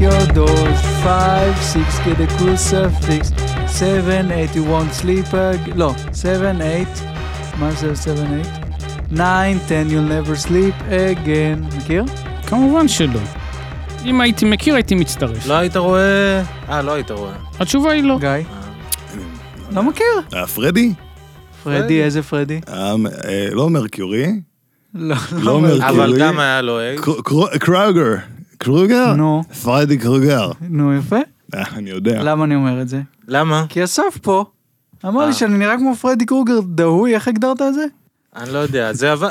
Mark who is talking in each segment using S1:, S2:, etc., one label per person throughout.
S1: your doors. Five, six, get a crucifix. Seven, eight, you won't sleep again. לא, seven, eight. מה זה seven, eight? nine, ten, you'll never sleep again. מכיר?
S2: כמובן שלא. אם הייתי מכיר, הייתי מצטרף.
S3: לא היית רואה... אה, לא היית רואה.
S2: התשובה היא לא.
S1: גיא? לא מכיר.
S4: אה, פרדי?
S1: פרדי, איזה פרדי?
S4: אה, מ- אה, לא מרקיורי,
S1: לא.
S4: לא
S2: אוקיי.
S3: אבל
S4: מרקיורי.
S3: גם היה לו איידס.
S4: קר- קר- קרוגר. קרוגר?
S1: נו.
S4: פרדי קרוגר.
S1: נו, יפה.
S4: אה, אני יודע.
S2: לא.
S1: למה אני אומר את זה?
S3: למה?
S1: כי אסף פה אמר
S3: אה.
S1: לי שאני נראה כמו פרדי קרוגר דהוי, איך הגדרת את זה?
S3: אני לא יודע, זה עבד...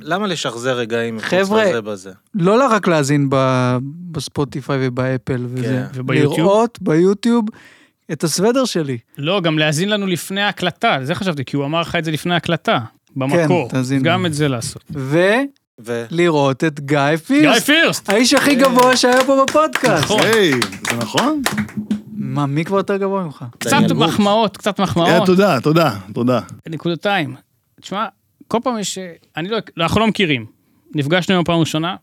S3: למה לשחזר רגעים מחוץ
S1: חבר'ה,
S3: לזה בזה?
S1: לא לה- רק להאזין ב- בספוטיפיי ובאפל
S4: כן,
S1: וזה.
S2: וביוטיוב.
S1: לראות ביוטיוב את הסוודר שלי.
S2: לא, גם להאזין לנו לפני ההקלטה, זה חשבתי, כי הוא אמר לך את זה לפני ההקלטה. במקור.
S1: כן, תאזין
S2: גם
S1: לנו.
S2: את זה לעשות.
S1: ולראות
S3: ו...
S1: את גיא
S2: גיא
S1: פירס.
S2: פירסט!
S1: האיש הכי גבוה שהיה פה בפודקאסט.
S2: נכון.
S4: היי, זה נכון?
S1: מה, מי כבר יותר גבוה ממך?
S2: קצת
S3: דניאל וולף.
S2: מחמאות, קצת
S4: אה,
S2: מחמאות.
S4: תודה, תודה, תודה.
S2: נקודתיים. תשמע, כל פעם יש... אה, אני לא... אנחנו לא מכירים. נפגשנו היום פעם ראשונה.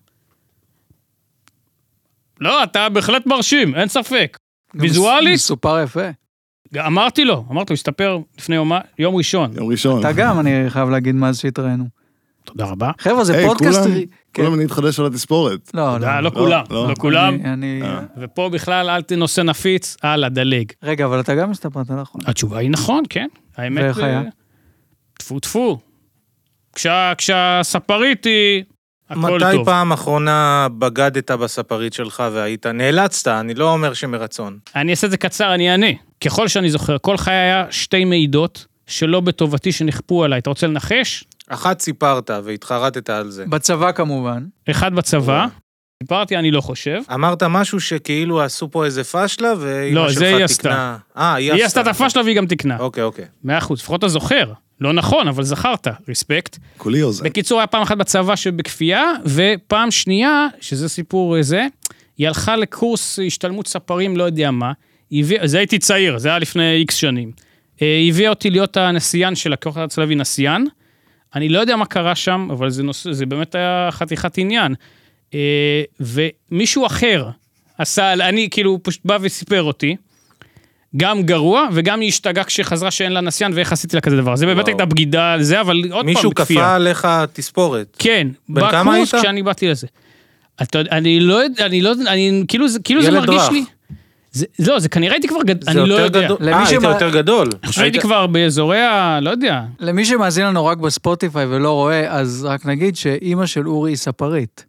S2: לא, אתה בהחלט מרשים, אין ספק.
S1: גם
S2: ויזואלית?
S1: מסופר יפה.
S2: אמרתי לו, אמרתי לו, הסתפר לפני יום, יום ראשון.
S4: יום ראשון.
S1: אתה גם, אני חייב להגיד מאז שהתראינו.
S2: תודה רבה.
S4: לא,
S1: חבר'ה, זה
S4: היי,
S1: פודקאסט...
S4: כולם-
S1: כן.
S4: כולם נתחדש על התספורת.
S1: לא, לא.
S2: לא, לא
S4: לא,
S2: כולם,
S4: לא.
S2: לא כולם.
S1: אני- אני...
S4: אה.
S2: ופה בכלל, אל תנושא נפיץ, הלאה, דלג.
S1: רגע, אבל אתה גם הסתפרת, נכון?
S2: התשובה היא נכון, כן. האמת...
S1: ואיך
S2: אה,
S1: היה?
S2: טפו טפו. כשה- כשהספרית היא, הכל
S3: מתי
S2: טוב.
S3: פעם אחרונה בגדת בספרית שלך והיית נאלצת, אני לא אומר שמרצון.
S2: אני אעשה את זה קצר, אני אענה. ככל שאני זוכר, כל חיי היה שתי מעידות שלא בטובתי שנכפו עליי. אתה רוצה לנחש?
S3: אחת סיפרת והתחרטת על זה.
S1: בצבא כמובן.
S2: אחד בצבא, סיפרתי, אני לא חושב.
S3: אמרת משהו שכאילו עשו פה איזה פשלה, ואימא
S2: לא,
S3: שלך
S2: זה היא
S3: תקנה...
S2: עשתה.
S3: אה, היא עשתה.
S2: היא עשתה את הפשלה והיא גם תיקנה.
S3: אוקיי, אוקיי.
S2: מאה אחוז, לפחות אתה זוכר. לא נכון, אבל זכרת, רספקט.
S4: כולי אוזן.
S2: בקיצור, היה פעם אחת בצבא שבכפייה, ופעם שנייה, שזה סיפור אה, זה, היא הלכה לקורס השתלמות ספרים, לא יודע מה. היא הביאה, זה הייתי צעיר, זה היה לפני איקס שנים. אה, היא הביאה אותי להיות הנסיין שלה, כי אוכל הצלבי נסיין. אני לא יודע מה קרה שם, אבל זה, נושא, זה באמת היה חתיכת עניין. אה, ומישהו אחר עשה, על- אני כאילו, הוא פשוט בא וסיפר אותי. גם גרוע, וגם היא השתגעה כשחזרה שאין לה נסיין, ואיך עשיתי לה כזה דבר. זה באמת
S3: וואו.
S2: הייתה בגידה על זה, אבל עוד פעם
S3: מישהו
S2: בכפייה.
S3: כפה עליך תספורת.
S2: כן,
S3: בן כמה
S2: בקורס
S3: היית?
S2: כשאני באתי לזה. אתה יודע, אני לא יודע, אני לא, אני, כאילו זה, כאילו זה
S3: ילד
S2: מרגיש
S3: רך.
S2: לי. זה, לא, זה כנראה הייתי כבר, גד...
S3: זה
S2: אני לא
S3: יותר
S2: יודע.
S3: גדול-
S1: למי
S3: אה, היית
S1: שמע-
S3: יותר גדול.
S2: אני חושב שהייתי כבר באזורי ה... לא יודע.
S1: למי שמאזין לנו רק בספוטיפיי ולא רואה, אז רק נגיד שאימא של אורי היא ספרית.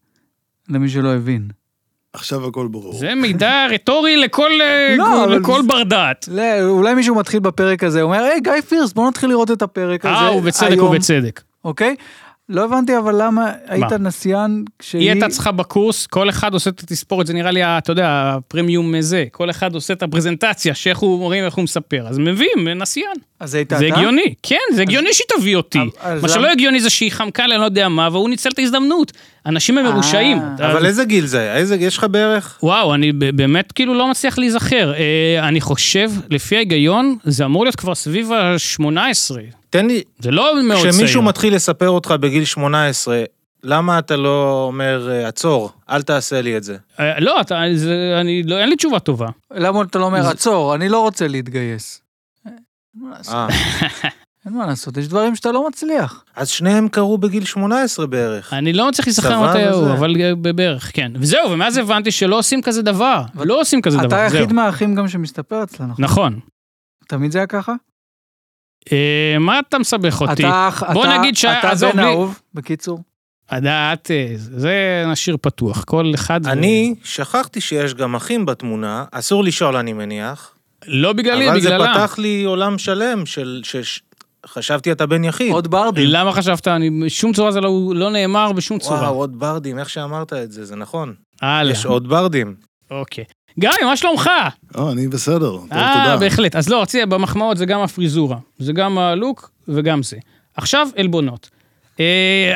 S1: למי שלא הבין.
S4: עכשיו הכל ברור.
S2: זה מידע רטורי לכל, אה,
S1: לא,
S2: כל-
S1: אבל
S2: לכל
S1: זה-
S2: בר דעת.
S1: לא, אולי מישהו מתחיל בפרק הזה, הוא אומר, היי, גיא פירס, בוא נתחיל לראות את הפרק הזה
S2: אה,
S1: היום.
S2: ובצדק ובצדק.
S1: אוקיי? לא הבנתי אבל למה היית נסיין כשהיא...
S2: היא הייתה צריכה בקורס, כל אחד עושה את התספורת, זה נראה לי, ה- אתה יודע, הפרמיום זה. כל אחד עושה את הפרזנטציה, שאיך הוא אומרים, איך הוא מספר. אז מביאים, נסיין.
S1: אז הייתה אתה?
S2: זה הגיוני, כן, זה הגיוני שהיא תביא אותי.
S1: אז- אז למה-
S2: מה שלא הגיוני זה שהיא חמקה לי, אני לא יודע מה, והוא ניצל את ההזדמנות. אנשים הם
S1: אה.
S2: מרושעים.
S3: אבל
S2: אז-
S3: איזה גיל זה היה? איזה, יש לך בערך?
S2: וואו, אני ב- באמת כאילו לא מצליח להיזכר. אה, אני חושב, לפי ההיגיון, זה אמור להיות כבר סביב ה-18.
S3: תן לי,
S2: זה לא מאוד צעיר.
S3: כשמישהו מתחיל לספר אותך בגיל 18, למה אתה לא אומר, אה, עצור, אל תעשה לי את זה?
S2: אה, לא, אתה, זה, אני, לא, אין לי תשובה טובה.
S1: למה אתה לא אומר, עצור, אני לא רוצה להתגייס. אין מה לעשות,
S3: אה.
S1: אין מה לעשות, יש דברים שאתה לא מצליח.
S3: אז שניהם קרו בגיל 18 בערך.
S2: אני לא מצליח להיזכר
S3: סבבה
S2: מתי הוא,
S3: זה.
S2: אבל אה, ב- בערך, כן. וזהו, ומאז הבנתי שלא עושים כזה דבר. לא עושים כזה
S1: אתה
S2: דבר, זהו.
S1: היחיד מהאחים גם שמסתפר אצלנו.
S2: נכון.
S1: תמיד זה היה ככה?
S2: אה, מה אתה מסבך אותי?
S1: אתה אח,
S2: בוא
S1: אתה-
S2: נגיד שהיה-
S1: אתה
S2: עזוב,
S1: בן
S2: לי-
S1: אהוב, בקיצור.
S2: הדעת, אה, זה נשאיר פתוח, כל אחד...
S3: אני שכחתי שיש גם אחים בתמונה, אסור לשאול אני מניח,
S2: לא בגללי,
S3: אבל זה
S2: בגללה.
S3: פתח לי עולם שלם של... שש- חשבתי אתה בן יחיד.
S1: עוד ברדי.
S2: למה חשבת? אני, בשום צורה זה לא, לא נאמר בשום צורה.
S3: וואו, עוד ברדים, איך שאמרת את זה, זה נכון.
S2: הלאה,
S3: יש עוד ברדים.
S2: אוקיי. גיא, מה שלומך?
S4: אה, אני בסדר. טוב,
S2: אה,
S4: תודה.
S2: בהחלט. אז לא, רציתי, במחמאות זה גם הפריזורה, זה גם הלוק וגם זה. עכשיו, עלבונות. אה,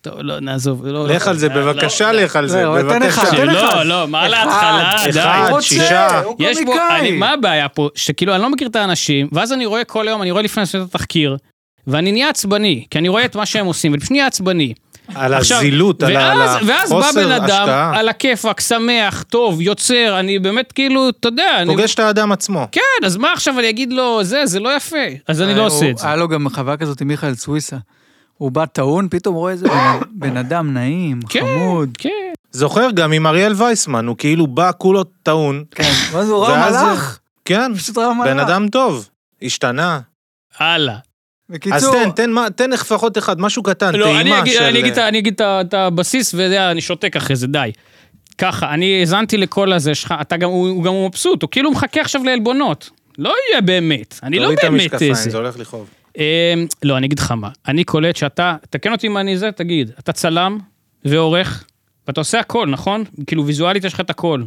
S2: טוב, לא, נעזוב. לא-
S3: לך על זה,
S2: לא, לא.
S3: בבקשה, לך על זה,
S1: לא, תן לך,
S3: בבקשה.
S1: תן לך.
S2: לא, לא, מה להתחלה?
S3: אחד,
S2: די.
S3: אחד.
S1: רוצה,
S3: שישה.
S1: הוא
S2: יש פה,
S1: קומיקאי.
S2: אני, מה הבעיה פה? שכאילו אני לא מכיר את האנשים, ואז אני רואה כל היום, אני רואה לפני שאני עושה את התחקיר, ואני נהיה עצבני, כי אני רואה את מה שהם עושים, ואני פשוט נהיה עצבני.
S3: על
S2: עכשיו,
S3: הזילות, על ה- על
S2: ואז, ואז בא בן
S3: החוסר
S2: אדם,
S3: השקעה.
S2: על הכיפאק, שמח, טוב, יוצר, אני באמת כאילו, אתה יודע, אני...
S3: פוגש את האדם עצמו.
S2: כן, אז מה עכשיו אני אגיד לו, זה, זה לא יפה. אז
S3: אה,
S2: אני לא
S1: אה, הוא-
S2: עושה את זה.
S1: היה לו גם חוויה כזאת עם מיכאל סוויסה. הוא בא טעון, פתאום רואה איזה בן- בן אדם נעים,
S2: כן,
S1: חמוד.
S2: כן.
S3: זוכר גם עם אריאל וייסמן, הוא כאילו בא כולו טעון.
S1: כן. ואז הוא רם
S3: ואז-
S1: הלך.
S3: כן,
S1: פשוט רם הלך.
S3: בן אדם טוב. השתנה.
S2: הלאה.
S1: בקיצור,
S3: אז תן, תן, מה- תן לפחות אחד, משהו קטן,
S2: לא, אני
S3: טעימה
S2: אגיד-
S3: של...
S2: אני אגיד את ה- אני אגיד את ה- את הבסיס, ואני שותק אחרי זה, די. ככה, אני האזנתי לכל הזה שלך, אתה גם, הוא הוא גם מבסוט, הוא כאילו מחכה עכשיו לעלבונות. לא יהיה באמת, אני לא
S3: תוריד את
S2: באמת
S3: המשקפיים,
S2: איזה.
S3: זה הולך לכאוב.
S2: אמ, לא, אני אגיד לך מה. אני קולט שאתה, תקן אותי אם אני זה, תגיד, אתה צלם ועורך, ואתה עושה הכל, נכון? כאילו ויזואלית יש לך את הכל.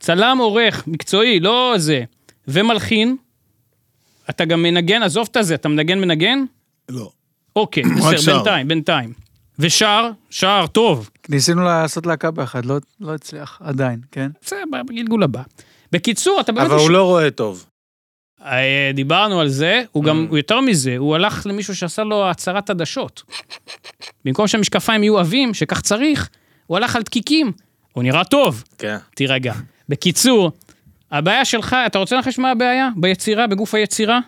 S2: צלם, עורך, מקצועי, לא זה. ומלחין, אתה גם מנגן, עזוב את הזה, אתה מנגן מנגן?
S4: לא.
S2: אוקיי,
S4: רק
S2: בסדר,
S4: שר.
S2: בינתיים, בינתיים. ושר, שר, טוב.
S1: ניסינו לעשות להקה ביחד, לא- לא הצליח, עדיין, כן?
S2: בסדר, בגלגול הבא. בקיצור, אתה באמת...
S3: אבל הוא לא רואה טוב.
S2: אה, דיברנו על זה, הוא גם,
S3: אה.
S2: הוא יותר מזה, הוא הלך למישהו שעשה לו הצהרת עדשות. במקום שהמשקפיים יהיו עבים, שכך צריך, הוא הלך על דקיקים. הוא נראה טוב,
S3: כן.
S2: תירגע. בקיצור, הבעיה שלך, אתה רוצה לנחש מה הבעיה? ביצירה, בגוף היצירה?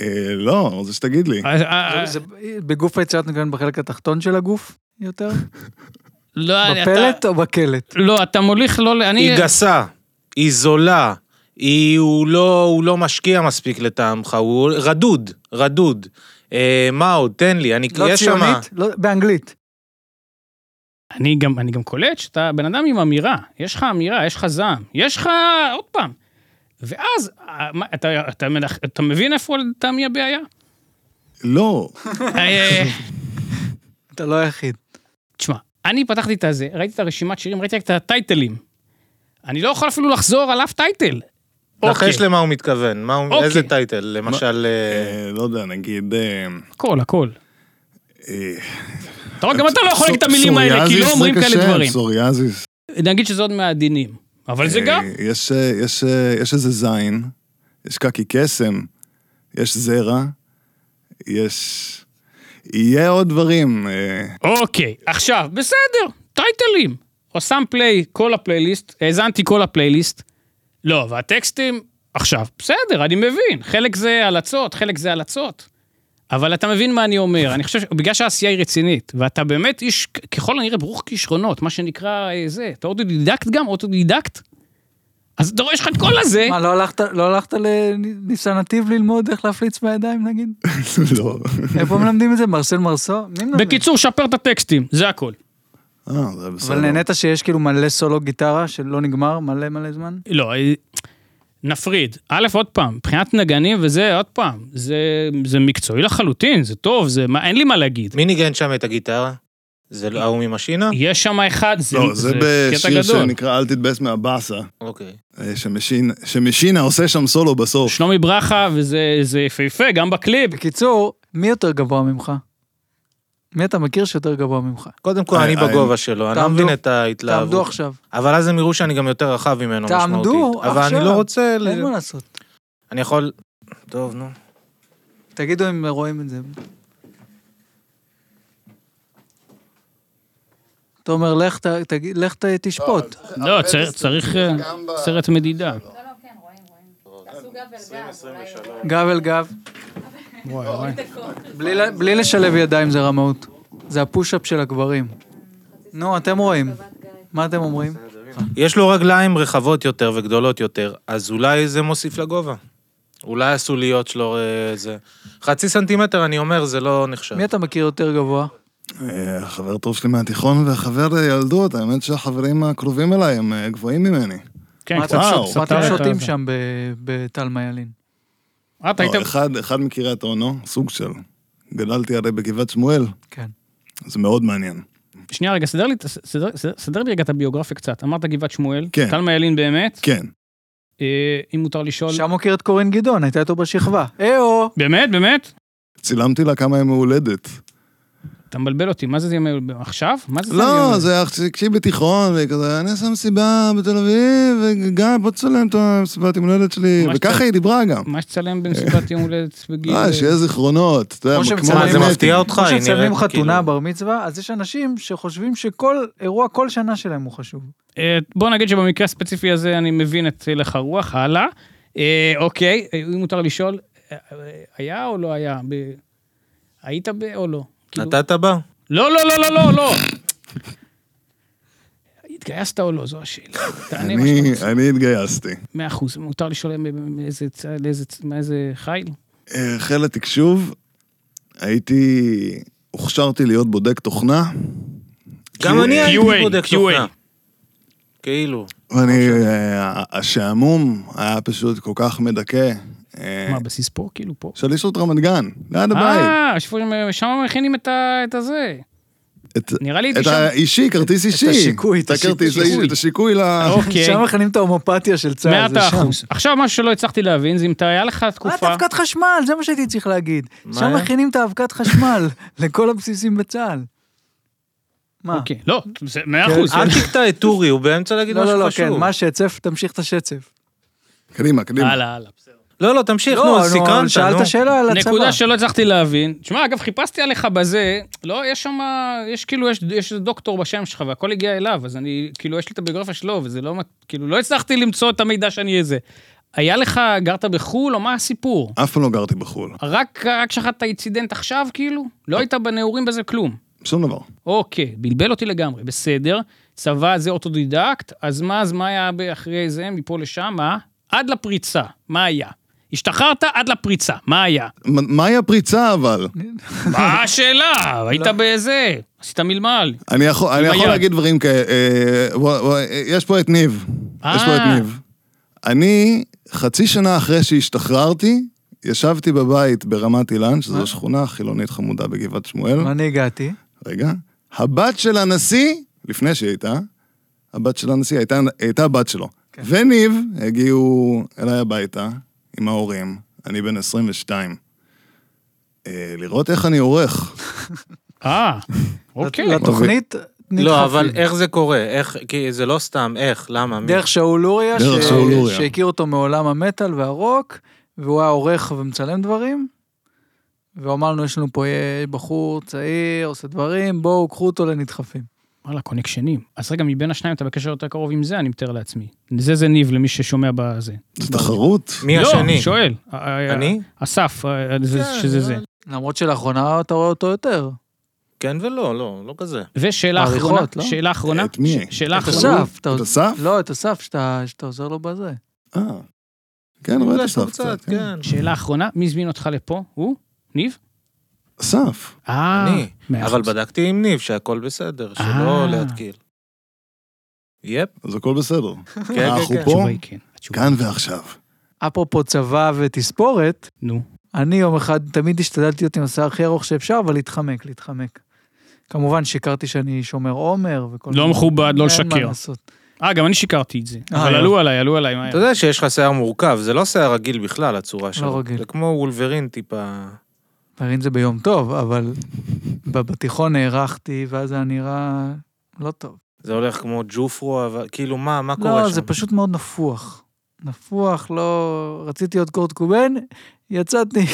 S4: אה, לא, אני רוצה שתגיד לי.
S2: אה, אה, אה,
S1: זה- זה- בגוף היצירת נגן בחלק התחתון של הגוף יותר?
S2: לא, אתה-
S1: בפלט או בקלט?
S2: לא, אתה מוליך לא... ל- אני...
S3: היא גסה, היא זולה, היא, הוא, לא, הוא לא משקיע מספיק לטעמך, הוא רדוד, רדוד. אה, מה עוד? תן לי, אני,
S1: לא
S3: יש שמה.
S1: ציונית? לא- באנגלית.
S2: אני גם, אני גם קולט שאתה בן אדם עם אמירה, יש לך אמירה, יש לך זעם, יש לך, עוד פעם. ואז אה, מה, אתה, אתה, מנח- אתה מבין איפה לטעמי הבעיה?
S4: לא.
S2: אה,
S1: אתה לא היחיד.
S2: תשמע, אני פתחתי את הזה, ראיתי את הרשימת שירים, ראיתי רק את הטייטלים. אני לא יכול אפילו לחזור על אף טייטל.
S1: אוקיי.
S4: אוקיי.
S3: נחש למה הוא מתכוון, מה הוא,
S2: אוקיי.
S3: איזה טייטל, למשל... אה,
S4: אה, לא יודע, נגיד... אה,
S2: הכל, הכל.
S4: אה,
S2: אתה רואה, גם אתה לא יכול להגיד את המילים האלה, כי
S4: סוריאזיס
S2: לא
S4: זה
S2: אומרים כאלה
S4: קשה,
S2: דברים.
S4: סוריאזיס.
S2: נגיד שזה עוד מהעדינים, אבל זה
S4: אה,
S2: גם...
S4: יש, אה, יש, אה, יש איזה זין, יש קקי קסם, יש זרע, יש... יהיה עוד דברים. אה,
S2: אוקיי, עכשיו, בסדר, טייטלים. או שם פליי, כל הפלייליסט, האזנתי כל הפלייליסט. לא, והטקסטים, עכשיו, בסדר, אני מבין. חלק זה הלצות, חלק זה הלצות. אבל אתה מבין מה אני אומר. אני חושב, ש- בגלל שהעשייה היא רצינית, ואתה באמת איש, כ- ככל הנראה, ברוך כישרונות, מה שנקרא אה, זה. אתה אוטודידקט גם, אוטודידקט? אז אתה רואה, יש לך את כל הזה.
S1: מה, לא הלכת- לא הלכת לניסן נתיב ללמוד איך להפליץ בידיים נגיד?
S4: לא.
S1: איפה מלמדים את זה? מרסל מרסו? מי מלמד?
S2: בקיצור, שפר את הטקסטים, זה הכל.
S4: אה, זה בסדר.
S1: אבל נהנית שיש כאילו מלא סולו גיטרה שלא נגמר מלא מלא זמן?
S2: לא, אה, נפריד. א', עוד פעם, מבחינת נגנים וזה, עוד פעם, זה, זה מקצועי לחלוטין, זה טוב, זה, מה, אין לי מה להגיד.
S3: מי ניגן שם את הגיטרה? זה לא ההוא ממשינה?
S1: אה.
S2: יש שם אחד, זה,
S4: לא, זה בשיר
S2: קטע גדול.
S4: שנקרא אל תתבאס מהבאסה,
S3: אוקיי.
S4: אה, שמשינה- שמשינה עושה שם סולו בסוף.
S2: שלומי ברכה, וזה זה יפהפה, גם בקליפ.
S1: בקיצור, מי יותר גבוה ממך? מי אתה מכיר שיותר גבוה ממך?
S3: קודם כל,
S4: אה,
S3: אני
S4: אה,
S3: בגובה שלו, אני לא
S1: תעמדו.
S3: מבין את ההתלהבות.
S1: תעמדו עכשיו,
S3: אבל אז הם יראו שאני גם יותר רחב ממנו
S1: תעמדו
S3: לא משמעותית. אבל
S1: עכשיו.
S3: אני לא רוצה... ל-
S1: אין מה לעשות.
S3: אני יכול... טוב, נו.
S1: תגידו אם רואים את זה. תומר, לך ת- תגיד- לך ת- תשפוט.
S2: לא, צריך, צריך אה, סרט מדידה.
S5: לא, לא, כן, רואים, רואים. תעשו גב אל גב, אולי...
S1: גב אל גב.
S2: וואי, וואי.
S1: בלי ל- בלי לשלב ידיים זה רמאות. זה הפוש-אפ של הגברים. נו, אתם רואים. מה אתם אומרים?
S3: יש לו רגליים רחבות יותר וגדולות יותר, אז אולי זה מוסיף לגובה. אולי הסוליות שלו אה, זה... חצי סנטימטר, אני אומר, זה לא נחשב.
S1: מי אתה מכיר יותר גבוה?
S4: אה, החבר טוב שלי מהתיכון והחבר אה, ילדות, האמת שהחברים הקרובים אליי הם אה, גבוהים ממני.
S2: כן,
S1: מה
S2: קצת
S1: אתם
S4: וואו.
S1: שות- מה אתם
S2: סתר את
S1: שותים
S2: הזה.
S1: שם ב- בטל מיילין?
S2: אה, אתה היית...
S4: לא, אחד- אחד מקריית אונו, סוג של. גדלתי הרי בגבעת שמואל,
S1: כן.
S4: זה מאוד מעניין.
S2: שנייה רגע, סדר לי את ה- סדר- סדר- סדר לי רגע את הביוגרפיה קצת. אמרת גבעת שמואל,
S4: כן.
S2: טל מיילין באמת,
S4: כן,
S2: אה, אם מותר לשאול.
S1: שם מוכיר את קורין גדעון, הייתה איתו בשכבה. אהו!
S2: באמת, באמת?
S4: צילמתי לה כמה ימי הולדת.
S2: אתה מבלבל אותי, מה זה זה ימי... עכשיו? מה זה זה ימי-
S4: לא, זה אח שהקשיב בתיכון, וכזה, אני עושה מסיבה בתל אביב, וגיא, בוא תצלם את המסיבת יום הולדת שלי,
S2: ממש
S4: וככה
S2: טוב.
S4: היא דיברה גם.
S2: מה שתצלם במסיבת יום הולדת בגיל...
S4: אה, שיהיה זיכרונות, אתה יודע,
S1: כמו
S4: כמו...
S1: שמצלמים-
S3: מה, אה, זה
S4: באמת.
S3: מפתיע אותך?
S1: כמו
S3: היא
S1: שמצלמים
S3: נראית
S1: חתונה,
S3: כאילו-
S1: בר מצווה, אז יש אנשים שחושבים שכל אירוע, כל שנה שלהם הוא חשוב.
S2: אה, בוא נגיד שבמקרה הספציפי הזה אני מבין את הלך הרוח, הלאה. אה, אוקיי, אה, אם מותר לשאול, אה, אה, היה או לא היה? ב- היית ב... או לא? כאילו-
S3: נתת בר?
S2: לא, לא, לא, לא, לא, לא. התגייסת או לא, זו השאלה. תענה מה שאתה
S4: אני-
S2: רוצה.
S4: אני התגייסתי.
S2: מאה אחוז, מותר לשאול אה, מאיזה צ- לאיזה צ- מאיזה חיל?
S4: אה, חיל התקשוב, הייתי... הוכשרתי להיות בודק תוכנה,
S1: כאילו-
S3: גם אני
S2: QA,
S3: הייתי בודק
S2: QA.
S3: תוכנה. כאילו.
S4: ואני... אה, השעמום היה פשוט כל כך מדכא. אה,
S2: מה, בסיס פה? כאילו פה?
S4: שלישות רמת גן, ליד הבית.
S2: אה, שפו- שם מכינים את ה- את הזה.
S4: את-
S2: נראה לי הייתי
S4: את
S2: שם.
S4: האישי, כרטיס אישי.
S1: השיקוי, את
S4: את הכרטיס
S2: השיקוי.
S4: האישי, את השיקוי ל...
S2: אוקיי,
S1: שם מכנים את ההומופתיה של צה"ל, זה
S2: מאת
S1: שם.
S2: האחוז. עכשיו, משהו שלא הצלחתי להבין, זה אם אתה- היה לך
S1: אה,
S2: תקופה...
S1: את האבקת חשמל, זה מה שהייתי צריך להגיד. שם
S3: היה?
S1: מכינים את האבקת חשמל לכל הבסיסים בצה"ל. מה? כן,
S2: אוקיי, לא, זה מאה אחוז. אוקיי.
S3: אל תקטע את אורי, הוא באמצע להגיד
S1: לא, לא,
S3: כאילו משהו
S1: לא, כן,
S3: חשוב.
S1: מה שצף, תמשיך את השצף.
S4: קדימה, קדימה.
S2: הלאה, הלאה. בסדר.
S3: לא, לא, תמשיך,
S1: לא,
S3: נו,
S1: נו,
S3: סקרנת, נו.
S1: שאלת שאלה על הצבא.
S2: נקודה שלא הצלחתי להבין. תשמע, אגב, חיפשתי עליך בזה, לא, יש שם, יש כאילו, יש- יש דוקטור בשם שלך, והכל הגיע אליו, אז אני, כאילו, יש לי את הביוגרפיה שלו, וזה לא, מת- כאילו, לא הצלחתי למצוא את המידע שאני איזה. היה לך, גרת בחו"ל, או מה הסיפור?
S4: אף פעם לא גרתי בחו"ל,
S2: רק רק שחטת איצידנט עכשיו, כאילו?
S1: אה.
S2: לא היית בנעורים בזה כלום.
S4: שום דבר.
S2: אוקיי, בלבל אותי לגמרי, בסדר. צבא זה אוטודידקט, אז מה, אז מה היה אחרי זה, מפה לשם, מה? עד לפריצה, מה היה? השתחררת עד לפריצה, מה היה?
S4: מ- מהי הפריצה אבל?
S2: מה השאלה?
S3: לא.
S2: היית בזה, עשית מלמל.
S4: אני יכול, אני יכול
S2: היד.
S4: להגיד דברים כאלה, יש פה את ניב, יש פה
S2: אה.
S4: את ניב. אני, חצי שנה אחרי שהשתחררתי, ישבתי בבית ברמת אילן, שזו שכונה חילונית חמודה בגבעת שמואל.
S1: לא, אני הגעתי.
S4: רגע. הבת של הנשיא, לפני שהיא הייתה, הבת של הנשיא הייתה, הייתה הבת שלו. כן. וניב הגיעו אליי הביתה עם ההורים, אני בן 22. אה, לראות איך אני עורך.
S2: אה, אוקיי.
S1: לתוכנית
S3: לא, אבל
S1: נדחפים.
S3: איך זה קורה? איך, כי זה לא סתם, איך, למה? מי?
S1: דרך שאול לוריה,
S4: דרך
S1: ש-
S4: שאול לוריה.
S1: שהכיר אותו מעולם המטאל והרוק, והוא היה עורך ומצלם דברים. והוא אמר לנו, יש לנו פה אה, בחור צעיר, עושה דברים, בואו, קחו אותו לנדחפים.
S2: וואלה, קונקשנים. אז רגע, מבין השניים אתה בקשר יותר קרוב עם זה, אני מתאר לעצמי. זה זה ניב למי ששומע בזה.
S4: זו תחרות.
S3: מי
S2: לא,
S3: השני?
S2: אני שואל. אני?
S3: אני?
S2: אסף, אה, זה- שזה זה.
S1: למרות שלאחרונה אתה רואה אותו יותר.
S3: כן ולא, לא, לא כזה.
S2: ושאלה
S1: מעריכות,
S2: אחרונה,
S1: לא?
S2: שאלה אחרונה,
S4: את מי?
S2: ש- שאלה
S1: את
S2: אחרונה,
S1: אסף. אתה-
S4: את אסף?
S1: לא, את אסף, שאתה שאתה עוזר לו בזה.
S4: אה. כן, רואה את
S3: נפגשנו
S4: אסף קצת. כן.
S3: כן.
S2: שאלה אחרונה, מי הזמין אותך לפה? הוא? ניב?
S4: אסף.
S2: אה,
S3: אני.
S2: מאה
S3: אבל
S2: אחוז.
S3: בדקתי עם ניב שהכל בסדר,
S2: אה.
S3: שלא להתקיל. יפ,
S4: אז הכל בסדר.
S3: כן, כן,
S4: אנחנו
S3: כן.
S4: פה,
S2: התשובה היא כן. התשובה-
S4: כאן ועכשיו.
S1: אפרופו צבא ותספורת,
S2: נו.
S1: אני יום אחד תמיד השתדלתי להיות עם השיער הכי ארוך שאפשר, אבל להתחמק, להתחמק. כמובן שיקרתי שאני שומר עומר וכל
S2: לא
S1: מיני-
S2: מכובד, לא
S1: אין מה
S2: לשקר.
S1: לעשות.
S2: אה, גם אני שיקרתי את זה.
S1: אה,
S2: אבל
S1: אה.
S2: עלו עליי, עלו עליי. מה
S3: אתה יודע שיש לך שיער מורכב, זה לא שיער רגיל בכלל, הצורה שלו.
S1: לא רגיל.
S3: זה כמו וולברין טיפה.
S1: מרין זה ביום טוב, אבל ב- בתיכון הארכתי, ואז זה היה נראה לא טוב.
S3: זה הולך כמו ג'ופרו, אבל כאילו, מה, מה קורה שם?
S1: לא, זה פשוט מאוד נפוח. נפוח, לא... רציתי להיות קורט קובן, יצאתי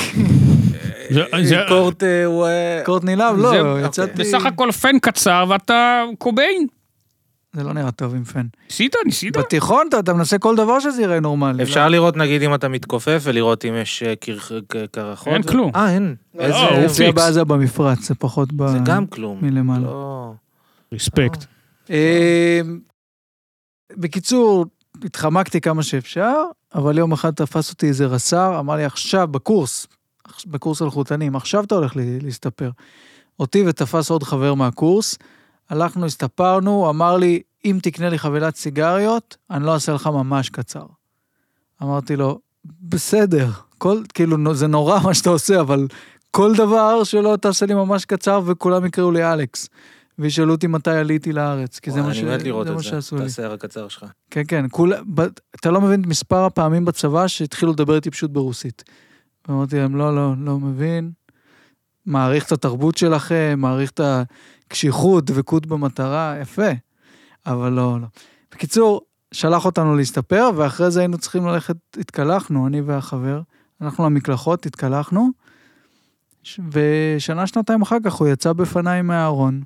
S3: אה,
S2: זה- זה-
S3: קורט, אה, הוא... אה,
S1: קורטני לאב, לא,
S3: אוקיי.
S1: יצאתי...
S2: בסך הכל פן קצר ואתה קוביין.
S1: זה לא נראה טוב עם פן.
S2: ניסית, ניסית.
S1: בתיכון אתה- אתה מנסה כל דבר שזה יראה נורמלי.
S3: אפשר לראות, נגיד, אם אתה מתכופף, ולראות אם יש אה, קרח- ק- קרחות.
S2: אין כלום. אה,
S3: אה, אין.
S1: לא,
S3: איזה...
S2: הוא
S1: זה
S2: פיקס.
S1: בעזה במפרץ, זה פחות ב...
S3: זה גם כלום.
S1: מלמעלה.
S3: לא.
S2: ריספקט.
S1: אה, בקיצור, התחמקתי כמה שאפשר, אבל יום אחד תפס אותי איזה רס"ר, אמר לי, עכשיו, בקורס, עכש- בקורס על חותנים, עכשיו אתה הולך לה- להסתפר. אותי ותפס עוד חבר מהקורס, הלכנו, הסתפרנו, הוא אמר לי, אם תקנה לי חבילת סיגריות, אני לא אעשה לך ממש קצר. אמרתי לו, בסדר, כל, כאילו, נו- זה נורא מה שאתה עושה, אבל כל דבר שלא תעשה לי ממש קצר וכולם יקראו לי אלכס. וישאלו אותי מתי עליתי לארץ, כי זה
S3: וואי,
S1: מה, ש...
S3: אני מת לראות
S1: זה
S3: את
S1: מה
S3: זה,
S1: שעשו
S3: את
S1: לי.
S3: השיער הקצר שלך.
S1: כן, כן, כול... ב... אתה לא מבין את מספר הפעמים בצבא שהתחילו לדבר איתי פשוט ברוסית. ואמרתי להם, לא, לא, לא מבין. מעריך את התרבות שלכם, מעריך את הקשיחות, דבקות במטרה, יפה. אבל לא, לא. בקיצור, שלח אותנו להסתפר, ואחרי זה היינו צריכים ללכת, התקלחנו, אני והחבר. הלכנו למקלחות, התקלחנו, ש- ושנה, שנתיים אחר כך הוא יצא בפניי מהארון.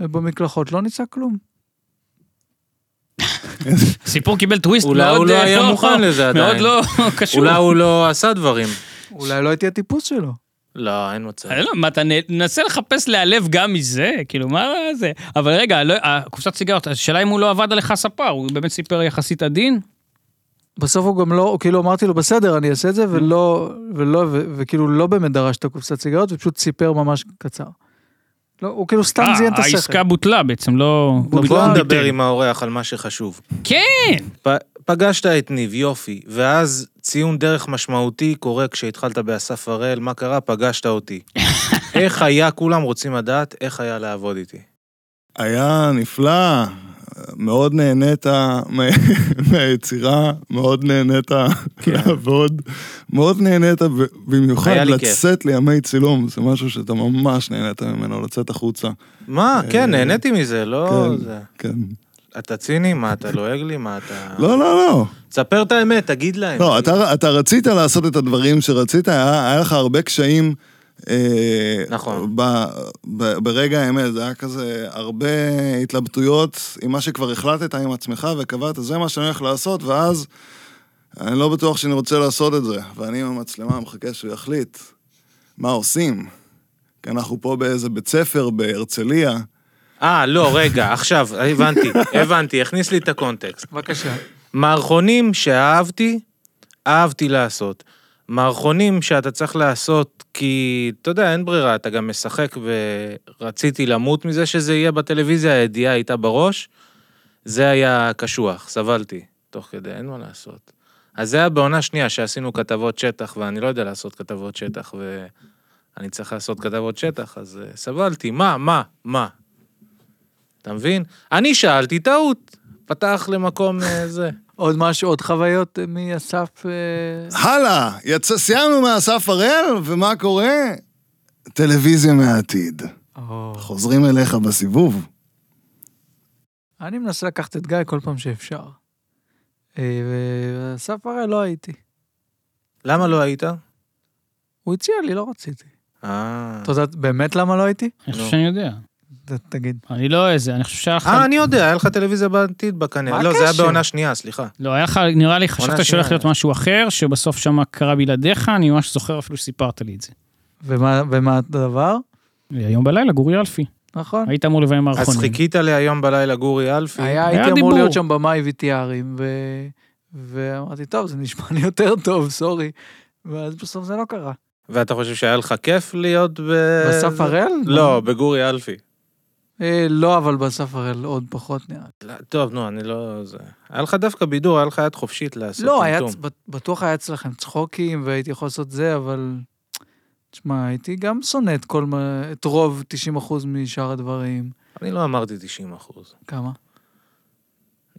S1: ובמקלחות לא נצא כלום.
S2: סיפור קיבל טוויסט מאוד...
S3: אולי הוא לא
S2: אה,
S3: היה מוכן לזה
S2: מאוד
S3: עדיין.
S2: לא קשור.
S3: אולי הוא לא עשה דברים.
S1: אולי לא הייתי הטיפוס שלו.
S3: לא, אין מצב.
S2: אני לא יודע, מה, אתה נ- מנסה לחפש להיעלב גם מזה? כאילו, מה זה? אבל רגע, לא- הקופסת סיגריות, השאלה אם הוא לא עבד עליך ספר, הוא באמת סיפר יחסית עדין?
S1: בסוף הוא גם לא, הוא כאילו אמרתי לו, בסדר, אני אעשה את זה, ולא, ולא, ו- וכאילו לא באמת דרש את הקופסת סיגריות, ופשוט סיפר ממש קצר. לא, הוא כאילו סתם זיין את
S2: אה,
S1: השכל.
S2: העסקה בוטלה בעצם, לא...
S1: בוא
S2: לא
S3: נכון? בוא
S1: בגלל-
S3: נדבר
S2: ביטל.
S3: עם האורח על מה שחשוב.
S2: כן!
S3: פ- פגשת את ניב, יופי, ואז ציון דרך משמעותי קורה כשהתחלת באסף הראל, מה קרה? פגשת אותי. איך היה, כולם רוצים לדעת, איך היה לעבוד איתי.
S4: היה נפלא, מאוד נהנית מה- מהיצירה, מאוד נהנית לעבוד, מאוד נהנית ב- במיוחד
S3: כן. היה לי כיף.
S4: לצאת לימי צילום, זה משהו שאתה ממש נהנית ממנו, לצאת החוצה.
S3: מה, כן, נהניתי מזה, לא...
S4: אה, כן.
S3: זה-
S4: כן.
S3: אתה ציני? מה, אתה לועג לי? מה, אתה...
S4: לא, לא, לא.
S3: תספר את האמת, תגיד להם.
S4: לא, אתה, אתה רצית לעשות את הדברים שרצית, היה, היה לך הרבה קשיים. אה,
S3: נכון.
S4: ב, ב, ברגע האמת, זה היה כזה הרבה התלבטויות עם מה שכבר החלטת עם עצמך וקבעת, זה מה שאני הולך לעשות, ואז אני לא בטוח שאני רוצה לעשות את זה. ואני עם המצלמה מחכה שהוא יחליט מה עושים. כי אנחנו פה באיזה בית ספר בהרצליה.
S3: אה, לא, רגע, עכשיו, הבנתי, הבנתי, הכניס לי את הקונטקסט.
S1: בבקשה.
S3: מערכונים שאהבתי, אהבתי לעשות. מערכונים שאתה צריך לעשות כי, אתה יודע, אין ברירה, אתה גם משחק ורציתי למות מזה שזה יהיה בטלוויזיה, הידיעה הייתה בראש. זה היה קשוח, סבלתי, תוך כדי, אין מה לעשות. אז זה היה בעונה שנייה שעשינו כתבות שטח, ואני לא יודע לעשות כתבות שטח, ואני צריך לעשות כתבות שטח, אז אה, סבלתי, מה, מה, מה? אתה מבין? אני שאלתי, טעות. פתח למקום אה, זה.
S1: עוד משהו, עוד חוויות אה, מאסף... אה,
S4: הלאה, יצא, סיימנו מאסף הראל, ומה קורה? טלוויזיה מהעתיד.
S1: או.
S4: חוזרים אליך בסיבוב.
S1: אני מנסה לקחת את גיא כל פעם שאפשר. אה, ואסף הרי לא הייתי.
S3: למה לא היית?
S1: הוא הציע לי, לא רציתי.
S3: אה,
S1: אתה יודע באמת למה לא הייתי?
S2: אני חושב
S3: לא.
S2: שאני יודע.
S1: ת- תגיד.
S2: אני לא איזה, אני חושב שהיה לך...
S3: אה, אני יודע, היה לך טלוויזיה בעתיד בקנה.
S1: מה
S3: לא, זה היה
S1: הקשר?
S3: בעונה שנייה, סליחה.
S2: לא, היה לך, נראה לי, חשבת שהולך
S3: שנייה.
S2: להיות משהו אחר, שבסוף שם קרה בלעדיך, אני ממש זוכר אפילו שסיפרת לי את זה.
S1: ומה ומה הדבר?
S2: היום בלילה, גורי אלפי.
S1: נכון.
S2: היית אמור לביים מערכונים.
S3: אז חיכית להיום בלילה גורי אלפי.
S1: היה,
S2: היה
S1: הייתי אמור
S2: דיבור.
S1: להיות שם במאי VTRים, ו... ואמרתי, טוב, זה נשמע לי יותר טוב, סורי. ואז בסוף זה לא קרה.
S3: ואתה חושב שהיה לך כיף להיות ב...
S4: אה,
S1: באסף הראל?
S3: לא, בגורי אלפי.
S1: אה, לא, אבל באסף הראל עוד פחות נראה. לי.
S3: לא, טוב, נו, אני לא... זה- היה לך דווקא בידור, היה לך יד חופשית לעשות
S1: לא, היה,
S3: טמטום.
S1: צ- בטוח היה אצלכם צחוקים, והייתי יכול לעשות זה, אבל... תשמע, הייתי גם שונא את כל מה... את רוב 90% משאר הדברים.
S3: אני לא אמרתי 90 אחוז.
S1: כמה?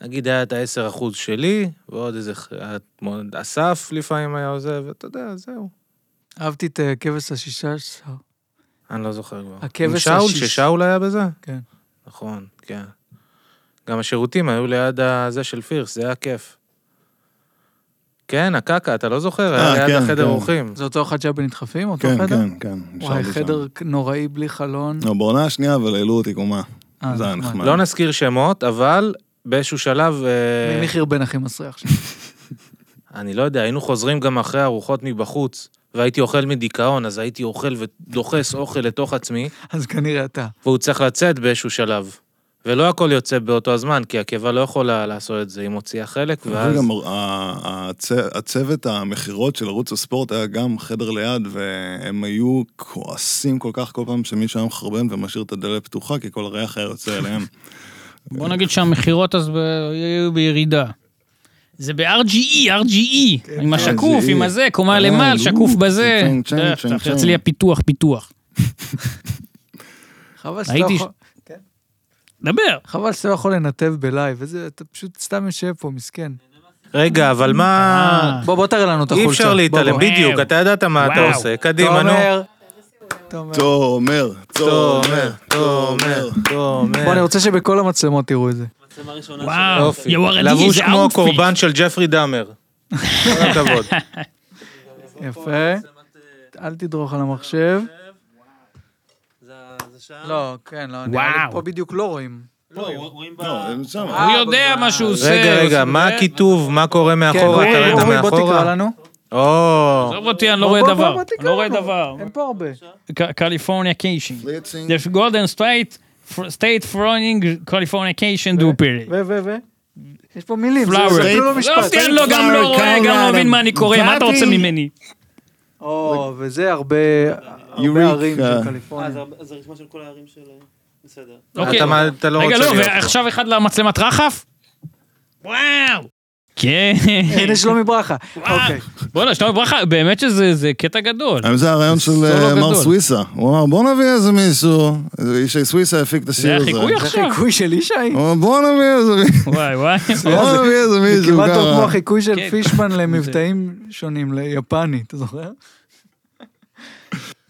S3: נגיד היה את ה-10 אחוז שלי, ועוד איזה... ח- היה כמו אסף לפעמים היה עוזב, ואתה יודע, זהו.
S1: אהבתי את אה, הכבש השישה עשר.
S3: אני לא זוכר כבר.
S1: הכבש
S3: עם שאול,
S1: השיש.
S3: ששאול היה בזה?
S1: כן.
S3: נכון, כן. גם השירותים היו ליד הזה של פירס, זה היה כיף. כן, הקקה, אתה לא זוכר?
S4: אה,
S3: היה ליד
S4: כן,
S3: החדר
S4: כן.
S3: אורחים.
S1: זה אותו אחד שהיה בנדחפים? אותו
S4: כן,
S1: חדר?
S4: כן, כן.
S1: וואי,
S4: נשארתי שם.
S1: חדר נוראי בלי חלון.
S4: לא, בעונה השנייה, אבל העלו אותי קומה.
S1: אה,
S4: זה היה
S1: נחמד.
S4: נחמד.
S3: לא נזכיר שמות, אבל באיזשהו שלב... אה,
S1: ממי חרבן הכי מסריח שלי.
S3: אני לא יודע, היינו חוזרים גם אחרי ארוחות מבחוץ, והייתי אוכל מדיכאון, אז הייתי אוכל ודוחס אוכל לתוך עצמי,
S1: אז כנראה אתה.
S3: והוא צריך לצאת באיזשהו שלב. ולא הכל יוצא באותו הזמן, כי הקיבה לא יכולה לעשות את זה, היא מוציאה חלק, ואז...
S4: וגם ה- הצ- הצוות המכירות של ערוץ הספורט היה גם חדר ליד, והם היו כועסים כל כך כל פעם שמישהו היה מחרבן ומשאיר את הדלת פתוחה, כי כל הריח היה יוצא אליהם.
S2: בוא נגיד שהמכירות אז ב- היו בירידה. זה E, ב-RGE, RGE,
S3: כן,
S2: עם השקוף,
S3: E.
S4: RGE.
S2: עם הזה, קומה
S4: אה,
S2: למעל,
S4: נו,
S2: שקוף בזה.
S4: צ'נג, צ'נג,
S2: דרך,
S4: צ'נג,
S2: תחת,
S4: צ'נג.
S2: הרצליה פיתוח, פיתוח.
S1: חבל שאתה לא
S2: הייתי-
S1: יכול...
S2: דבר.
S1: חבל שאתה לא יכול לנתב בלייב, וזה, אתה פשוט סתם יושב פה, מסכן.
S3: רגע, אבל מה...
S2: אה.
S1: בוא, בוא תראה לנו את אה, החולצה.
S3: אי אפשר להתעלם,
S1: בוא, בוא.
S3: בדיוק, אתה ידעת מה אתה
S2: וואו.
S3: עושה, קדימה, נו.
S1: תומר, תומר.
S4: תומר, תומר,
S3: תומר, תומר,
S4: תומר.
S3: תומר.
S1: בוא, אני רוצה שבכל המצלמות תראו את זה.
S6: מצלמה ראשונה
S2: וואו,
S3: יופי.
S2: יא ווארדי,
S3: לבוש
S2: E, זה
S3: כמו
S2: אאוטפיט.
S3: קורבן של ג'פרי דאמר. כל הכבוד.
S1: יפה.
S2: אה?
S1: אל תדרוך על המחשב.
S6: זה שם.
S1: לא, כן, לא,
S2: וואו.
S1: נראה לי פה בדיוק לא רואים.
S6: לא, רואים ב...
S4: לא, הם שם.
S2: הוא יודע מה שהוא עושה.
S3: רגע, רגע,
S2: עושה- אה?
S3: מה הכיתוב? מה קורה מאחורה?
S1: כן, אורי,
S3: תראה את
S1: אורי, אוקיי, בוא תקרא
S3: המאחורה.
S1: לנו.
S3: או,
S2: עזוב אותי, אני לא
S1: בוא,
S2: רואה
S1: בוא,
S2: דבר.
S1: בוא,
S2: אני לא רואה
S1: תקרא
S2: דבר.
S1: אין פה הרבה.
S2: ק- Californication.
S4: פליצינג.
S2: The golden state, state froning Californication do period.
S1: ו, ו, ו. יש פה מילים. זה-
S2: Flower.
S1: זה אפילו לא
S4: State-
S2: לא
S1: משפט.
S2: אותי, אני לא גם לא רואה, גם לא מבין מה אני קורא, מה אתה רוצה
S4: באתי.
S2: ממני?
S1: או, וזה הרבה הרבה
S4: יוריקה.
S1: ערים של
S6: אה,
S1: קליפורניה.
S6: זה- זה רשימה של כל הערים של... בסדר.
S2: אוקיי.
S3: אתה מה- אתה לא
S2: רגע,
S3: רוצה
S2: לא,
S3: להיות.
S2: ועכשיו אחד למצלמת רחף? וואו! כן.
S1: הנה שלומי ברכה.
S2: אה.
S1: אוקיי.
S2: בואנה, שלום ברכה, באמת שזה זה קטע גדול.
S4: האם זה הרעיון של
S2: סולו
S4: אה, מר
S2: גדול.
S4: סוויסה? הוא אמר, בוא נביא איזה מישהו. איזה איש סוויסה הפיק את השיר
S2: זה
S4: הזה.
S2: החיקוי
S1: זה
S2: עכשיו?
S1: חיקוי של ישי?
S4: הוא אמר, בוא נביא איזה מישהו.
S2: וואי וואי.
S4: בוא נביא איזה
S1: זה
S4: אה? מישהו
S1: כמעט טוב כמו
S4: ככה.
S1: החיקוי של
S2: כן.
S1: פישמן למבטאים שונים, ליפני, אתה זוכר?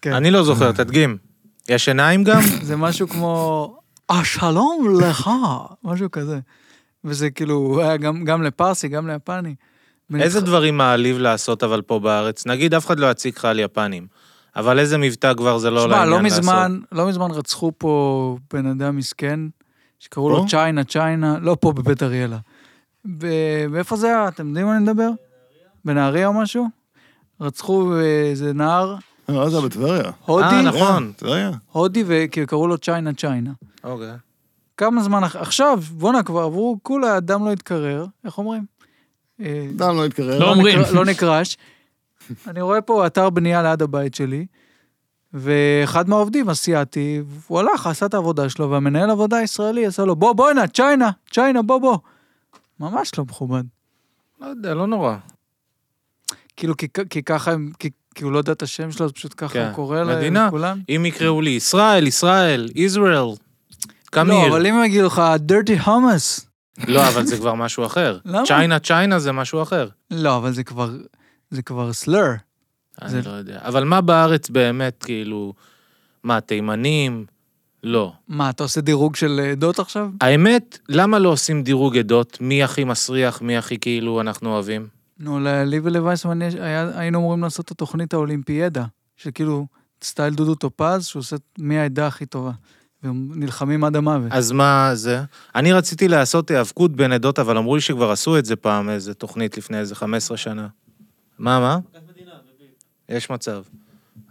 S1: כן.
S3: אני לא זוכר, תדגים. יש עיניים גם?
S1: זה משהו כמו, אה, שלום לך, משהו כזה. וזה כאילו, הוא היה גם, גם לפרסי, גם ליפני.
S3: איזה דברים מעליב לעשות אבל פה בארץ? נגיד אף אחד לא יציק לך על יפנים, אבל איזה מבטא כבר זה לא
S1: תשמע, לא
S3: לעניין לעשות.
S1: מזמן, לא מזמן רצחו פה בן אדם מסכן, שקראו
S4: פה?
S1: לו צ'יינה צ'יינה, לא פה בבית אריאלה. ב- מאיפה זה היה? אתם יודעים מה אני מדבר? בנהריה או משהו? רצחו איזה נער
S4: לא, זה בטבריה.
S1: הודי,
S3: אה, נכון.
S4: טבריה.
S1: הודי, וקראו לו צ'יינה צ'יינה.
S3: אוקיי.
S1: כמה זמן אח- עכשיו, בואנה, כבר עברו, כולה הדם לא התקרר, איך אומרים? אה,
S4: דם לא יתקרב.
S2: לא. אומרים.
S1: נקר- לא נקרש. אני רואה פה אתר בנייה ליד הבית שלי, ואחד מהעובדים, אסיאתי, הוא הלך, עשה את העבודה שלו, והמנהל עבודה הישראלי עשה לו, בוא, בוא הנה, צ'יינה, צ'יינה, בוא, בוא. ממש לא מכובד.
S3: לא יודע, לא נורא.
S1: כאילו, כי, כי ככה הם, כי, כי הוא לא יודע את השם שלו, אז פשוט ככה
S3: כן.
S1: הוא קורא
S3: מדינה.
S1: לכולם.
S3: אם יקראו לי ישראל, ישראל, ישראל,
S1: לא,
S3: קמיר.
S1: אבל אם הם יגידו לך, dirty hummus.
S3: לא, אבל זה כבר משהו אחר.
S1: למה?
S3: צ'יינה, צ'יינה זה משהו אחר.
S1: לא, אבל זה כבר, זה כבר סלר. זה-
S3: אני לא יודע. אבל מה בארץ באמת, כאילו, מה, תימנים? לא.
S1: מה, אתה עושה דירוג של עדות עכשיו?
S3: האמת, למה לא עושים דירוג עדות? מי הכי מסריח, מי הכי כאילו אנחנו אוהבים?
S1: נו, ל- לי ולווייסמן יש- היה- היינו אמורים לעשות את התוכנית האולימפיאדה, שכאילו סטייל דודו טופז, שהוא עושה מי העדה הכי טובה. והם נלחמים עד המוות.
S3: אז מה זה? אני רציתי לעשות היאבקות בין עדות, אבל אמרו לי שכבר עשו את זה פעם, איזה תוכנית לפני איזה 15 שנה. מה, מה? יש מצב.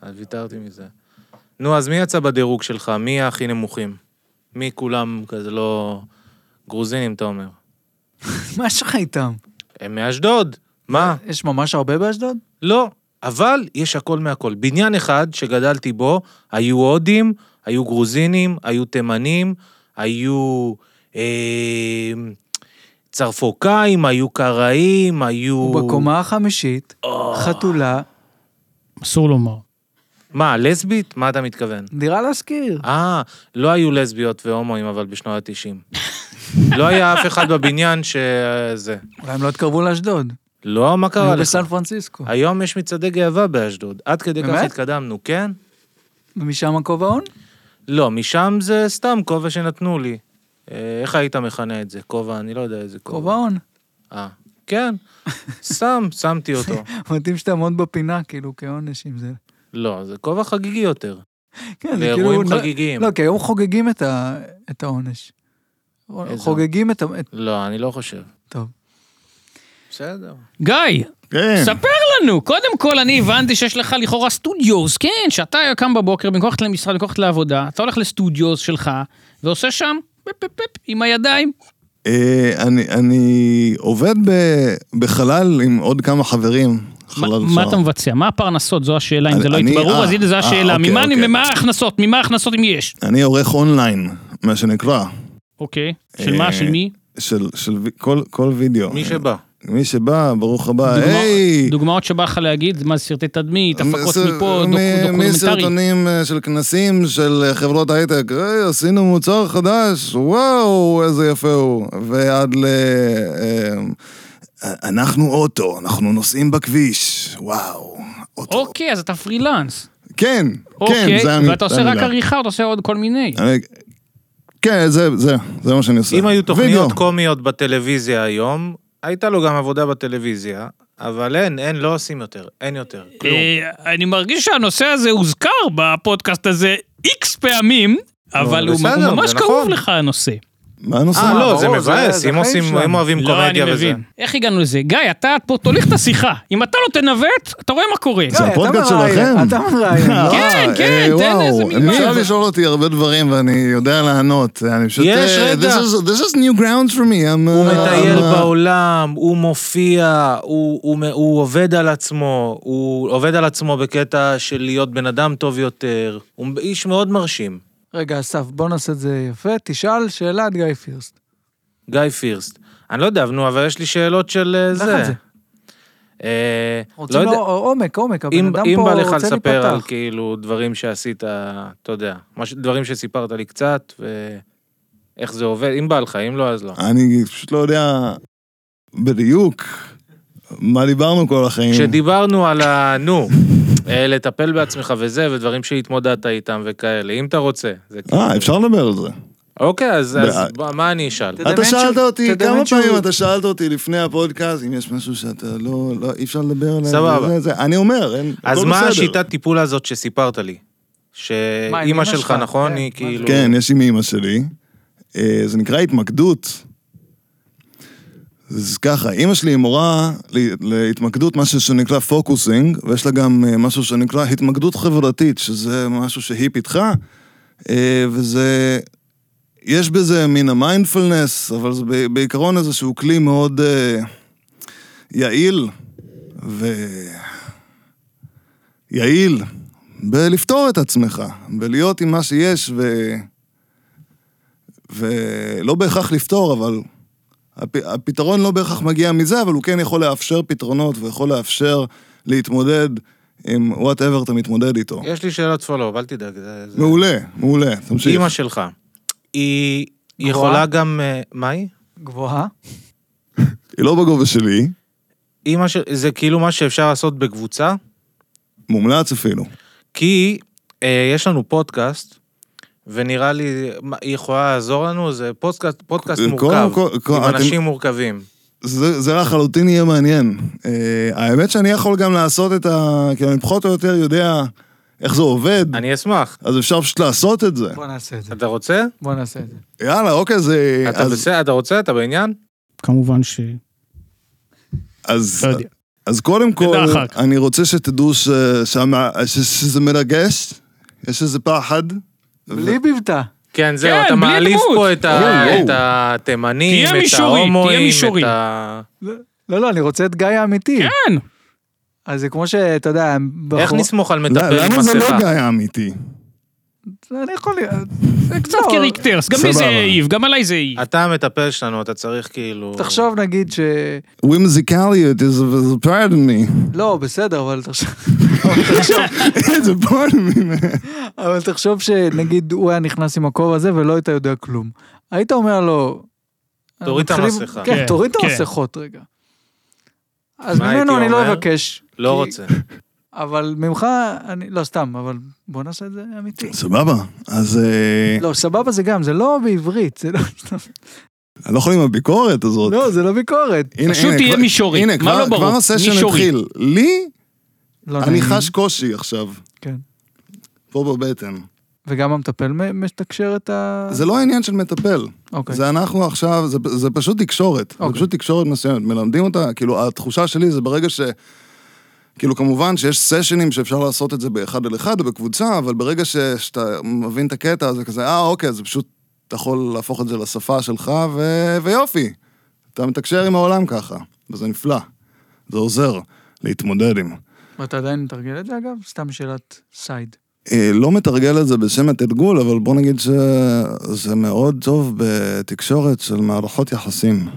S3: אז ויתרתי מזה. נו, אז מי יצא בדירוג שלך? מי הכי נמוכים? מי כולם כזה לא... גרוזינים, אתה אומר.
S1: מה יש לך איתם?
S3: הם מאשדוד. מה?
S1: יש ממש הרבה באשדוד?
S3: לא. אבל יש הכל מהכל. בניין אחד שגדלתי בו, היו הודים, היו גרוזינים, היו תימנים, היו אה, צרפוקאים, היו קראים, היו...
S1: ובקומה החמישית, חתולה,
S2: אסור לומר.
S3: מה, לסבית? מה אתה מתכוון?
S1: דירה להשכיר.
S3: אה, לא היו לסביות והומואים, אבל בשנות ה-90. לא היה אף אחד בבניין שזה...
S1: אולי הם לא התקרבו לאשדוד.
S3: לא, אה. מה
S1: הם
S3: קרה
S1: היו
S3: לך?
S1: בסן פרנסיסקו.
S3: היום יש מצעדי גאווה באשדוד. עד כדי כך
S1: באמת?
S3: התקדמנו, כן?
S1: ומשם הכובע הון?
S3: לא, משם זה סתם כובע שנתנו לי. אה, איך היית מכנה את זה? כובע, אני לא יודע איזה
S1: כובע
S3: כובע.
S1: הון.
S3: אה, כן. סתם, שמתי אותו.
S1: מתאים שתעמוד בפינה, כאילו, כעונש עם זה.
S3: לא, זה כובע חגיגי יותר.
S1: כן, זה כאילו...
S3: לאירועים
S1: לא-
S3: חגיגיים.
S1: לא, כי היום חוגגים את ה- את העונש.
S3: איזה?
S1: חוגגים את ה... את-
S3: לא, אני לא חושב.
S1: טוב.
S3: בסדר.
S2: גיא,
S4: כן.
S2: ספר לנו, קודם כל אני הבנתי שיש לך לכאורה סטודיוס, כן, שאתה קם בבוקר, במקום ללכת למשרד, במקום ללכת לעבודה, אתה הולך לסטודיוס שלך, ועושה שם, פפ פפ פפ, עם הידיים.
S4: אה, אני- אני עובד ב- בחלל עם עוד כמה חברים. חלל
S2: מה-
S4: אפשר.
S2: מה אתה מבצע? מה הפרנסות? זו השאלה, אם
S4: אני-
S2: זה לא
S4: אני-
S2: יתברור,
S4: אה,
S2: אז הנה זו
S4: אה,
S2: השאלה.
S4: אוקיי,
S2: ממה אני-
S4: אוקיי.
S2: ממה ההכנסות? ממה ההכנסות אם יש?
S4: אני עורך אונליין, מה שנקרא,
S2: אוקיי. של מה?
S4: אה,
S2: של מי?
S4: של של וי- כל- כל וידאו.
S3: מי שבא.
S4: מי שבא, ברוך הבא,
S2: דוגמא-
S4: היי! אה,
S2: דוגמאות שבא לך להגיד? מה, סרטי תדמית, הפקות
S4: מס-
S2: מפה, דוק-
S4: מ-
S2: דוקומנטרי?
S4: מסרטונים אה, של כנסים של אה, חברות הייטק, היי, עשינו מוצר חדש, וואו, איזה יפה הוא. ועד ל... אה, אנחנו אוטו, אנחנו נוסעים בכביש, וואו. אוטו.
S2: אוקיי, אז אתה פרילנס.
S4: כן, כן,
S2: אוקיי,
S4: זה המ-
S2: ואתה
S4: זה
S2: עושה רק
S4: המילה.
S2: עריכה, אתה עושה עוד כל מיני.
S4: אני- כן, זה, זה, זה מה שאני עושה.
S3: אם היו תוכניות
S4: וידאו.
S3: קומיות בטלוויזיה היום, הייתה לו גם עבודה בטלוויזיה, אבל אין, אין, לא עושים יותר, אין יותר, כלום.
S2: אה, אני מרגיש שהנושא הזה הוזכר בפודקאסט הזה איקס פעמים, אבל הוא
S3: לא, בסדר,
S2: הוא ממש
S3: זה
S2: קרוב
S3: נכון.
S2: לך הנושא.
S4: מה הנושא?
S3: אה, לא, זה
S7: ברור, זה-
S3: מבאס,
S7: זה החיים
S3: אם עושים,
S7: שלנו.
S3: אם אוהבים
S2: לא, אני
S3: קומדיה וזה.
S2: מבין. איך הגענו לזה? גיא, אתה פה תוליך את השיחה. אם אתה לא תנווט, אתה רואה מה קורה.
S1: לא,
S4: זה הפודקאסט שלכם?
S7: אתה מראיין, לא?
S2: כן,
S4: אה,
S2: כן,
S4: אה,
S2: תן
S4: וואו,
S2: איזה מילה.
S4: אפשר לשאול אותי הרבה דברים ואני יודע לענות. אני פשוט...
S3: יש,
S4: אה,
S3: רגע.
S4: This is, this is new ground for me. I'm,
S3: הוא
S4: uh,
S3: מטייל
S4: I'm, uh,
S3: בעולם, הוא מופיע, הוא- הוא מ- הוא עובד על עצמו, הוא עובד על עצמו בקטע של להיות בן אדם טוב יותר, הוא איש מאוד מרשים,
S1: רגע, אסף, בוא נעשה את זה יפה. תשאל שאלת גיא פירסט.
S3: גיא פירסט. אני לא יודע, נו, אבל יש לי שאלות של אה,
S1: לך
S3: זה.
S1: על זה.
S3: אה, לא
S1: רוצים
S3: יודע,
S1: לו עומק, עומק, הבן
S3: אם
S1: אדם
S3: אם
S1: פה
S3: בא לך
S1: רוצה
S3: לספר על
S1: להיפתח.
S3: כאילו דברים שעשית, אתה יודע, מש- דברים שסיפרת לי קצת, ואיך זה עובד, אם בא לך, אם לא, אז לא.
S4: אני פשוט לא יודע בדיוק מה דיברנו כל החיים.
S3: כשדיברנו על ה... נו, אה, לטפל בעצמך וזה, ודברים שהתמודדת איתם וכאלה, אם אתה רוצה. זה כאילו-
S4: אה, אפשר אה, לדבר על זה.
S3: אוקיי, אז אז
S4: בא-
S3: בוא, מה אני אשאל?
S4: אתה
S7: תדמיין
S4: שאלת
S7: שהוא-
S4: אותי,
S7: תדמיין
S4: כמה
S7: שהוא-
S4: פעמים אתה שאלת אותי לפני הפודקאסט, אם יש משהו שאתה לא, לא, אי אפשר לדבר עליו.
S3: סבבה.
S4: זה- זה- אני אומר, אין,
S3: אז
S4: הכל
S3: מה
S4: בסדר.
S3: השיטת טיפול הזאת שסיפרת לי?
S1: מה, עם אמא
S3: שאימא שלך,
S1: שלך?
S3: נכון?
S1: כן,
S3: היא
S1: מה זה?
S3: כאילו...
S4: כן, יש עם אימא שלי. אה, זה נקרא התמקדות. אז ככה, אימא שלי היא מורה ל- להתמקדות, משהו שנקרא פוקוסינג, ויש לה גם אה, משהו שנקרא התמקדות חברתית, שזה משהו שהיא פיתחה, אה, וזה... יש בזה מן המיינדפלנס, אבל זה ב- בעיקרון איזשהו כלי מאוד אה, יעיל ו... יעיל בלפתור את עצמך, בלהיות עם מה שיש ו... ולא בהכרח לפתור, אבל הפ... הפתרון לא בהכרח מגיע מזה, אבל הוא כן יכול לאפשר פתרונות ויכול לאפשר להתמודד עם וואטאבר אתה מתמודד איתו.
S3: יש לי שאלות פולו, אל תדאג. זה- זה-
S4: מעולה, מעולה, תמשיך.
S3: אימא שלך, היא היא
S1: גבוהה?
S3: יכולה גם... אה, מה היא?
S1: גבוהה.
S4: היא לא בגובה שלי,
S3: אימא של... זה כאילו מה שאפשר לעשות בקבוצה?
S4: מומלץ אפילו.
S3: כי אה, יש לנו פודקאסט, ונראה לי, מה, היא יכולה לעזור לנו? זה פודקאסט, פודקאסט
S4: קודם
S3: מורכב,
S4: כל- כל-
S3: עם
S4: אתם-
S3: אנשים מורכבים.
S4: זה, זה לחלוטין יהיה מעניין. אה, האמת שאני יכול גם לעשות את ה... כאילו, אני פחות או יותר יודע איך זה עובד,
S3: אני אשמח.
S4: אז אפשר פשוט לעשות את זה.
S1: בוא נעשה את זה.
S3: אתה רוצה?
S1: בוא נעשה את זה.
S4: יאללה, אוקיי, זה...
S3: אתה
S4: אז-
S3: בסדר? אתה רוצה? אתה בעניין?
S2: כמובן ש...
S4: אז,
S2: לא יודע.
S4: אז קודם כל,
S2: אחר כך.
S4: אני רוצה שתדעו ש, שהמע- ש, שזה מרגש, יש איזה פחד.
S1: בלי מבטא.
S3: כן, זהו,
S2: כן,
S3: אתה
S2: בלי
S3: מעליב
S2: דמות.
S3: פה את
S4: וואו,
S3: ה-
S4: וואו.
S3: את התימנים,
S2: תהיה
S3: את
S2: מישורי, תהיה
S3: ההומואים,
S2: מישורי.
S3: את ה...
S1: לא, לא, אני רוצה את גיא האמיתי.
S2: כן.
S1: אז זה כמו שאתה יודע,
S3: איך
S1: בחור-
S3: נסמוך על
S4: ל-
S3: מטפל עם
S4: נכון. למה זה לא
S3: מסכה?
S4: גיא האמיתי?
S1: לא, אני יכול...
S2: זה קצת
S1: לא,
S2: קריקטרס, גם לי זה
S4: סבבה.
S2: העיב, גם עליי זה העיב.
S3: אתה המטפל שלנו, אתה צריך כאילו...
S1: תחשוב נגיד ש...
S4: whimsicality is a part of me.
S1: לא, בסדר, אבל תחשוב...
S4: It's a part of me, man.
S1: אבל תחשוב שנגיד הוא היה נכנס עם הכובע הזה ולא היית יודע כלום. היית אומר לו...
S3: תוריד את
S1: מתחילים-
S3: המסכה.
S1: כן,
S2: כן,
S1: תוריד את
S2: כן.
S1: המסכות רגע. אז
S3: מה הייתי
S1: ממנו אני לא
S3: אומר?
S1: אבקש.
S3: לא
S1: כי-
S3: רוצה.
S1: אבל ממך, אני... לא, סתם, אבל בוא נעשה את זה אמיתי.
S4: סבבה, אז אה,
S1: לא, סבבה זה גם, זה לא בעברית, זה לא...
S4: אני לא יכול עם הביקורת הזאת.
S1: לא, זה לא ביקורת.
S4: הנה,
S2: פשוט
S4: הנה,
S2: תהיה
S4: כבר-
S2: מישורי.
S4: הנה,
S2: מה
S4: כבר-
S2: לא ברור?
S4: כבר הסשן
S2: מישורי.
S4: התחיל. לי,
S1: לא
S4: אני
S1: נעים.
S4: חש קושי עכשיו.
S1: כן.
S4: פה בבטן.
S1: וגם המטפל מ- מתקשר את ה...
S4: זה לא העניין של מטפל.
S1: אוקיי.
S4: זה אנחנו עכשיו, זה, זה פשוט תקשורת. זה
S1: אוקיי.
S4: פשוט תקשורת מסוימת. מלמדים אותה, כאילו, התחושה שלי זה ברגע ש... כאילו, כמובן שיש סשנים שאפשר לעשות את זה באחד על אחד או בקבוצה, אבל ברגע ש- שאתה מבין את הקטע הזה, כזה, אה, אוקיי, זה פשוט, אתה יכול להפוך את זה לשפה שלך, ו... ויופי. אתה מתקשר עם העולם ככה, וזה נפלא. זה עוזר להתמודד עם.
S1: ואתה עדיין מתרגל את זה אגב? סתם שאלת סייד.
S4: אה, לא מתרגל את זה בשם התרגול, אבל בוא נגיד שזה מאוד טוב בתקשורת של מערכות יחסים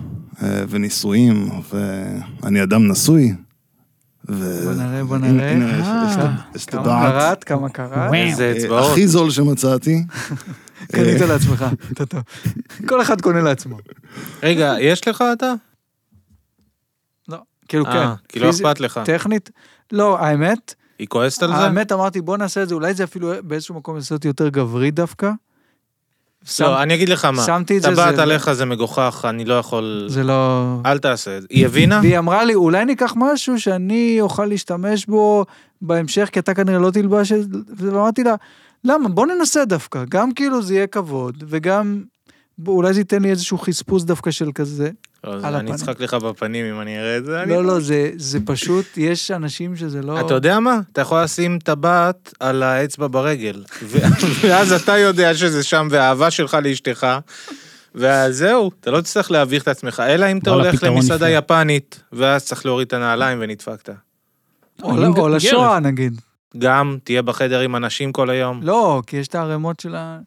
S4: אה, ונישואים, ואני אדם נשוי. ו...
S1: בוא נראה, בוא
S4: הנה,
S1: נראה.
S4: הנה, יש- יש
S1: אה,
S4: טבעת. יש
S1: כמה
S4: טבעת.
S1: קראת, כמה קראת.
S2: וואו.
S3: איזה
S4: אה,
S3: אצבעות.
S4: הכי זול שמצאתי.
S1: קנית לעצמך, אתה טוב. כל אחד קונה לעצמו.
S3: רגע, יש לך אתה?
S1: לא, כאילו
S3: אה,
S1: כן.
S3: כי לא
S1: פיזי-
S3: אכפת לך.
S1: טכנית, לא, האמת,
S3: היא כועסת על זה?
S1: האמת, אמרתי, בוא נעשה את זה, אולי זה אפילו באיזשהו מקום יעשה אותי יותר גברי דווקא. שם-
S3: לא, אני אגיד לך מה.
S1: שמתי את זה,
S3: טבעת
S1: זה-
S3: עליך אה? זה מגוחך, אני לא יכול...
S1: זה לא...
S3: אל תעשה את זה. היא הבינה?
S1: והיא אמרה לי, אולי ניקח משהו שאני אוכל להשתמש בו בהמשך, כי אתה כנראה לא תלבש את זה, ואמרתי לה, למה? בוא ננסה דווקא, גם כאילו זה יהיה כבוד, וגם בוא, אולי זה ייתן לי איזשהו חספוס דווקא של כזה.
S3: לא,
S1: על
S3: זה- אני
S1: הפנים.
S3: אצחק לך בפנים אם אני אראה את זה. אני-
S1: לא, לא, זה, זה פשוט, יש אנשים שזה לא...
S3: אתה יודע מה? אתה יכול לשים טבעת על האצבע ברגל. ו- ואז אתה יודע שזה שם, והאהבה שלך לאשתך. וזהו, אתה לא תצטרך להביך את עצמך, אלא אם אתה
S2: וואלה,
S3: הולך
S2: פתרון
S3: למסעדה
S2: נפלא.
S3: יפנית, ואז צריך להוריד את הנעליים ונדפקת.
S1: או, לא, או לשואה נגיד.
S3: גם תהיה בחדר עם אנשים כל היום.
S1: לא, כי יש את הערימות של ה...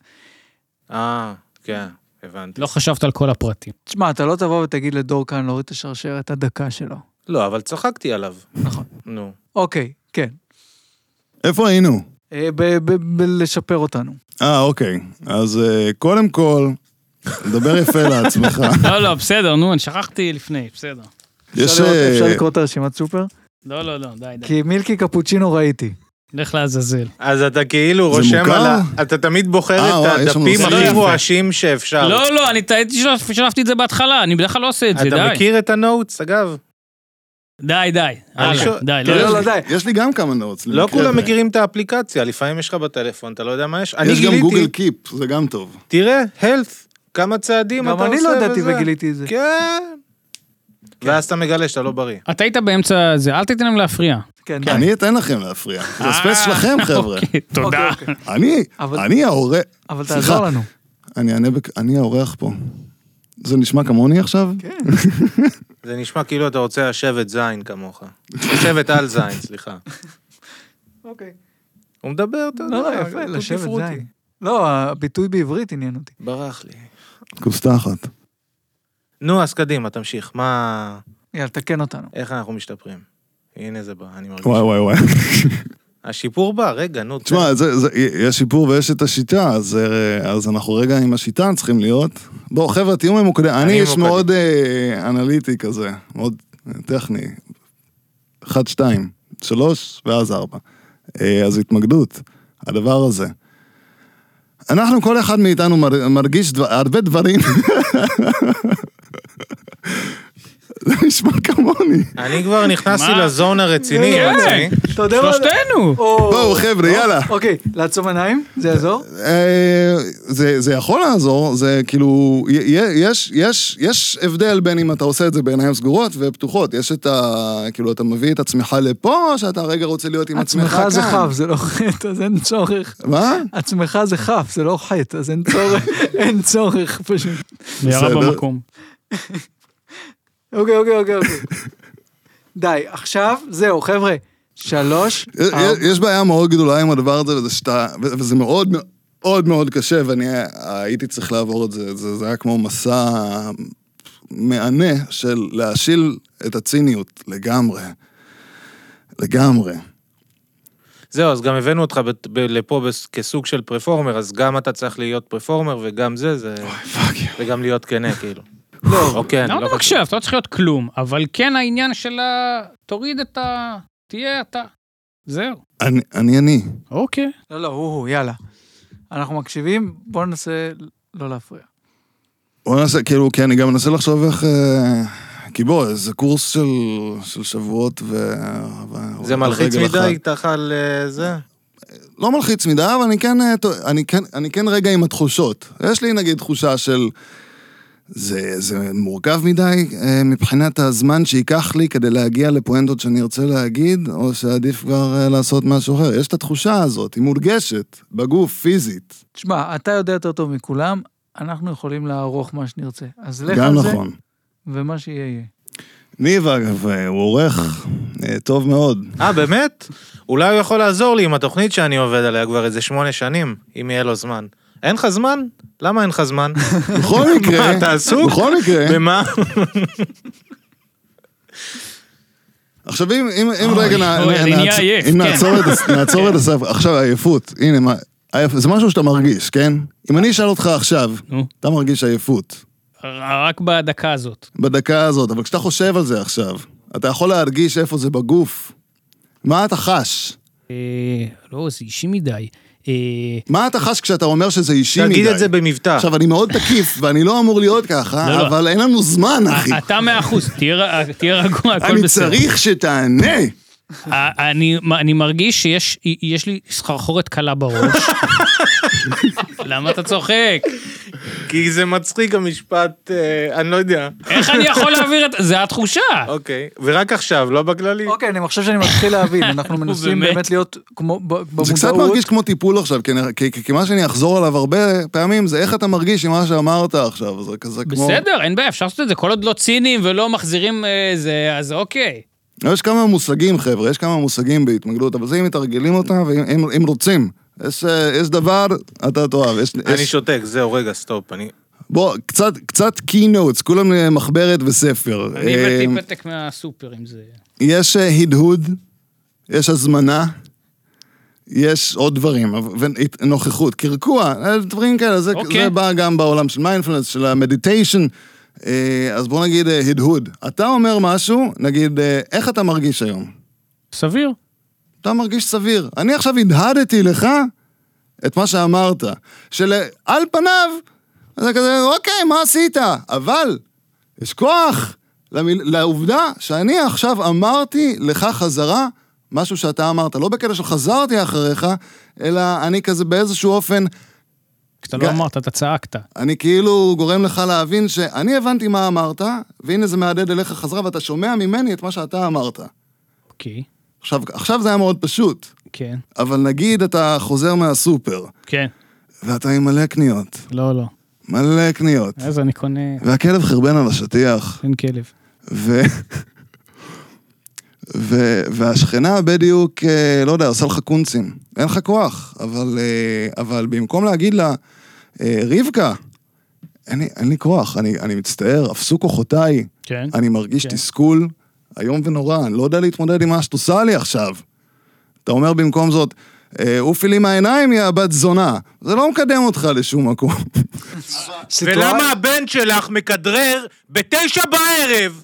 S3: אה, כן, הבנתי.
S2: לא חשבת על כל הפרטים.
S1: תשמע, אתה לא תבוא ותגיד לדור כאן להוריד את השרשרת הדקה שלו.
S3: לא, אבל צחקתי עליו.
S1: נכון.
S3: נו.
S1: אוקיי, כן.
S4: איפה היינו?
S1: אה, ב- ב- בלשפר אותנו.
S4: אה, אוקיי. אז אה, קודם כל, דבר יפה לעצמך.
S2: לא, לא, בסדר, נו, אני שכחתי לפני, בסדר.
S4: יש...
S1: אפשר לראות- אפשר
S4: אה, כן.
S1: לקרוא את הרשימת סופר?
S2: לא, לא, לא, די, די.
S1: כי מילקי קפוצ'ינו ראיתי.
S2: לך לעזאזל.
S3: אז אתה כאילו
S4: זה
S3: רושם
S4: מוכר?
S3: על ה... אתה תמיד בוחר
S4: אה,
S3: את
S4: וואי, יש לנו
S3: הדפים
S4: נושא
S3: הכי
S2: יפה.
S3: רועשים שאפשר.
S2: לא, לא, אני טעיתי שלא- שלפתי את זה בהתחלה, אני בדרך כלל לא עושה את זה,
S3: אתה
S2: די.
S3: מכיר את הנוטס, אגב?
S2: די, די.
S3: שואל-
S2: הלאה, די,
S3: כן,
S2: לא...
S1: לא, לא, די.
S4: יש לי גם כמה נוטס.
S3: לא
S4: למקרה
S3: כולם
S4: ו-
S3: מכירים את האפליקציה, לפעמים יש לך בטלפון, אתה לא יודע מה יש. אני
S4: יש גם גוגל
S3: גיליתי,
S4: קיפ, זה גם טוב.
S3: תראה, health, כמה צעדים אתה
S1: גם
S3: עושה
S1: אני
S3: וזה.
S1: לא ידעתי וגיליתי את זה.
S3: כן.
S4: כן.
S3: ואז אתה מגלה שאתה לא בריא.
S2: אתה היית באמצע זה, אל תיתן להם להפריע.
S1: כן, די.
S4: אני אתן לכם להפריע. זה הספייס שלכם, חבר'ה.
S2: אוקיי,
S1: אוקיי,
S2: תודה.
S1: אוקיי.
S4: אני,
S1: אבל-
S4: אני העורך...
S1: אבל תעזור
S4: סליחה,
S1: לנו.
S4: אני אענה בק... אני העורך פה. זה נשמע כמוני עכשיו?
S1: כן.
S3: זה נשמע כאילו אתה רוצה לשבת זין כמוך. לשבת על זין, סליחה.
S1: אוקיי.
S3: הוא מדבר, אתה יודע.
S1: לא, לא, יפה,
S3: טוטי
S1: לשבת
S3: פרוטי.
S1: זין. לא, הביטוי בעברית עניין אותי.
S3: ברח לי.
S1: כן.
S4: כוסתה אחת.
S3: נו, אז קדימה, תמשיך. מה...
S1: יאללה, תקן אותנו.
S3: איך אנחנו משתפרים? הנה זה בא, אני מרגיש.
S4: וואי וואי וואי.
S3: השיפור בא, רגע, נו. תן.
S4: תשמע, זה, זה, יש שיפור ויש את השיטה, אז, אה, אז אנחנו רגע עם השיטה צריכים להיות. בואו, חבר'ה, תהיו ממוקדים. אני
S3: אני
S4: איש
S3: ממוקד.
S4: מאוד אה, אנליטי כזה, מאוד אה, טכני. אחד, שתיים, שלוש, ואז ארבע. אה, אז התמקדות, הדבר הזה. אנחנו, כל אחד מאיתנו מר- מרגיש דבר, הרבה דברים. זה נשמע כמוני.
S3: אני כבר נכנסתי
S2: מה?
S3: לזון הרציני.
S2: כן.
S3: רציני.
S1: אתה יודע מה?
S2: שלושתנו.
S1: או-
S4: בואו, חבר'ה, יאללה.
S1: אוקיי, לעצום עיניים, זה יעזור?
S4: אה, זה, זה יכול לעזור, זה כאילו, י- י- יש, יש, יש הבדל בין אם אתה עושה את זה בעיניים סגורות ופתוחות, יש את ה... כאילו, אתה מביא את עצמך לפה, או שאתה רגע רוצה להיות עם עצמך
S1: עצמך
S4: כאן.
S1: זה כף, זה לא חטא, אז אין צורך.
S4: מה?
S1: עצמך זה כף, זה לא חטא, אז אין צורך, אין צורך פשוט.
S2: ירה
S4: בסדר.
S2: במקום.
S1: אוקיי, אוקיי, אוקיי, אוקיי. די, עכשיו, זהו, חבר'ה. שלוש,
S4: יש-
S1: ארבע.
S4: יש בעיה מאוד גדולה עם הדבר הזה, וזה שאתה... ו- וזה מאוד מאוד מאוד קשה, ואני אה, הייתי צריך לעבור את זה. זה, זה היה כמו מסע מהנה של להשיל את הציניות לגמרי. לגמרי.
S3: זהו, אז גם הבאנו אותך ב- ב- לפה בס- כסוג של פרפורמר, אז גם אתה צריך להיות פרפורמר וגם זה, זה... וגם להיות כנה, כאילו.
S4: אה,
S3: לא. או כן,
S2: למה אתה
S3: לא חשוב.
S2: מקשיב? אתה לא צריך להיות כלום, אבל כן העניין של ה... תוריד את ה... תהיה אתה. זהו.
S4: אני אני. אני.
S2: אוקיי.
S1: לא, לא, הוא, הוא, יאללה. אנחנו מקשיבים, בואו ננסה לא להפריע.
S4: בוא נעשה, כאילו, כי אני גם מנסה לחשוב איך... אה, כי בוא, זה קורס של, של שבועות ו... ו-
S3: זה מלחיץ
S4: רגל
S3: מדי,
S4: אחת.
S3: איתך על אה, זה?
S4: לא מלחיץ מדי, אבל אני כן, אה, ת- אני, כן, אני כן רגע עם התחושות. יש לי נגיד תחושה של... זה, זה מורכב מדי אה, מבחינת הזמן שייקח לי כדי להגיע לפואנטות שאני ארצה להגיד, או שעדיף כבר אה, לעשות משהו אחר. יש את התחושה הזאת, היא מורגשת, בגוף, פיזית.
S1: תשמע, אתה יודע יותר טוב מכולם, אנחנו יכולים לערוך מה שנרצה. אז לך
S4: גם
S1: על זה,
S4: נכון.
S1: ומה שיהיה יהיה.
S4: ניב, אגב, אה, הוא עורך אה, טוב מאוד.
S3: אה, באמת? אולי הוא יכול לעזור לי עם התוכנית שאני עובד עליה כבר איזה שמונה שנים, אם יהיה לו זמן. אין לך זמן? למה אין לך זמן?
S4: בכל מקרה...
S3: מה, אתה עסוק?
S4: בכל מקרה...
S3: במה?
S4: עכשיו, אם, אם, אם רגע נע-
S2: אוי, אני
S4: נעצ-
S2: נהיה עייף,
S4: אם
S2: כן.
S4: נעצור את הס- נעצור את הסף, עכשיו עייפות, הנה, מה, עייפ- זה משהו שאתה מרגיש, כן? אם אני אשאל אותך עכשיו,
S2: נו.
S4: אתה מרגיש עייפות,
S2: רק בדקה הזאת.
S4: בדקה הזאת, אבל כשאתה חושב על זה עכשיו, אתה יכול להרגיש איפה זה בגוף, מה אתה חש?
S2: אה, לא, זה אישי מדי. אה,
S4: מה אתה חש כשאתה אומר שזה אישי מדי?
S3: תגיד את זה במבטא.
S4: עכשיו, אני מאוד תקיף, ואני לא אמור להיות ככה,
S2: לא, לא.
S4: אבל אין לנו זמן, אחי.
S2: אתה מאה אחוז, תהיה ר- תהיה רגוע, אה, הכל
S4: אני
S2: בסדר.
S4: צריך שתענה.
S2: אה, אני, אני מרגיש שיש יש לי סחרחורת קלה בראש. למה אתה צוחק?
S3: כי זה מצחיק המשפט, אה, אני לא יודע.
S2: איך אני יכול להעביר את... זה התחושה.
S3: אוקיי, ורק עכשיו, לא בכללי.
S1: אוקיי, אני חושב שאני מתחיל להבין, אנחנו מנסים
S2: באמת.
S1: באמת להיות כמו ב- במודעות.
S4: זה קצת מרגיש כמו טיפול עכשיו, כי אני- כי- כי- כי מה שאני אחזור עליו הרבה פעמים, זה איך אתה מרגיש עם מה שאמרת עכשיו. זה כזה כמו...
S2: בסדר, אין בעיה, אפשר לעשות את זה, כל עוד לא ציניים ולא מחזירים אה, זה, אז אוקיי.
S4: יש כמה מושגים, חבר'ה, יש כמה מושגים בהתמקדות, אבל זה אם מתרגלים אותם, ואם אם- אם רוצים. יש, אה, יש דבר, אתה תאהב. יש,
S3: אני
S4: יש-
S3: שותק, זהו, רגע, סטופ. אני...
S4: בוא, קצת, קצת keynotes, כולם אה, מחברת וספר.
S2: אני
S4: אה,
S2: הבאתי פתק מהסופר עם זה.
S4: יש אה, הדהוד, יש הזמנה, יש עוד דברים, אבל- ונוכחות, קרקוע, אה, דברים כאלה, זה,
S2: אוקיי.
S4: זה בא גם בעולם של מיינדפלנס, של המדיטיישן. אה, אז בוא נגיד אה, הדהוד. אתה אומר משהו, נגיד, אה, איך אתה מרגיש היום?
S2: סביר.
S4: אתה מרגיש סביר. אני עכשיו הדהדתי לך את מה שאמרת, שעל פניו, זה כזה, אוקיי, מה עשית? אבל יש כוח למיל... לעובדה שאני עכשיו אמרתי לך חזרה משהו שאתה אמרת. לא בקטע של חזרתי אחריך, אלא אני כזה באיזשהו אופן,
S2: אתה לא
S4: ג-
S2: אמרת, אתה צעקת.
S4: אני כאילו גורם לך להבין שאני הבנתי מה אמרת, והנה זה מהדהד אליך חזרה, ואתה שומע ממני את מה שאתה אמרת.
S2: אוקיי,
S4: עכשיו, עכשיו זה היה מאוד פשוט.
S2: כן.
S4: אבל נגיד אתה חוזר מהסופר,
S2: כן,
S4: ואתה עם מלא קניות,
S2: לא, לא.
S4: מלא קניות,
S2: אז אני קונה...
S4: והכלב חרבן על השטיח,
S2: אין כלב.
S4: ו... ו... והשכנה בדיוק, אה, לא יודע, עושה לך קונצים. אין לך כוח, אבל, אה, אבל במקום להגיד לה, אה, רבקה, אין לי, אין לי כוח, אני, אני מצטער, אפסו כוחותיי,
S2: כן.
S4: אני מרגיש
S2: כן.
S4: תסכול איום ונורא, אני לא יודע להתמודד עם מה שאת עושה לי עכשיו. אתה אומר במקום זאת, "אה, עופי לי מהעיניים, יא בת זונה. זה לא מקדם אותך לשום מקום.
S1: סיטואציה-
S3: ולמה הבן שלך מכדרר בתשע בערב?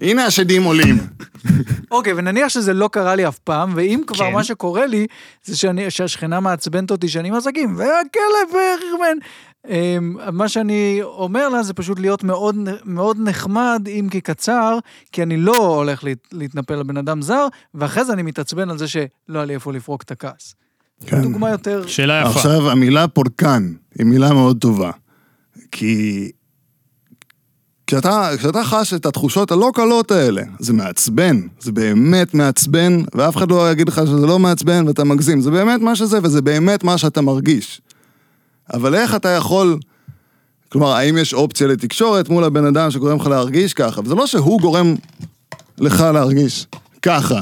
S4: הנה השדים עולים.
S1: אוקיי, ונניח שזה לא קרה לי אף פעם, ואם כבר
S2: כן.
S1: מה שקורה לי, זה שאני, שהשכנה מעצבנת אותי שאני עם עסקים, והכלב אה, חרמן. אמ, מה שאני אומר לה זה פשוט להיות מאוד, מאוד נחמד, אם כי קצר, כי אני לא הולך להת, להתנפל על בן אדם זר, ואחרי זה אני מתעצבן על זה שלא היה לי איפה לפרוק את הכעס.
S4: כן.
S1: דוגמה יותר...
S2: שאלה יפה.
S4: עכשיו, המילה פורקן היא מילה מאוד טובה. כי... כשאתה, כשאתה חש את התחושות הלא קלות האלה, זה מעצבן, זה באמת מעצבן, ואף אחד לא יגיד לך שזה לא מעצבן ואתה מגזים, זה באמת מה שזה וזה באמת מה שאתה מרגיש. אבל איך אתה יכול, כלומר, האם יש אופציה לתקשורת מול הבן אדם שגורם לך להרגיש ככה? וזה לא שהוא גורם לך להרגיש ככה.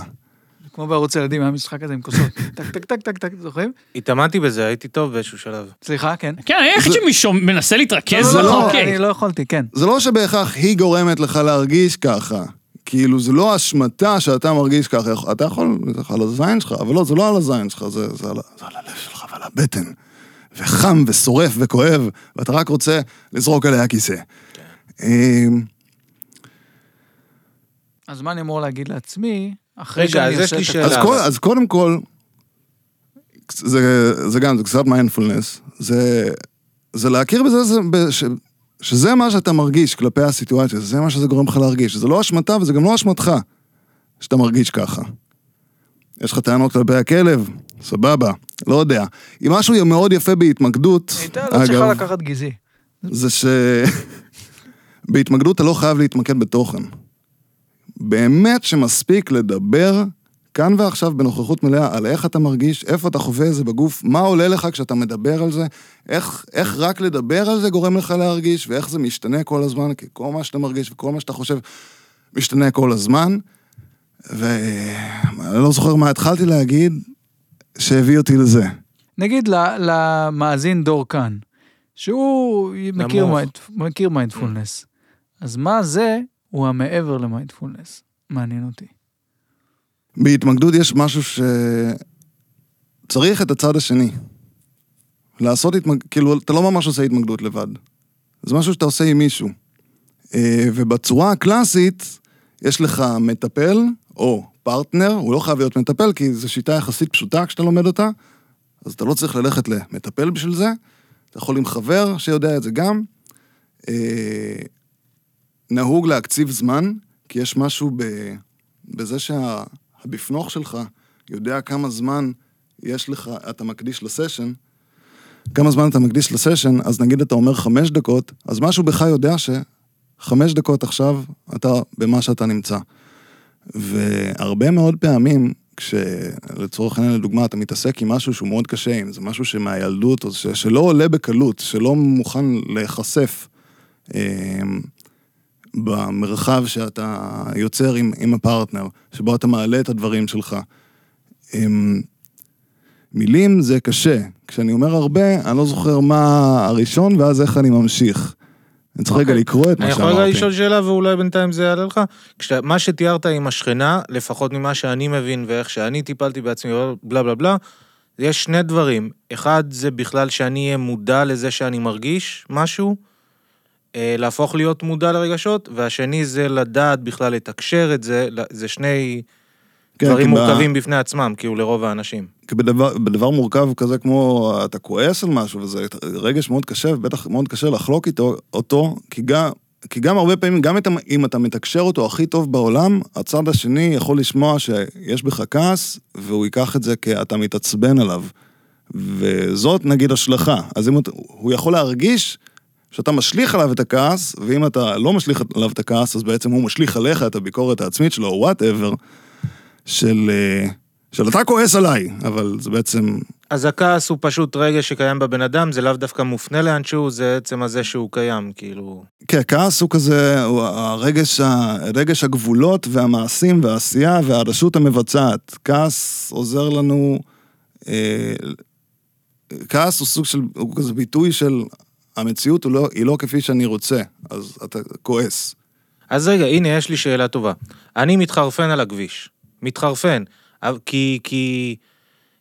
S1: כמו בערוץ הילדים, היה משחק כזה עם כוסות. טק, טק, טק, טק, טק, זוכרים?
S3: התאמנתי בזה, הייתי טוב באיזשהו שלב.
S1: סליחה, כן.
S2: כן, איך שמישהו מנסה
S3: כן,
S2: להתרכז?
S4: זה
S1: לא,
S4: לא-
S1: לא,
S2: אוקיי.
S1: אני לא יכולתי, כן.
S4: זה לא שבהכרח היא גורמת לך להרגיש ככה. כאילו, זה לא אשמתה שאתה מרגיש ככה. אתה יכול, זה על הזין שלך, אבל לא, זה לא על הזין שלך, זה, זה, על, ה- זה על הלב שלך ועל הבטן. וחם ושורף וכואב, ואתה רק רוצה לזרוק עליה כיסא. אמ,
S1: אז מה אני אמור להגיד לעצמי, אחרי
S3: רגע,
S1: שאני
S3: אז יש
S1: עושה
S3: לי
S1: את
S3: שאלה.
S4: אז, כל,
S3: אבל-
S4: אז קודם כל, זה, זה גם, זה קצת מיינדפולנס, זה, זה להכיר בזה זה, ש, שזה מה שאתה מרגיש כלפי הסיטואציה, זה מה שזה גורם לך להרגיש, זה לא אשמתה וזה גם לא אשמתך שאתה מרגיש ככה. יש לך טענות כלפי הכלב, סבבה, לא יודע. אם משהו מאוד יפה בהתמקדות,
S1: הייתה לא צריכה לקחת גזעי.
S4: זה ש... בהתמקדות אתה לא חייב להתמקד בתוכן. באמת שמספיק לדבר כאן ועכשיו בנוכחות מלאה על איך אתה מרגיש, איפה אתה חווה את זה בגוף, מה עולה לך כשאתה מדבר על זה, איך, איך רק לדבר על זה גורם לך להרגיש, ואיך זה משתנה כל הזמן, כי כל מה שאתה מרגיש וכל מה שאתה חושב משתנה כל הזמן. ואני לא זוכר מה התחלתי להגיד שהביא אותי לזה.
S1: נגיד ל- למאזין דור כאן, שהוא מכיר,
S3: נמוך.
S1: מיינד, מכיר מיינדפולנס, אז מה זה הוא המעבר למיינדפולנס? מעניין אותי.
S4: בהתמקדות יש משהו שצריך את הצד השני. לעשות התמקדות, כאילו, אתה לא ממש עושה התמקדות לבד. זה משהו שאתה עושה עם מישהו. אה, ובצורה הקלאסית, יש לך מטפל, או פרטנר, הוא לא חייב להיות מטפל, כי זו שיטה יחסית פשוטה כשאתה לומד אותה, אז אתה לא צריך ללכת למטפל בשביל זה, אתה יכול עם חבר שיודע את זה גם. אה, נהוג להקציב זמן, כי יש משהו ב, בזה שהבפנוח שלך יודע כמה זמן יש לך, אתה מקדיש לסשן, כמה זמן אתה מקדיש לסשן, אז נגיד אתה אומר חמש דקות, אז משהו בך יודע שחמש דקות עכשיו אתה במה שאתה נמצא. והרבה מאוד פעמים, כשלצורך העניין, לדוגמה, אתה מתעסק עם משהו שהוא מאוד קשה, אם זה משהו שמהילדות, או ש... שלא עולה בקלות, שלא מוכן להיחשף אה, במרחב שאתה יוצר עם, עם הפרטנר, שבו אתה מעלה את הדברים שלך. אה, מילים זה קשה. כשאני אומר הרבה, אני לא זוכר מה הראשון, ואז איך אני ממשיך. אני צריך רגע לקרוא את
S3: אוקיי. אני
S4: מה
S3: יכול רגע
S4: שאמרתי.
S3: לשאול שאלה ואולי בינתיים זה יעלה לך? כשאתה- מה שתיארת עם השכנה, לפחות ממה שאני מבין ואיך שאני טיפלתי בעצמי, בלה בלה בלה, יש שני דברים. אחד, זה בכלל שאני אהיה מודע לזה שאני מרגיש משהו, אה, להפוך להיות מודע לרגשות, והשני זה לדעת בכלל לתקשר את זה, ל- זה שני
S4: כן,
S3: דברים
S4: כי ב-
S3: מורכבים בפני עצמם, כאילו לרוב האנשים.
S4: כי בדבר, בדבר מורכב כזה כמו אתה כועס על משהו, וזה רגש מאוד קשה, ובטח מאוד קשה לחלוק איתו, אותו, כי גם, כי גם הרבה פעמים, גם את, אם אתה מתקשר אותו הכי טוב בעולם, הצד השני יכול לשמוע שיש בך כעס, והוא ייקח את זה כאתה מתעצבן עליו. וזאת נגיד השלכה. אז אם אתה, הוא יכול להרגיש שאתה משליך עליו את הכעס, ואם אתה לא משליך עליו את הכעס, אז בעצם הוא משליך עליך את הביקורת העצמית שלו, או וואטאבר, של... אה, של אתה כועס עליי, אבל זה בעצם...
S3: אז הכעס הוא פשוט רגש שקיים בבן אדם, זה לאו דווקא מופנה לאנשהו, זה עצם הזה שהוא קיים, כאילו...
S4: כן, הכעס הוא כזה, הוא הרגש, ה- רגש הגבולות והמעשים והעשייה והעדשות המבצעת. כעס עוזר לנו... אה, כעס הוא סוג של, הוא כזה ביטוי של המציאות הוא לא, היא לא כפי שאני רוצה, אז אתה כועס.
S3: אז רגע, הנה, יש לי שאלה טובה. אני מתחרפן על הכביש. מתחרפן. אבל- כי... כי...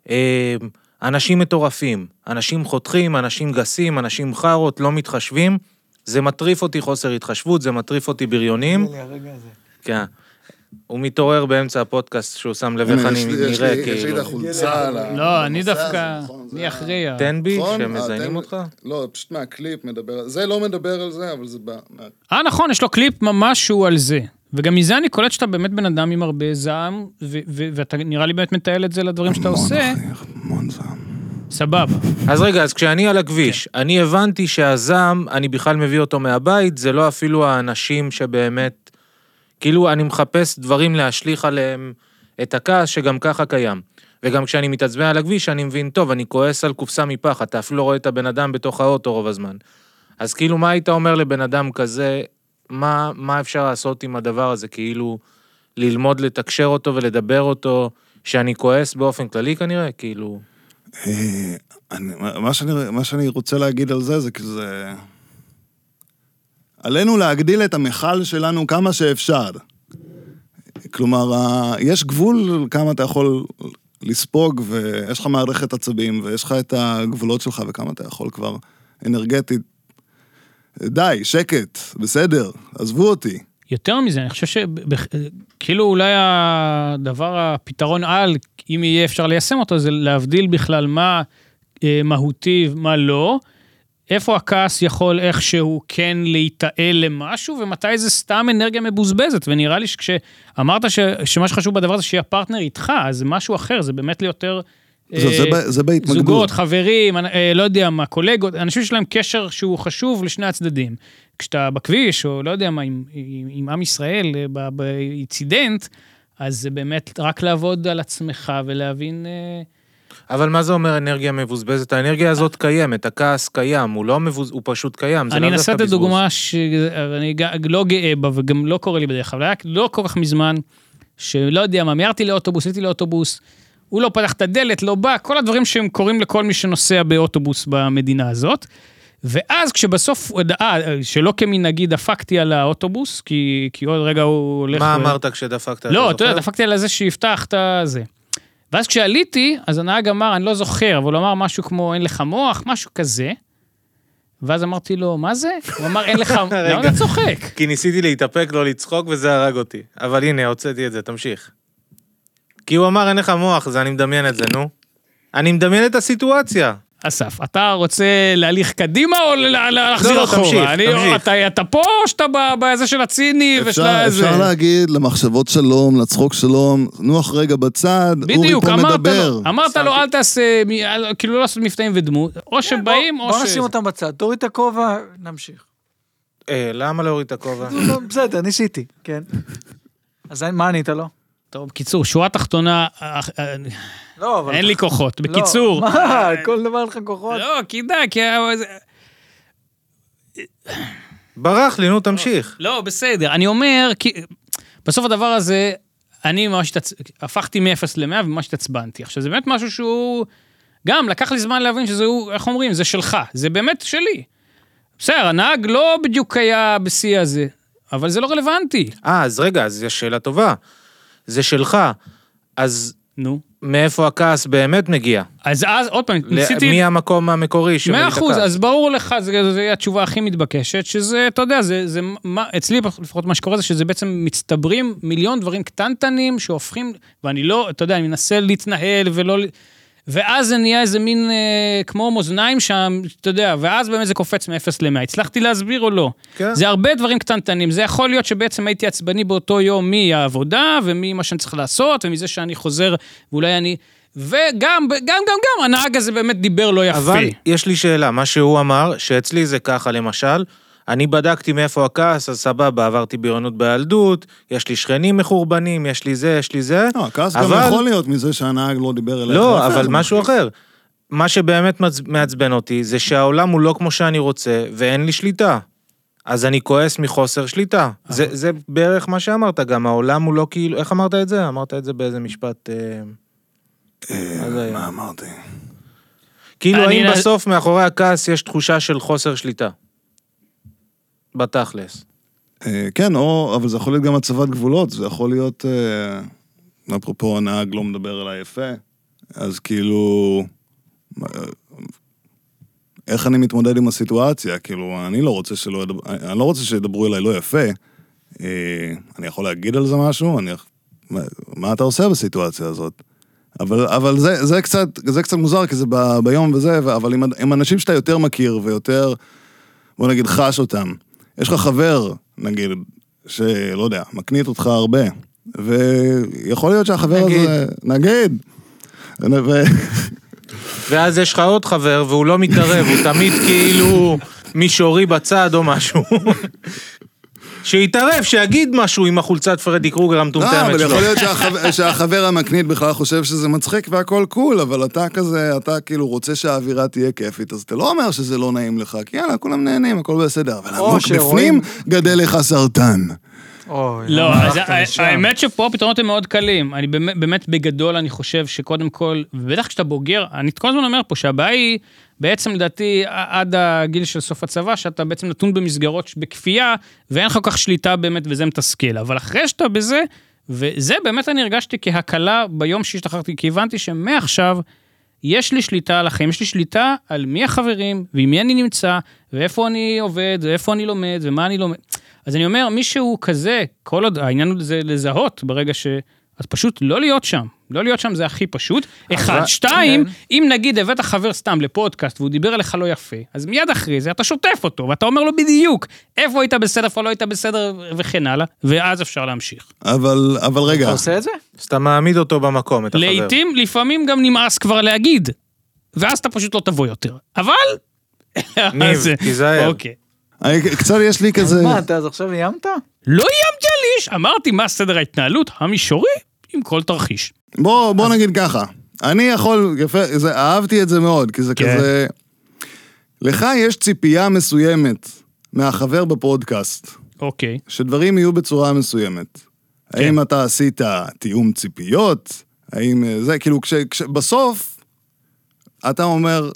S3: אה, אנשים מטורפים, אנשים חותכים, אנשים גסים, אנשים חארות, לא מתחשבים. זה מטריף אותי חוסר התחשבות, זה מטריף אותי בריונים. כן. הוא מתעורר באמצע הפודקאסט שהוא שם לב איך אני נראה, כאילו.
S4: החולצה על ה...
S2: לא, אני דווקא, אני אחרי ה...
S3: תן בי,
S4: נכון, אה,
S3: שמזיינים
S4: תן-
S3: אותך.
S4: לא, פשוט מהקליפ מדבר, זה לא מדבר על זה, אבל זה בא... מה-
S2: אה, נכון, יש לו קליפ ממש שהוא על זה. וגם מזה אני קולט שאתה באמת בן אדם עם הרבה זעם, ו- ו- ואתה נראה לי באמת מטייל את זה לדברים שאתה עושה,
S4: המון זעם.
S2: סבבה.
S3: אז רגע, אז כשאני על הכביש, אני הבנתי שהזעם, אני בכלל מביא אותו מהבית, זה לא אפילו האנשים שבאמת... כאילו, אני מחפש דברים להשליך עליהם את הכעס שגם ככה קיים. וגם כשאני מתעצבן על הכביש, אני מבין, טוב, אני כועס על קופסה מפח, אתה אפילו לא רואה את הבן אדם בתוך האוטו רוב הזמן. אז כאילו, מה היית אומר לבן אדם כזה, מה, מה אפשר לעשות עם הדבר הזה? כאילו, ללמוד לתקשר אותו ולדבר אותו, שאני כועס באופן כללי כנראה? כאילו...
S4: אה, אני, מה, שאני, מה שאני רוצה להגיד על זה, כאילו זה כזה... עלינו להגדיל את המכל שלנו כמה שאפשר. כלומר, ה- יש גבול כמה אתה יכול לספוג, ויש לך מערכת עצבים, ויש לך את הגבולות שלך, וכמה אתה יכול כבר אנרגטית. די, שקט, בסדר, עזבו אותי.
S2: יותר מזה, אני חושב שכאילו אולי הדבר, הפתרון על, אם יהיה אפשר ליישם אותו, זה להבדיל בכלל מה אה, מהותי ומה לא, איפה הכעס יכול איכשהו כן להיטעל למשהו, ומתי זה סתם אנרגיה מבוזבזת. ונראה לי שכשאמרת ש, שמה שחשוב בדבר זה שיהיה פרטנר איתך, אז זה משהו אחר, זה באמת ליותר...
S4: זה, זה,
S2: אה,
S4: ב- זה בהתמקדות.
S2: זוגות, חברים, אנ- אה, לא יודע מה, קולגות, אנשים שיש להם קשר שהוא חשוב לשני הצדדים. כשאתה בכביש, או לא יודע מה, עם, עם, עם עם ישראל, אה, ב- באינצידנט, אז זה באמת רק לעבוד על עצמך ולהבין... אה,
S3: אבל מה זה אומר אנרגיה מבוזבזת? האנרגיה הזאת קיימת, הכעס קיים, הוא לא מבוז... הוא פשוט קיים, זה
S2: אני
S3: לאו דווקא
S2: אנסה
S3: בזבוז.
S2: לתת דוגמה שאני לא גאה בה וגם לא קורה לי בדרך כלל, אבל היה לא כל כך מזמן, שלא יודע מה, מיהרתי לאוטובוס, הייתי לאוטובוס, הוא לא פתח את הדלת, לא בא, כל הדברים שהם קורים לכל מי שנוסע באוטובוס במדינה הזאת. ואז כשבסוף, אה, שלא כמנהגי דפקתי על האוטובוס, כי, כי עוד רגע הוא הולך...
S3: מה
S2: ו-
S3: אמרת כשדפקת?
S2: לא, אתה יודע,
S3: זוכר?
S2: דפקתי על זה שיפתח את הזה. ואז כשעליתי, אז הנהג אמר, אני לא זוכר, אבל הוא אמר משהו כמו, אין לך מוח, משהו כזה. ואז אמרתי לו, מה זה? הוא אמר, אין לך, למה אתה צוחק?
S3: כי ניסיתי להתאפק, לא לצחוק, וזה הרג אותי. אבל הנה, הוצאתי את זה, תמשיך. כי הוא אמר, אין לך מוח, זה אני מדמיין את זה, נו. אני מדמיין את הסיטואציה.
S2: אסף, אתה רוצה להליך קדימה או ל- ל- להחזיר
S3: לא,
S2: אחורה?
S3: תמשיך,
S2: אני-
S3: תמשיך.
S2: אתה, אתה פה או שאתה ב- בזה של הציני ושל
S4: אפשר,
S2: הזה?
S4: אפשר להגיד למחשבות שלום, לצחוק שלום, נוח רגע בצד,
S2: בדיוק,
S4: אורי פה
S2: אמרת
S4: מדבר.
S2: לו, אמרת לו, אל תעשה, מ- אל- כאילו לא לעשות מבטאים ודמות, או שבאים או ש...
S1: בוא נשים אותם בצד, תוריד את הכובע, נמשיך.
S3: אה, למה להוריד את הכובע?
S1: לא, בסדר, ניסיתי, כן. אז אין- מה ענית לו?
S2: טוב, בקיצור, שורה תחתונה, אה, אה,
S1: לא, אבל...
S2: אין לי כוחות.
S1: לא,
S2: בקיצור,
S1: מה, כל דבר אין לך כוחות?
S2: לא, כי די, כי... ה- זה-
S3: ברח לי, נו, תמשיך.
S2: לא, בסדר, אני אומר, כי... בסוף הדבר הזה, אני ממש התעצ... הפכתי מ-0 ל-100 וממש התעצבנתי. עכשיו, זה באמת משהו שהוא... גם, לקח לי זמן להבין שזה, הוא- איך אומרים, זה שלך, זה באמת שלי. בסדר, הנהג לא בדיוק היה בשיא הזה, אבל זה לא רלוונטי.
S3: אה, אז רגע, אז יש שאלה טובה. זה שלך. אז
S2: נו.
S3: מאיפה הכעס באמת מגיע?
S2: אז אז, עוד פעם,
S3: ל-
S2: ניסיתי...
S3: מי המקום המקורי שמי
S2: מאה אחוז, אז ברור לך, זו התשובה הכי מתבקשת, שזה, אתה יודע, זה, זה מה, אצלי לפחות מה שקורה זה שזה בעצם מצטברים מיליון דברים קטנטנים שהופכים, ואני לא, אתה יודע, אני מנסה להתנהל ולא... ל- ואז זה נהיה איזה מין, אה, כמו מאזניים שם, אתה יודע, ואז באמת זה קופץ מ-0 ל-100. הצלחתי להסביר או לא?
S3: כן.
S2: זה הרבה דברים קטנטנים. זה יכול להיות שבעצם הייתי עצבני באותו יום מהעבודה, וממה שאני צריך לעשות, ומזה שאני חוזר, ואולי אני... וגם, גם, גם, גם, הנהג הזה באמת דיבר לא יפה.
S3: אבל יש לי שאלה, מה שהוא אמר, שאצלי זה ככה למשל, אני בדקתי מאיפה הכעס, אז סבבה, עברתי בריונות בילדות, יש לי שכנים מחורבנים, יש לי זה, יש לי זה.
S4: לא, הכעס גם
S3: אבל-
S4: יכול להיות מזה שהנהג לא דיבר אליך.
S3: לא,
S4: יפה,
S3: אבל
S4: זה
S3: משהו אחר. מה שבאמת מעצ- מעצבן אותי, זה שהעולם הוא לא כמו שאני רוצה, ואין לי שליטה. אז אני כועס מחוסר שליטה. זה,
S4: אה.
S3: זה בערך מה שאמרת גם, העולם הוא לא כאילו... איך אמרת את זה? אמרת את זה באיזה משפט... אה, אז היה.
S4: אה, מה אמרתי?
S3: כאילו,
S2: אני
S3: האם
S2: נ-
S3: בסוף מאחורי הכעס יש תחושה של חוסר שליטה? בתכלס.
S4: אה, כן, או, אבל זה יכול להיות גם הצבת גבולות, זה יכול להיות... אה, אפרופו, הנהג לא מדבר אליי יפה, אז כאילו... אה, איך אני מתמודד עם הסיטואציה? כאילו, אני לא רוצה שלא... ידבר- אני לא רוצה שידברו אליי לא יפה. אה, אני יכול להגיד על זה משהו? אני... יכ- מה, מה אתה עושה בסיטואציה הזאת? אבל, אבל זה, זה, קצת, זה קצת מוזר, כי זה ב, ביום וזה, ו- אבל עם, עם אנשים שאתה יותר מכיר ויותר, בוא נגיד, חש אותם. יש לך חבר, נגיד, שלא יודע, מקנית אותך הרבה, ויכול להיות שהחבר
S3: נגיד.
S4: הזה... נגיד. ו...
S3: ואז יש לך עוד חבר, והוא לא מתערב, הוא תמיד כאילו מישורי בצד או משהו. שיתערב, שיגיד משהו עם החולצת פרדי קרוגר
S4: לא,
S3: המטומטמת
S4: אבל
S3: שלו.
S4: יכול להיות שהחבר- שהחבר המקנית בכלל חושב שזה מצחיק והכל קול, אבל אתה כזה, אתה כאילו רוצה שהאווירה תהיה כיפית, אז אתה לא אומר שזה לא נעים לך, כי יאללה, כולם נהנים, הכל בסדר, אבל
S1: או
S4: עמוק
S1: שרואים-
S4: בפנים גדל לך סרטן.
S1: אוי,
S2: לא,
S1: למה
S2: אז
S1: הלכת
S2: ה-
S1: לשם?
S2: האמת שפה הפתרונות הם מאוד קלים. אני באמת, באמת בגדול, אני חושב שקודם כל, ובטח כשאתה בוגר, אני כל הזמן אומר פה שהבעיה היא, בעצם לדעתי, ע- עד הגיל של סוף הצבא, שאתה בעצם נתון במסגרות ש- בכפייה, ואין לך כל כך שליטה באמת, וזה מתסכל. אבל אחרי שאתה בזה, וזה באמת אני הרגשתי כהקלה ביום שהשתחררתי, כי הבנתי שמעכשיו... יש לי שליטה על החיים, יש לי שליטה על מי החברים, ועם מי אני נמצא, ואיפה אני עובד, ואיפה אני לומד, ומה אני לומד. אז אני אומר, מישהו כזה, כל עוד, העניין הוא זה לזהות ברגע ש... אז פשוט לא להיות שם. לא להיות שם זה הכי פשוט. אחד, שתיים, אם נגיד הבאת חבר סתם לפודקאסט והוא דיבר אליך לא יפה, אז מיד אחרי זה אתה שוטף אותו, ואתה אומר לו בדיוק איפה היית בסדר, איפה לא היית בסדר, וכן הלאה, ואז אפשר להמשיך.
S4: אבל, אבל
S1: אתה
S4: רגע,
S1: עושה את זה?
S3: אז אתה מעמיד אותו במקום, את החבר.
S2: לעתים, לפעמים גם נמאס כבר להגיד, ואז אתה פשוט לא תבוא יותר. אבל...
S3: ניב,
S2: זה-
S3: תיזהר.
S2: אוקיי.
S4: אני- קצת יש לי כזה...
S1: מה, אתה אז עכשיו איימת?
S2: לא איימתי על איש, אמרתי מה סדר ההתנהלות המישורי עם כל תרחיש.
S4: בוא, בוא נגיד ככה, אני יכול, יפה, זה, אהבתי את זה מאוד, כי זה
S2: כן.
S4: כזה... לך יש ציפייה מסוימת מהחבר בפודקאסט.
S2: אוקיי.
S4: שדברים יהיו בצורה מסוימת. כן. האם אתה עשית תיאום ציפיות? האם אה, זה, כאילו, כש, כש, בסוף אתה אומר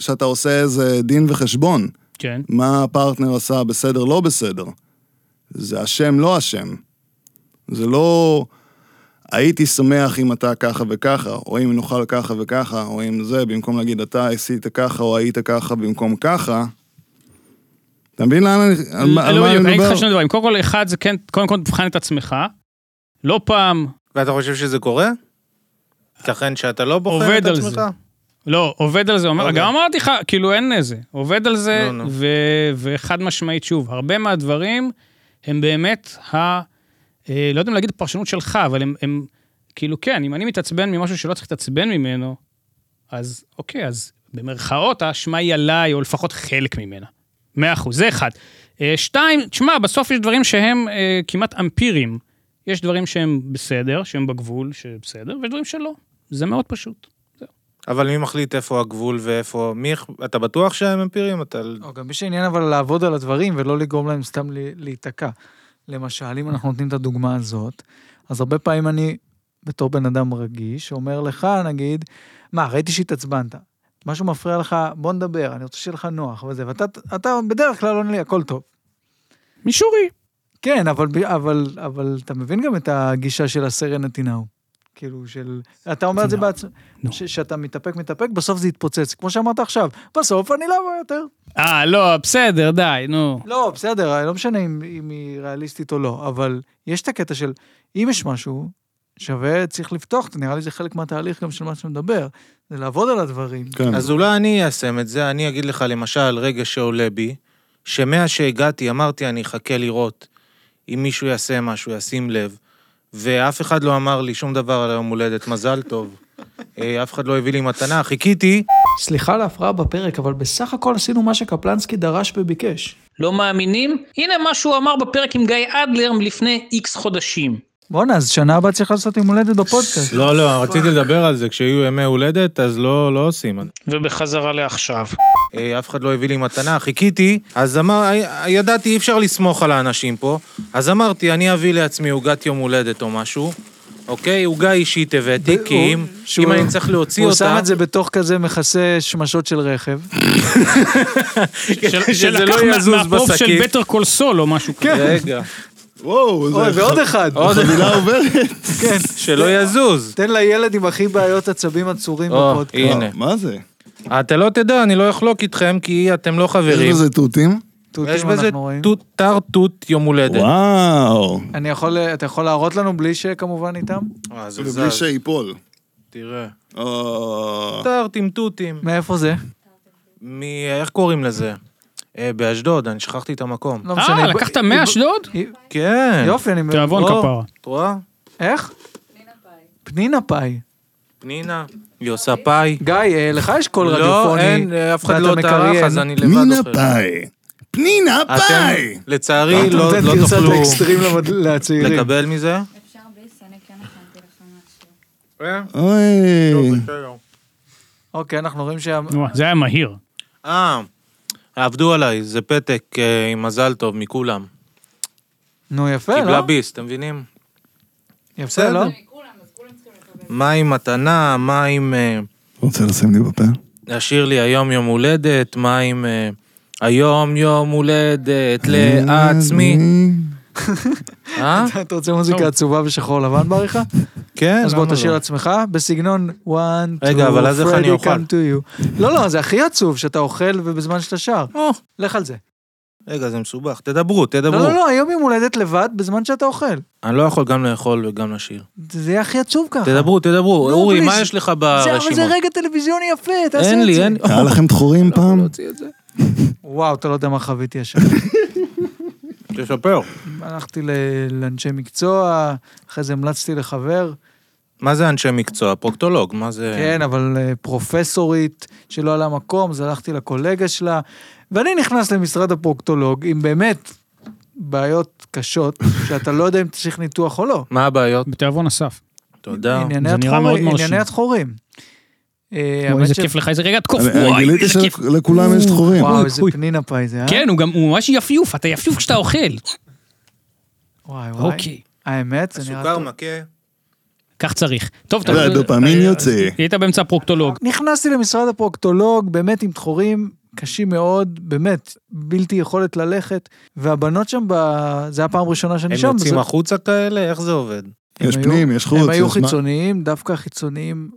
S4: שאתה עושה איזה דין וחשבון,
S2: כן.
S4: מה הפרטנר עשה בסדר, לא בסדר. זה אשם, לא אשם. זה לא הייתי שמח אם אתה ככה וככה, או אם נאכל ככה וככה, או אם זה, במקום להגיד אתה עשית ככה או היית ככה במקום ככה. אתה מבין לאן אני, על מה על
S2: לא
S4: מה אני
S2: בדיוק, אני אגיד
S4: מדבר?
S2: לך שני דברים. קודם כל, אחד, זה כן, קודם כל תבחן את עצמך. לא פעם,
S3: ואתה חושב שזה קורה? ייתכן שאתה לא בוחן
S2: עובד
S3: את
S2: על
S3: עצמך?
S2: זה. לא, עובד על זה, אומר,
S3: אוקיי.
S2: גם אמרתי לך, כאילו אין איזה, עובד על זה,
S3: נו, נו.
S2: ו- וחד משמעית, שוב, הרבה מהדברים הם באמת ה... אה, לא יודע אם להגיד הפרשנות שלך, אבל הם, הם כאילו, כן, אם אני מתעצבן ממשהו שלא צריך להתעצבן ממנו, אז אוקיי, אז במרכאות האשמה היא עליי, או לפחות חלק ממנה. מאה אחוז, זה אחד. אה, שתיים, תשמע, בסוף יש דברים שהם אה, כמעט אמפיריים. יש דברים שהם בסדר, שהם בגבול, שבסדר, ויש דברים שלא. זה מאוד פשוט.
S3: אבל מי מחליט איפה הגבול ואיפה... מי... יכ- אתה בטוח שהם אמפיריים? אתה...
S1: או, לא, גם יש עניין אבל לעבוד על הדברים ולא לגרום להם סתם ל- להיתקע. למשל, אם אנחנו נותנים את הדוגמה הזאת, אז הרבה פעמים אני, בתור בן אדם רגיש, אומר לך, נגיד, מה, ראיתי שהתעצבנת. משהו מפריע לך, בוא נדבר, אני רוצה שיהיה לך נוח וזה, ואתה אתה בדרך כלל עונה לי, הכל טוב.
S2: מישורי.
S1: כן, אבל, ב- אבל, אבל אתה מבין גם את הגישה של הסרן נתינהו. כאילו של, אתה אומר את זה
S2: נתינה.
S1: בעצמך,
S2: נו.
S1: שאתה מתאפק, מתאפק, בסוף זה יתפוצץ, כמו שאמרת עכשיו, בסוף אני לא אבוא יותר.
S2: אה, לא, בסדר, די, נו.
S1: לא, בסדר, לא משנה אם, אם היא ריאליסטית או לא, אבל יש את הקטע של אם יש משהו, שווה, צריך לפתוח, נראה לי זה חלק מהתהליך גם של מה שאתה מדבר, זה לעבוד על הדברים.
S4: כן.
S3: אז אולי אני איישם את זה, אני אגיד לך למשל רגע שעולה בי, שמאז שהגעתי אמרתי אני אחכה לראות אם מישהו יעשה משהו, ישים לב, ואף אחד לא אמר לי שום דבר על היום הולדת, מזל טוב. אה, אף אחד לא הביא לי מתנה, חיכיתי,
S1: סליחה על ההפרעה בפרק, אבל בסך הכל עשינו מה שקפלנסקי דרש וביקש.
S7: לא מאמינים? הנה מה שהוא אמר בפרק עם גיא אדלר מלפני איקס חודשים.
S1: בואנה, אז שנה הבאה צריך לעשות יום הולדת בפודקאסט.
S3: לא, לא, רציתי לדבר על זה, כשיהיו ימי הולדת, אז לא, לא עושים.
S7: ובחזרה לעכשיו.
S3: אה, אף אחד לא הביא לי מתנה, חיכיתי, אז אמר, אה, ידעתי, אי אפשר לסמוך על האנשים פה, אז אמרתי, אני אביא לעצמי עוגת יום הולדת או משהו, אוקיי? עוגה אישית הבאתי,
S1: ב-
S3: כי
S1: הוא-
S3: אם,
S1: שהוא-
S3: אם אני צריך להוציא
S1: הוא
S3: אותה...
S1: שם את זה בתוך כזה מכסה שמשות של רכב.
S2: של-
S3: שזה
S2: שלקח
S3: לא
S2: מה-
S3: יזוז
S2: מהפרופ של
S3: בשקית.
S2: בטר קול סול או משהו כזה.
S3: רגע,
S4: וואו,
S1: אוי,
S4: זה
S1: ועוד אחד.
S4: חבילה עוברת.
S1: כן.
S3: שלא יזוז.
S1: תן לילד עם הכי בעיות עצבים עצורים
S3: או,
S1: בפודקאסט.
S3: הנה.
S4: וואו, מה זה?
S3: אתה לא תדע, אני לא אחלוק איתכם, כי אתם לא חברים.
S4: יש בזה תותים?
S1: תותים
S3: יש בזה
S1: אנחנו רואים.
S3: תות- תר תות יום הולדת.
S4: וואו.
S1: אני יכול, אתה יכול להראות לנו בלי שכמובן איתם?
S3: אה, זה
S4: ובלי
S3: זז,
S4: שיפול. אה.
S3: תראה.
S4: או,
S3: תרתים תותים.
S1: מאיפה זה?
S3: מ... איך קוראים לזה? אה, באשדוד, אני שכחתי את המקום.
S1: לא משנה.
S2: אה, לקחת מאשדוד?
S3: כן.
S1: יופי, אני...
S2: תיאבון
S1: לא.
S2: כפרה.
S3: את רואה?
S1: איך? פנינה פאי.
S3: פנינה, היא עושה פאי.
S1: גיא, אה, לך יש קול
S3: לא,
S1: רדיופוני.
S3: אין, אה, אף אחד
S1: ואתה
S3: לא טרח,
S1: מקריין.
S3: אז אני לבד
S4: פנינה
S3: אוכל.
S4: פאי. פנינה פאי!
S3: אתם, לצערי,
S1: אתה
S3: לא
S1: נותן
S3: לא
S1: גרסת
S3: תוכלו
S1: אקסטרים למד- לצעירים.
S3: לקבל מזה.
S5: אפשר בלי סוני, כן הכנתי לך משהו.
S1: לא,
S4: אוי.
S1: אוקיי, אנחנו רואים שה...
S2: וואי, זה היה מהיר.
S3: אה, עבדו עליי, זה פתק אה, עם מזל טוב מכולם.
S1: נו, יפה,
S3: קיבלה
S1: לא?
S3: ביס, אתם מבינים?
S1: יפה,
S3: בסדר.
S1: לא?
S5: מכולם, אז כולם צריכים לקבל.
S3: מה עם מתנה, מה עם אה,
S4: רוצה לשים לי בפה?
S3: להשאיר לי היום יום הולדת, מה עם אה, היום יום הולדת לעצמי, אה?
S1: אתה רוצה מוזיקה עצובה ושחור לבן בעריכה?
S3: כן,
S1: אז בוא
S3: למה
S1: תשאיר
S3: לא?
S1: לעצמך בסגנון one, two,
S3: רגע, אבל אז איך אני
S1: Freddy,
S3: אוכל?
S1: come to you. לא, לא, זה הכי עצוב שאתה אוכל ובזמן שאתה שר.
S3: או,
S1: לך על זה.
S3: רגע, זה מסובך, תדברו,
S1: לא,
S3: תדברו.
S1: לא, לא, היום יום הולדת לבד בזמן שאתה אוכל.
S3: אני לא יכול גם לאכול וגם לשיר.
S1: זה יהיה הכי עצוב ככה.
S3: תדברו, תדברו.
S1: אה. לא,
S3: אורי,
S1: בלי
S3: מה
S1: זה-
S3: יש לך
S1: זה- אבל זה
S3: ברשימות?
S1: רגע טלוויזיוני יפה, תעשה את זה.
S3: אין לי, אין לי.
S4: היה לכם דחורים
S1: לא
S4: פעם?
S1: וואו, אתה לא יודע מה חוויתי השנה.
S3: תשפר.
S1: הלכתי ל- לאנשי מקצוע, אחרי זה המלצתי לחבר.
S3: מה זה אנשי מקצוע? פרוקטולוג, מה זה...
S1: כן, אבל אה, פרופסורית שלא עלה מקום, אז הלכתי לקולגה שלה, ואני נכנס למשרד הפרוקטולוג עם באמת בעיות קשות, שאתה לא יודע אם צריך ניתוח או לא.
S3: מה הבעיות?
S2: בתיאבון אסף.
S3: תודה.
S1: ענייני
S2: לא, זה נראה
S1: התחורים-
S2: מאוד מרשים.
S1: ענייני התחורים. אה,
S2: וואי,
S1: האמת
S2: איזה
S1: ש-
S2: כיף לך, איזה רגע תקוף.
S4: אני-
S2: וואי,
S4: גיליתי
S2: איזה כיף.
S4: שלכולם יש דחורים.
S1: וואו,
S2: אוי,
S1: איזה
S2: אוי.
S1: פנינה פאי זה, אה?
S2: כן, הוא גם, הוא ממש יפיוף, אתה יפיוף כשאתה אוכל.
S1: וואי וואי.
S2: אוקיי,
S1: האמת, זה נראה...
S3: סוכר
S1: טוב.
S3: מכה.
S2: כך צריך. טוב, אה,
S4: אתה יודע, הדופמין יוצא.
S2: היית באמצע הפרוקטולוג.
S1: נכנסתי למשרד הפרוקטולוג, באמת עם דחורים קשים מאוד, באמת, בלתי יכולת ללכת, והבנות שם, ב... זה היה פעם ראשונה שאני
S3: הם
S1: שם.
S3: יוצאים
S1: זה-
S3: החוצה כאלה? איך זה עובד?
S1: הם
S4: יש
S1: היו-
S4: פנים, יש חוץ.
S1: הם היו
S4: יש מה-
S1: חיצוניים, דווקא החיצוניים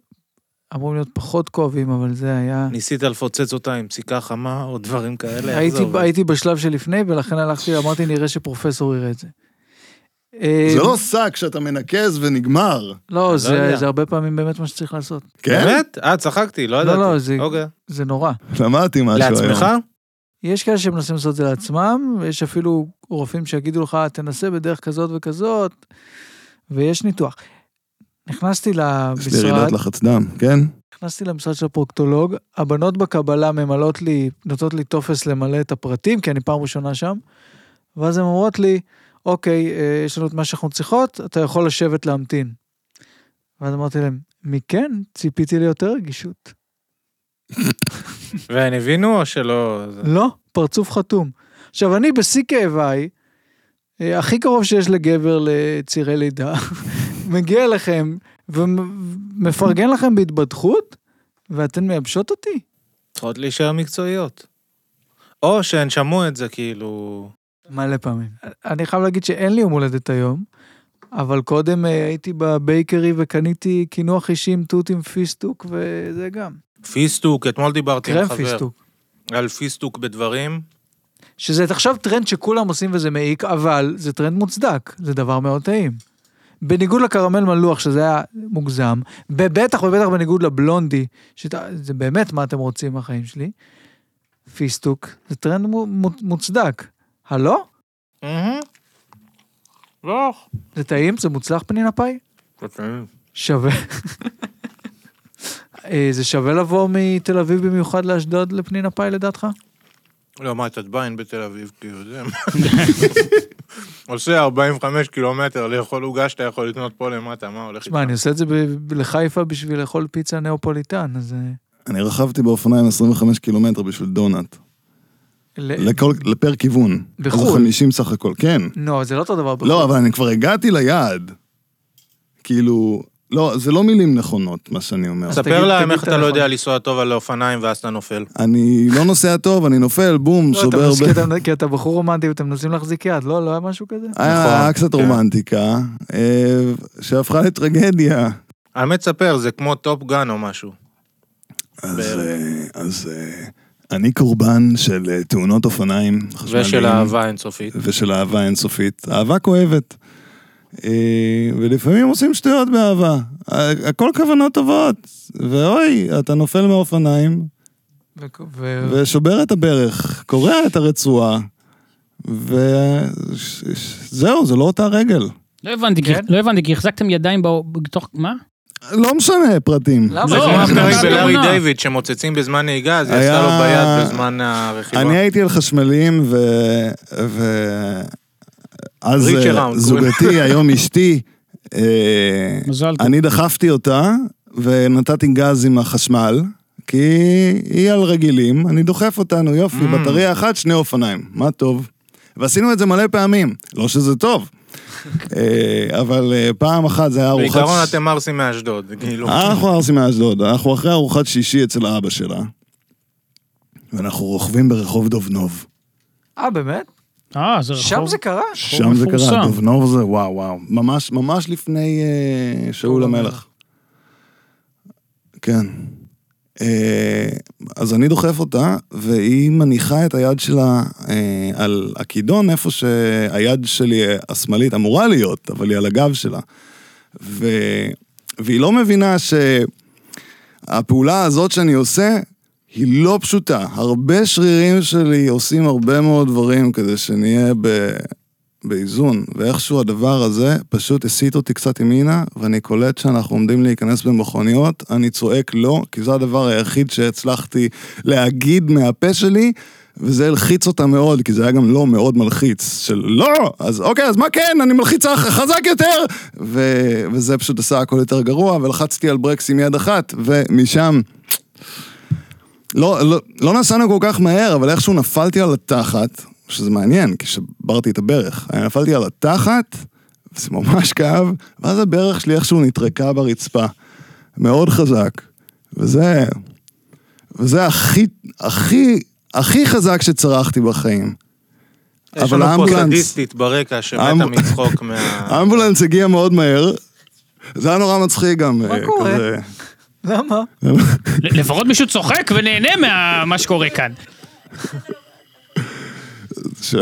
S1: אמורים להיות פחות כואבים, אבל זה היה...
S3: ניסית לפוצץ אותה עם סיכה חמה או דברים כאלה? איך זה
S1: הייתי,
S3: עובד?
S1: הייתי בשלב שלפני, ולכן הלכתי, אמרתי, נראה שפרופסור יראה את זה. אה,
S4: זה לא שק שאתה מנקז ונגמר.
S1: לא, זה-
S3: יודע.
S1: זה הרבה פעמים באמת מה שצריך לעשות.
S4: כן?
S3: באמת? אה, צחקתי, לא ידעתי.
S1: לא, זה-
S3: אוקיי.
S1: זה נורא.
S4: למדתי משהו היום.
S3: לעצמך?
S1: יש כאלה שמנסים לעשות את זה לעצמם, ויש אפילו רופאים שיגידו לך, תנסה בדרך כזאת וכזאת, ויש ניתוח. נכנסתי
S4: יש לי ירידות
S1: למשרד,
S4: לחץ דם, כן?
S1: נכנסתי למשרד של הפרוקטולוג, הבנות בקבלה ממלאות לי, נותנות לי טופס למלא את הפרטים, כי אני פעם ראשונה שם, ואז הן אומרות לי, אוקיי, אה, יש לנו את מה שאנחנו צריכות, אתה יכול לשבת להמתין. ואז אמרתי להם, מכן ציפיתי ליותר רגישות.
S3: והם הבינו או שלא? זה-
S1: לא, פרצוף חתום. עכשיו, אני בשיא כאביי, אה, הכי קרוב שיש לגבר לצירי לידה, מגיע אליכם ומפרגן לכם בהתבדחות, ואתן מייבשות אותי?
S3: צריכות להישאר מקצועיות. או שהן שמעו את זה כאילו...
S1: מלא פעמים. אני חייב להגיד שאין לי יום הולדת היום, אבל קודם אה, הייתי בבייקרי וקניתי קינוח אישי עם תות עם פיסטוק, וזה גם.
S3: פיסטוק, אתמול דיברתי עם
S1: קרם
S3: כן, חבר.
S1: פיסטוק.
S3: על פיסטוק בדברים.
S1: שזה עכשיו טרנד שכולם עושים וזה מעיק, אבל זה טרנד מוצדק, זה דבר מאוד טעים. בניגוד לקרמל מלוח, שזה היה מוגזם, בטח ובטח בניגוד לבלונדי, שזה באמת מה אתם רוצים מהחיים שלי, פיסטוק, זה טרנד מו- מו- מוצדק. הלו?
S3: אהה. לא.
S1: זה טעים? זה מוצלח פנינה פאי? אוקיי. שווה. אה, זה שווה לבוא מתל אביב במיוחד לאשדוד לפנינה פאי לדעתך?
S3: לא, מה, תדביין בתל אביב, כאילו זה... עושה 45 קילומטר לאכול עוגה שאתה יכול לקנות פה למטה, מה הולך
S1: תשמע, אני עושה את זה ב- לחיפה בשביל לאכול פיצה נאופוליטן, אז... אה,
S4: אני רכבתי באופניים 25 קילומטר בשביל דונלד.
S1: כן. ל-
S4: לכל, לפר כיוון.
S1: לחו"ל.
S4: אז 50 סך הכל, כן.
S1: לא, זה לא אותו דבר.
S4: לא, אבל אני כבר הגעתי ליעד. כאילו, לא, זה לא מילים נכונות, מה שאני אומר.
S1: אז
S3: ספר
S1: תגיד-
S3: להם
S1: תגיד
S3: איך אתה לא
S1: טלפון.
S3: יודע לנסוע טוב על האופניים ואז אתה נופל.
S4: אני לא נוסע טוב, אני נופל, בום,
S1: לא, אתה
S4: שובר
S1: מסכים,
S4: ב...
S1: אתה- כי אתה בחור רומנטי ואתם מנסים להחזיק יד, לא? לא היה משהו כזה?
S4: היה
S3: נכון,
S4: היה קצת
S3: כן.
S4: רומנטיקה, אה, שהפכה לטרגדיה.
S3: האמת, ספר, זה כמו טופ גן או משהו.
S4: אז,
S3: בערך.
S4: אה, אז אה, אני קורבן של אה, תאונות אופניים חשמליים.
S3: ושל אהבה אינסופית.
S4: ושל אהבה אינסופית. אהבה כואבת. אה, ולפעמים עושים שטויות באהבה. ה- הכל כוונות טובות. ואוי, אתה נופל מהאופניים,
S1: ו-
S3: כן.
S1: ו-
S4: ושובר את הברך, קורע את הרצועה, וזהו, זה לא אותה רגל.
S2: לא הבנתי, כי-
S1: כן?
S2: לא הבנתי, כי החזקתם ידיים באו- בתוך... מה?
S4: לא משנה פרטים.
S1: למה?
S3: זה
S2: לא,
S3: כמו
S2: אנחנו
S3: הפרק
S2: לא
S3: בלארי
S2: בעונה.
S3: דיוויד שמוצצים בזמן נהיגה, זה
S4: היה-
S3: יצא לו ביד בזמן הרכיבה.
S4: אני הייתי על חשמלים, ו... ו... אז
S3: Reach
S4: אה,
S3: around,
S4: זוגתי, היום אשתי, אה,
S2: מזל טוב.
S4: אני דחפתי אותה ונתתי גז עם החשמל, כי היא על רגילים, אני דוחף אותנו, יופי,
S3: Mm.
S4: בטריה אחת, שני אופניים, מה טוב. ועשינו את זה מלא פעמים, לא שזה טוב, אה, אבל אה, פעם אחת זה היה ארוחת...
S3: בעיקרון
S4: ש-
S3: אתם ערסים מאשדוד, כאילו.
S4: אנחנו ערסים מאשדוד, אנחנו אחרי ארוחת שישי אצל אבא שלה, ואנחנו רוכבים ברחוב דובנוב.
S1: אה, באמת?
S2: אה, זה רחוב.
S1: שם זה קרה?
S4: שם זה קרה,
S2: מפורסם.
S4: דובנוב זה וואו וואו, ממש ממש לפני אה, שאול המלך. כן. אה, אז אני דוחף אותה, והיא מניחה את היד שלה אה, על הכידון, איפה שהיד שלי אה, השמאלית אמורה להיות, אבל היא על הגב שלה. ו... והיא לא מבינה שהפעולה הזאת שאני עושה, היא לא פשוטה. הרבה שרירים שלי עושים הרבה מאוד דברים כדי שנהיה ב... באיזון, ואיכשהו הדבר הזה פשוט הסיט אותי קצת ימינה, ואני קולט שאנחנו עומדים להיכנס במכוניות, אני צועק לא, כי זה הדבר היחיד שהצלחתי להגיד מהפה שלי, וזה הלחיץ אותה מאוד, כי זה היה גם לא מאוד מלחיץ, של לא, אז אוקיי, אז מה כן, אני מלחיצה ח- חזק יותר! ו... וזה פשוט עשה הכל יותר גרוע, ולחצתי על ברקס עם יד אחת, ומשם... לא, לא, לא נסענו כל כך מהר, אבל איכשהו נפלתי על התחת, שזה מעניין, כי שברתי את הברך. אני נפלתי על התחת, וזה ממש כאב, ואז הברך שלי איכשהו נטרקה ברצפה. מאוד חזק. וזה... וזה הכי, הכי, הכי חזק שצרחתי בחיים.
S3: יש
S4: אבל
S3: לנו פה
S4: האמבולנס-
S3: סדיסטית ברקע שמתה
S4: האמב-
S3: מצחוק מה...
S4: האמבולנס הגיע מאוד מהר, זה היה נורא מצחיק גם. אה, מה
S1: קורה? למה?
S2: ל- לפחות מישהו צוחק ונהנה ממה שקורה כאן.
S4: ש-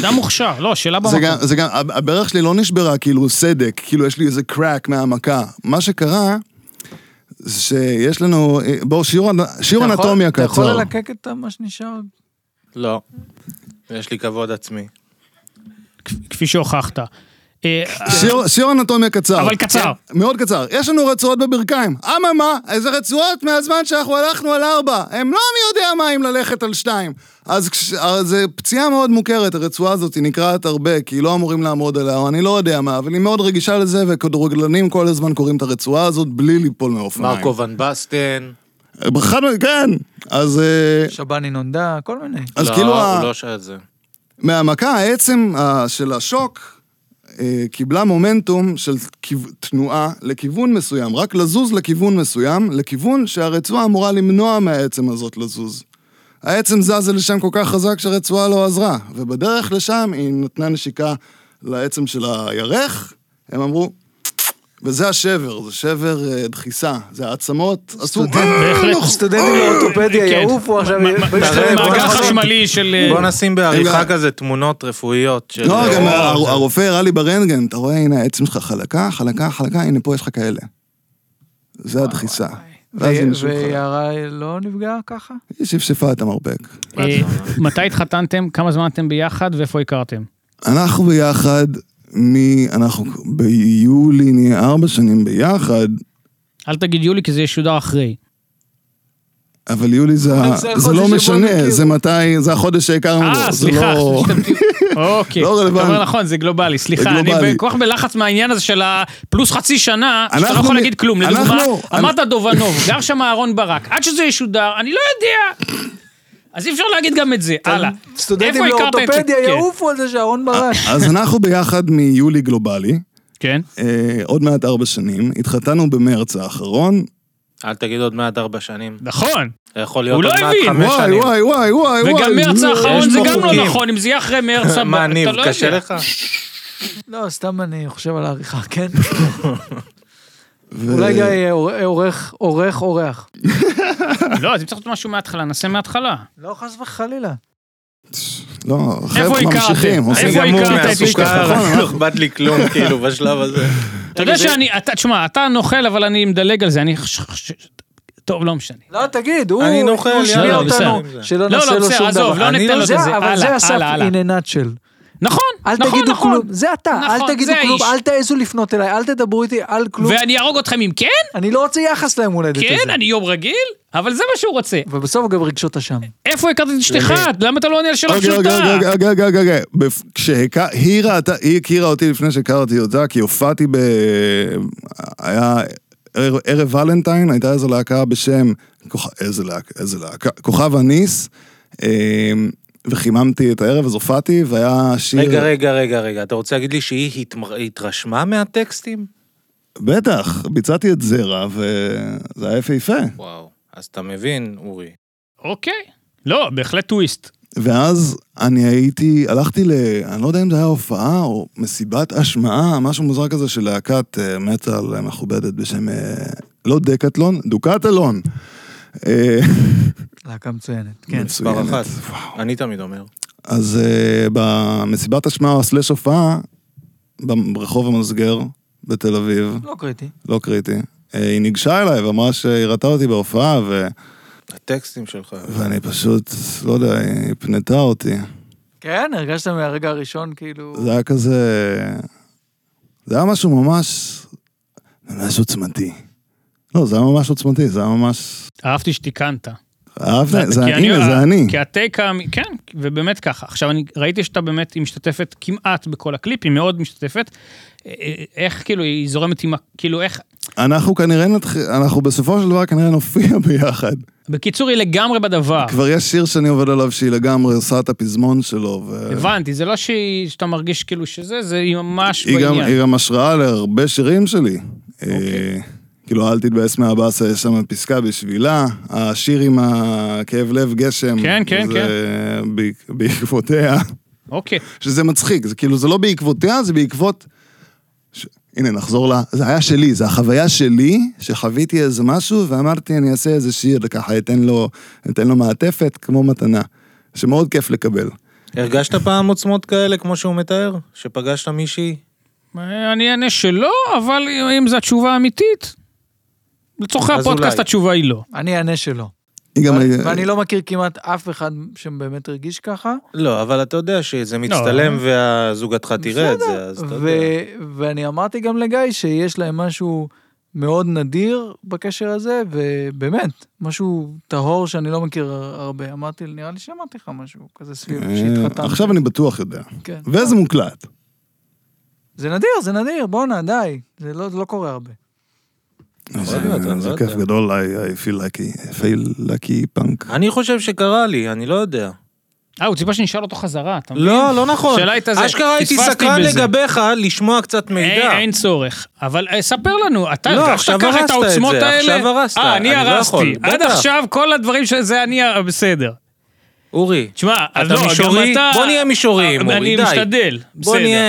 S2: אדם מוכשר, לא, שאלה
S4: זה
S2: במקום.
S4: גם, זה גם, הב- הברך שלי לא נשברה כאילו סדק, כאילו יש לי איזה קראק מהמכה. מה שקרה, זה שיש לנו, אה, בואו, שיעור, אנ- שיעור
S1: אתה יכול-
S4: אנטומיה
S1: אתה יכול
S4: קצר.
S1: ללקק את מה שנשאר?
S3: לא. יש לי כבוד עצמי.
S2: כפ- כפי שהוכחת. אה,
S4: שיעור, שיעור אנטומיה קצר. כן,
S2: אבל קצר.
S4: מאוד קצר. יש לנו רצועות בברכיים. אממה, איזה רצועות מהזמן שאנחנו הלכנו על ארבע. הם לא מי יודע מה אם ללכת על שתיים. אז, כש- אז זה פציעה מאוד מוכרת, הרצועה הזאת, היא נקרעת הרבה, כי לא אמורים לעמוד עליה, או אני לא יודע מה, אבל היא מאוד רגישה לזה, וכדורגלנים כל הזמן קוראים את הרצועה הזאת בלי ליפול מאופניים.
S3: מרקו ון בסטן.
S4: חד כן. אז... אה,
S1: שבני נונדה, כל מיני.
S4: אז
S3: לא,
S4: כאילו, ה-
S3: הוא לא שאל את זה.
S4: מהמכה העצם אה, של השוק אה, קיבלה מומנטום של כיו- תנועה לכיוון מסוים, רק לזוז לכיוון מסוים, לכיוון שהרצועה אמורה למנוע מהעצם הזאת לזוז. העצם זזה לשם כל כך חזק שהרצועה לא עזרה, ובדרך לשם היא נתנה נשיקה לעצם של הירך, הם אמרו, וזה השבר, זה שבר אה, דחיסה, זה העצמות עשו...
S2: בהחלט.
S1: סטודנטים לאורתופדיה
S2: כן.
S1: יעופו עכשיו...
S2: מ- מ-
S1: בהשתלמות.
S2: מעגל
S3: בוא נשים-
S2: חשמלי של... אה,
S3: בוא נשים בעריכה
S4: רגע.
S3: כזה תמונות רפואיות של...
S4: לא, גם
S3: אה,
S4: הר- הרופא הראה לי ברנטגן, אתה רואה, הנה העצם שלך חלקה, חלקה, חלקה, הנה פה יש לך כאלה. זה הדחיסה. ואז היא נשארה חלקה.
S1: ויערה לא נפגעה ככה?
S4: היא שפשפה את המרפק.
S2: אה, מתי התחתנתם? כמה זמן אתם ביחד? ואיפה הכרתם?
S4: אנחנו ביחד, מ... אנחנו ביולי נהיה ארבע שנים ביחד,
S2: אל תגיד יולי, כי זה ישודר אחרי.
S4: אבל יולי זה, ה-
S1: זה
S4: זה לא
S1: החודש שבו
S4: משנה,
S1: נכירו.
S4: זה מתי, זה החודש שהכרנו בו.
S2: אה,
S4: זה
S2: סליחה,
S4: לא-
S2: השתמתי. אוקיי.
S4: לא רלוונטי.
S2: אתה אומר נכון, זה גלובלי. סליחה, אני
S4: גלובלי.
S2: כל כך בלחץ מהעניין הזה של הפלוס חצי שנה, שאתה לא
S4: אנחנו
S2: יכול
S4: מ-
S2: להגיד כלום. לדוגמה,
S4: אנחנו-
S2: אמרת דובנוב, גר שם אהרון ברק, עד שזה ישודר, אני לא יודע. אז אי אפשר להגיד גם את זה, הלאה.
S1: סטודנטים אה.
S2: איפה הכרת את-
S1: לאורתופדיה
S2: כן.
S1: יעופו על זה שאהרון ברק.
S4: אז אנחנו ביחד מיולי גלובלי,
S2: כן.
S4: אה, עוד מעט ארבע שנים, התחתנו במרץ האחרון.
S3: אל תגיד עוד מעט ארבע שנים.
S2: נכון.
S3: זה יכול להיות עוד
S2: לא
S3: מעט
S2: הבין.
S3: חמש
S4: וואי,
S3: שנים.
S4: וואי, וואי, אה, וואי, וואי.
S2: וגם מרץ
S4: לא,
S2: האחרון
S4: יש
S2: זה
S4: פה
S2: גם
S4: חוקים.
S2: לא נכון, אם זה יהיה אחרי מרץ,
S3: מה, ניב,
S2: אתה לא
S3: קשה
S2: יודע.
S3: לך?
S1: לא, סתם אני חושב על העריכה, כן? אולי גיא יהיה עור- עורך, עורך, אורח.
S2: לא, אז אם צריך לעשות משהו מההתחלה, נעשה מההתחלה.
S1: לא, חס וחלילה.
S4: לא,
S2: איפה
S4: חבר'ה
S2: הכרתם?
S4: ממשיכים, עושים
S2: איפה
S3: אני
S2: הכרת
S3: גמור
S2: את
S3: מהסוכר,
S2: אשתך?
S4: נכון.
S3: לא אכפת לי כלום, כאילו, בשלב הזה.
S2: אתה יודע שאני, אתה, תשמע, אתה נוכל, אבל אני מדלג על זה, אני... חש- חש- טוב, לא משנה.
S1: לא, תגיד, הוא
S3: אני נוכל,
S1: הוא
S2: יאללה,
S1: שמיע
S3: בסדר.
S1: אותנו, שלא
S2: לא,
S1: נעשה
S2: לא,
S1: לו
S2: בסדר,
S1: שום
S2: עזוב,
S1: דבר.
S2: לא
S1: אני
S2: ניתן לו את
S1: זה,
S2: זה.
S1: אבל זה
S2: הלאה,
S1: הסף
S2: הלאה, הלאה.
S1: in a nutshell.
S2: נכון,
S1: אל
S2: נכון,
S1: תגידו
S2: נכון.
S1: כלום, זה אתה,
S2: נכון,
S1: אל תגידו
S2: זה
S1: כלום,
S2: האיש.
S1: אל תעזו לפנות אליי, אל תדברו איתי על כלום.
S2: ואני אהרוג אתכם אם כן,
S1: אני לא רוצה יחס ליום הולדת הזה.
S2: כן, אני יום רגיל, אבל זה מה שהוא רוצה.
S1: ובסוף גם רגשות אשם.
S2: איפה הכרת את אשתך?
S4: אוקיי.
S2: למה אתה לא עונה על שאלה
S4: רגע,
S2: פשוטה?
S4: רגע, רגע, רגע,
S2: לא,
S4: רגע, רגע, רגע, אוקיי, בפ- כשהכ- היא ראתה, היא הכירה אותי לפני שהכרתי אותה, כי הופעתי ב... היה ערב- ערב ולנטיין, הייתה איזו להקה בשם, כוכ- איזה להק- איזה להקה, כוכב הניס, אמ, וחיממתי את הערב, אז הופעתי, והיה שיר...
S3: רגע, רגע, רגע, רגע, אתה רוצה להגיד לי שהיא התמר- התרשמה מהטקסטים?
S4: בטח, ביצעתי את זרע, וזה היה יפהפה.
S3: וואו. אז אתה מבין, אורי.
S2: אוקיי. לא, בהחלט טוויסט.
S4: ואז אני הייתי, הלכתי ל... אני לא יודע אם זה היה הופעה או מסיבת השמעה, משהו מוזר כזה של להקת אה, מטאל אה, מכובדת בשם... אה, לא דקטלון, דוקטלון. אה,
S1: להקה מצוינת, כן.
S4: מצוינת.
S3: כבר אחת. אני תמיד אומר.
S4: אז אה, במסיבת השמעה או סלש הופעה, ברחוב המסגר בתל אביב,
S1: לא קריטי.
S4: לא קריטי, אה, היא ניגשה אליי ואמרה שהיא ראתה אותי בהופעה, ו...
S3: הטקסטים שלך.
S4: ואני פשוט, לא יודע, היא פנתה אותי.
S1: כן, הרגשת מהרגע הראשון כאילו...
S4: זה היה כזה... זה היה משהו ממש... ממש עוצמתי. לא, זה היה ממש עוצמתי, זה היה ממש...
S2: אהבתי שתיקנת.
S4: אהבת? זה
S2: כי אני- אה,
S4: הנה, זה אני.
S2: כי הטייק, האמ- כן, ובאמת ככה. עכשיו, אני ראיתי שאתה באמת, היא משתתפת כמעט בכל הקליפ, היא מאוד משתתפת. אה, אה, איך כאילו, היא זורמת עם, ה- כאילו, איך...
S4: אנחנו כנראה נתחיל... אנחנו בסופו של דבר כנראה נופיע ביחד.
S2: בקיצור, היא לגמרי בדבר.
S4: כבר יש שיר שאני עובד עליו שהיא לגמרי עושה את הפזמון שלו, ו...
S2: הבנתי, זה לא שהיא- שאתה מרגיש כאילו שזה, זה היא ממש
S4: היא גם, היא
S2: בעניין.
S4: גם השראה להרבה שירים שלי. אה,
S2: אוקיי.
S4: כאילו, אל תתבאס מהבאסה, יש שם פסקה בשבילה. השיר עם הכאב לב גשם.
S2: כן, כן,
S4: זה
S2: כן.
S4: בעק- בעקבותיה.
S2: אוקיי.
S4: שזה מצחיק, זה כאילו, זה לא בעקבותיה, זה בעקבות... ש... הנה, נחזור ל... זה היה שלי, זה החוויה שלי, שחוויתי איזה משהו, ואמרתי, אני אעשה איזה שיר, ככה, אתן לו, אתן לו מעטפת כמו מתנה, שמאוד כיף לקבל.
S3: הרגשת פעם עוצמות כאלה, כמו שהוא מתאר? שפגשת מישהי?
S2: אה, אני אענה שלא, אבל אם זו התשובה האמיתית, לצורכי
S3: אז
S2: הפודקאסט
S3: אולי.
S2: התשובה היא לא.
S1: אני אענה שלא.
S4: היא גם... אה,
S1: ואני לא מכיר כמעט אף אחד שבאמת הרגיש ככה.
S3: לא, אבל אתה יודע שזה מצטלם והזוגתך תראה את זה, אז אתה
S1: ו-
S3: יודע.
S1: ואני אמרתי גם לגיא שיש להם משהו מאוד נדיר בקשר הזה, ובאמת, משהו טהור שאני לא מכיר הרבה. אמרתי, נראה לי שאמרתי לך משהו כזה סביב
S4: אה,
S1: שהתחתן.
S4: עכשיו אני בטוח יודע.
S1: כן.
S4: וזה מוקלט.
S1: זה נדיר, זה נדיר, בואנה, די. זה לא, זה לא קורה הרבה.
S4: אז,
S3: יודע, אתה
S4: אה,
S3: לא
S4: זה
S3: יודע.
S4: כיף גדול, I I feel lucky, I feel lucky פאנק.
S3: אני חושב שקרה לי, אני לא יודע.
S2: אה, הוא ציפה שנשאל אותו חזרה, אתה מבין?
S3: לא, לא נכון.
S2: השאלה הייתה זה,
S3: אשכרה הייתי
S2: פספסתי
S3: סקרן
S2: בזה.
S3: לגביך לשמוע קצת מידע.
S2: אין, אין צורך. אבל אה, ספר לנו, אתה
S3: לא,
S2: הרגשת
S3: עכשיו
S2: ככה את
S3: הרסת את
S2: העוצמות
S3: זה,
S2: האלה?
S3: עכשיו הרסת,
S2: אה, אני
S3: אני לא יכול,
S2: הרסתי. עד
S3: בטח.
S2: עכשיו כל הדברים שזה אני, הר- בסדר.
S3: אורי,
S2: תשמע, אז
S3: אתה
S2: לא, גם
S3: מישורי?
S2: אתה...
S3: בוא נהיה מישוריים,
S2: אה,
S3: אורי, די.
S2: אני משתדל.
S3: בוא נהיה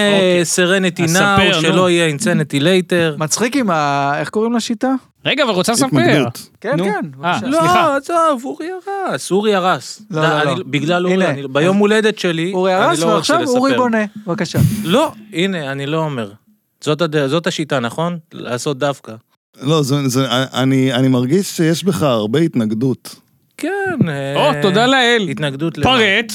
S3: סרניטי
S2: אז
S3: נאו,
S2: ספר, אוקיי. נו.
S3: שלא יהיה אינסניטי לייטר.
S1: מצחיק עם ה... איך קוראים לשיטה?
S2: רגע, אבל רוצה לספר.
S4: התמקדות.
S1: כן,
S3: נו.
S1: כן, בבקשה.
S2: לא, סליחה.
S3: לא, עזוב, אורי הרס, אורי הרס.
S1: לא,
S3: די,
S1: לא,
S3: אני-
S1: לא.
S3: בגלל
S1: הנה.
S3: אורי, אני- ביום הולדת שלי,
S1: אורי
S3: אני
S1: הרס,
S3: לא רוצה
S1: ועכשיו אורי
S3: לספר.
S1: בונה. בבקשה.
S3: לא, הנה, אני לא אומר. זאת הד- זאת השיטה, נכון? לעשות דווקא.
S4: לא, זה- זה- אני אני מרגיש שיש בך הרבה התנגדות.
S3: כן.
S2: או,
S3: אה,
S2: תודה לאל.
S3: התנגדות למה?
S2: פרט.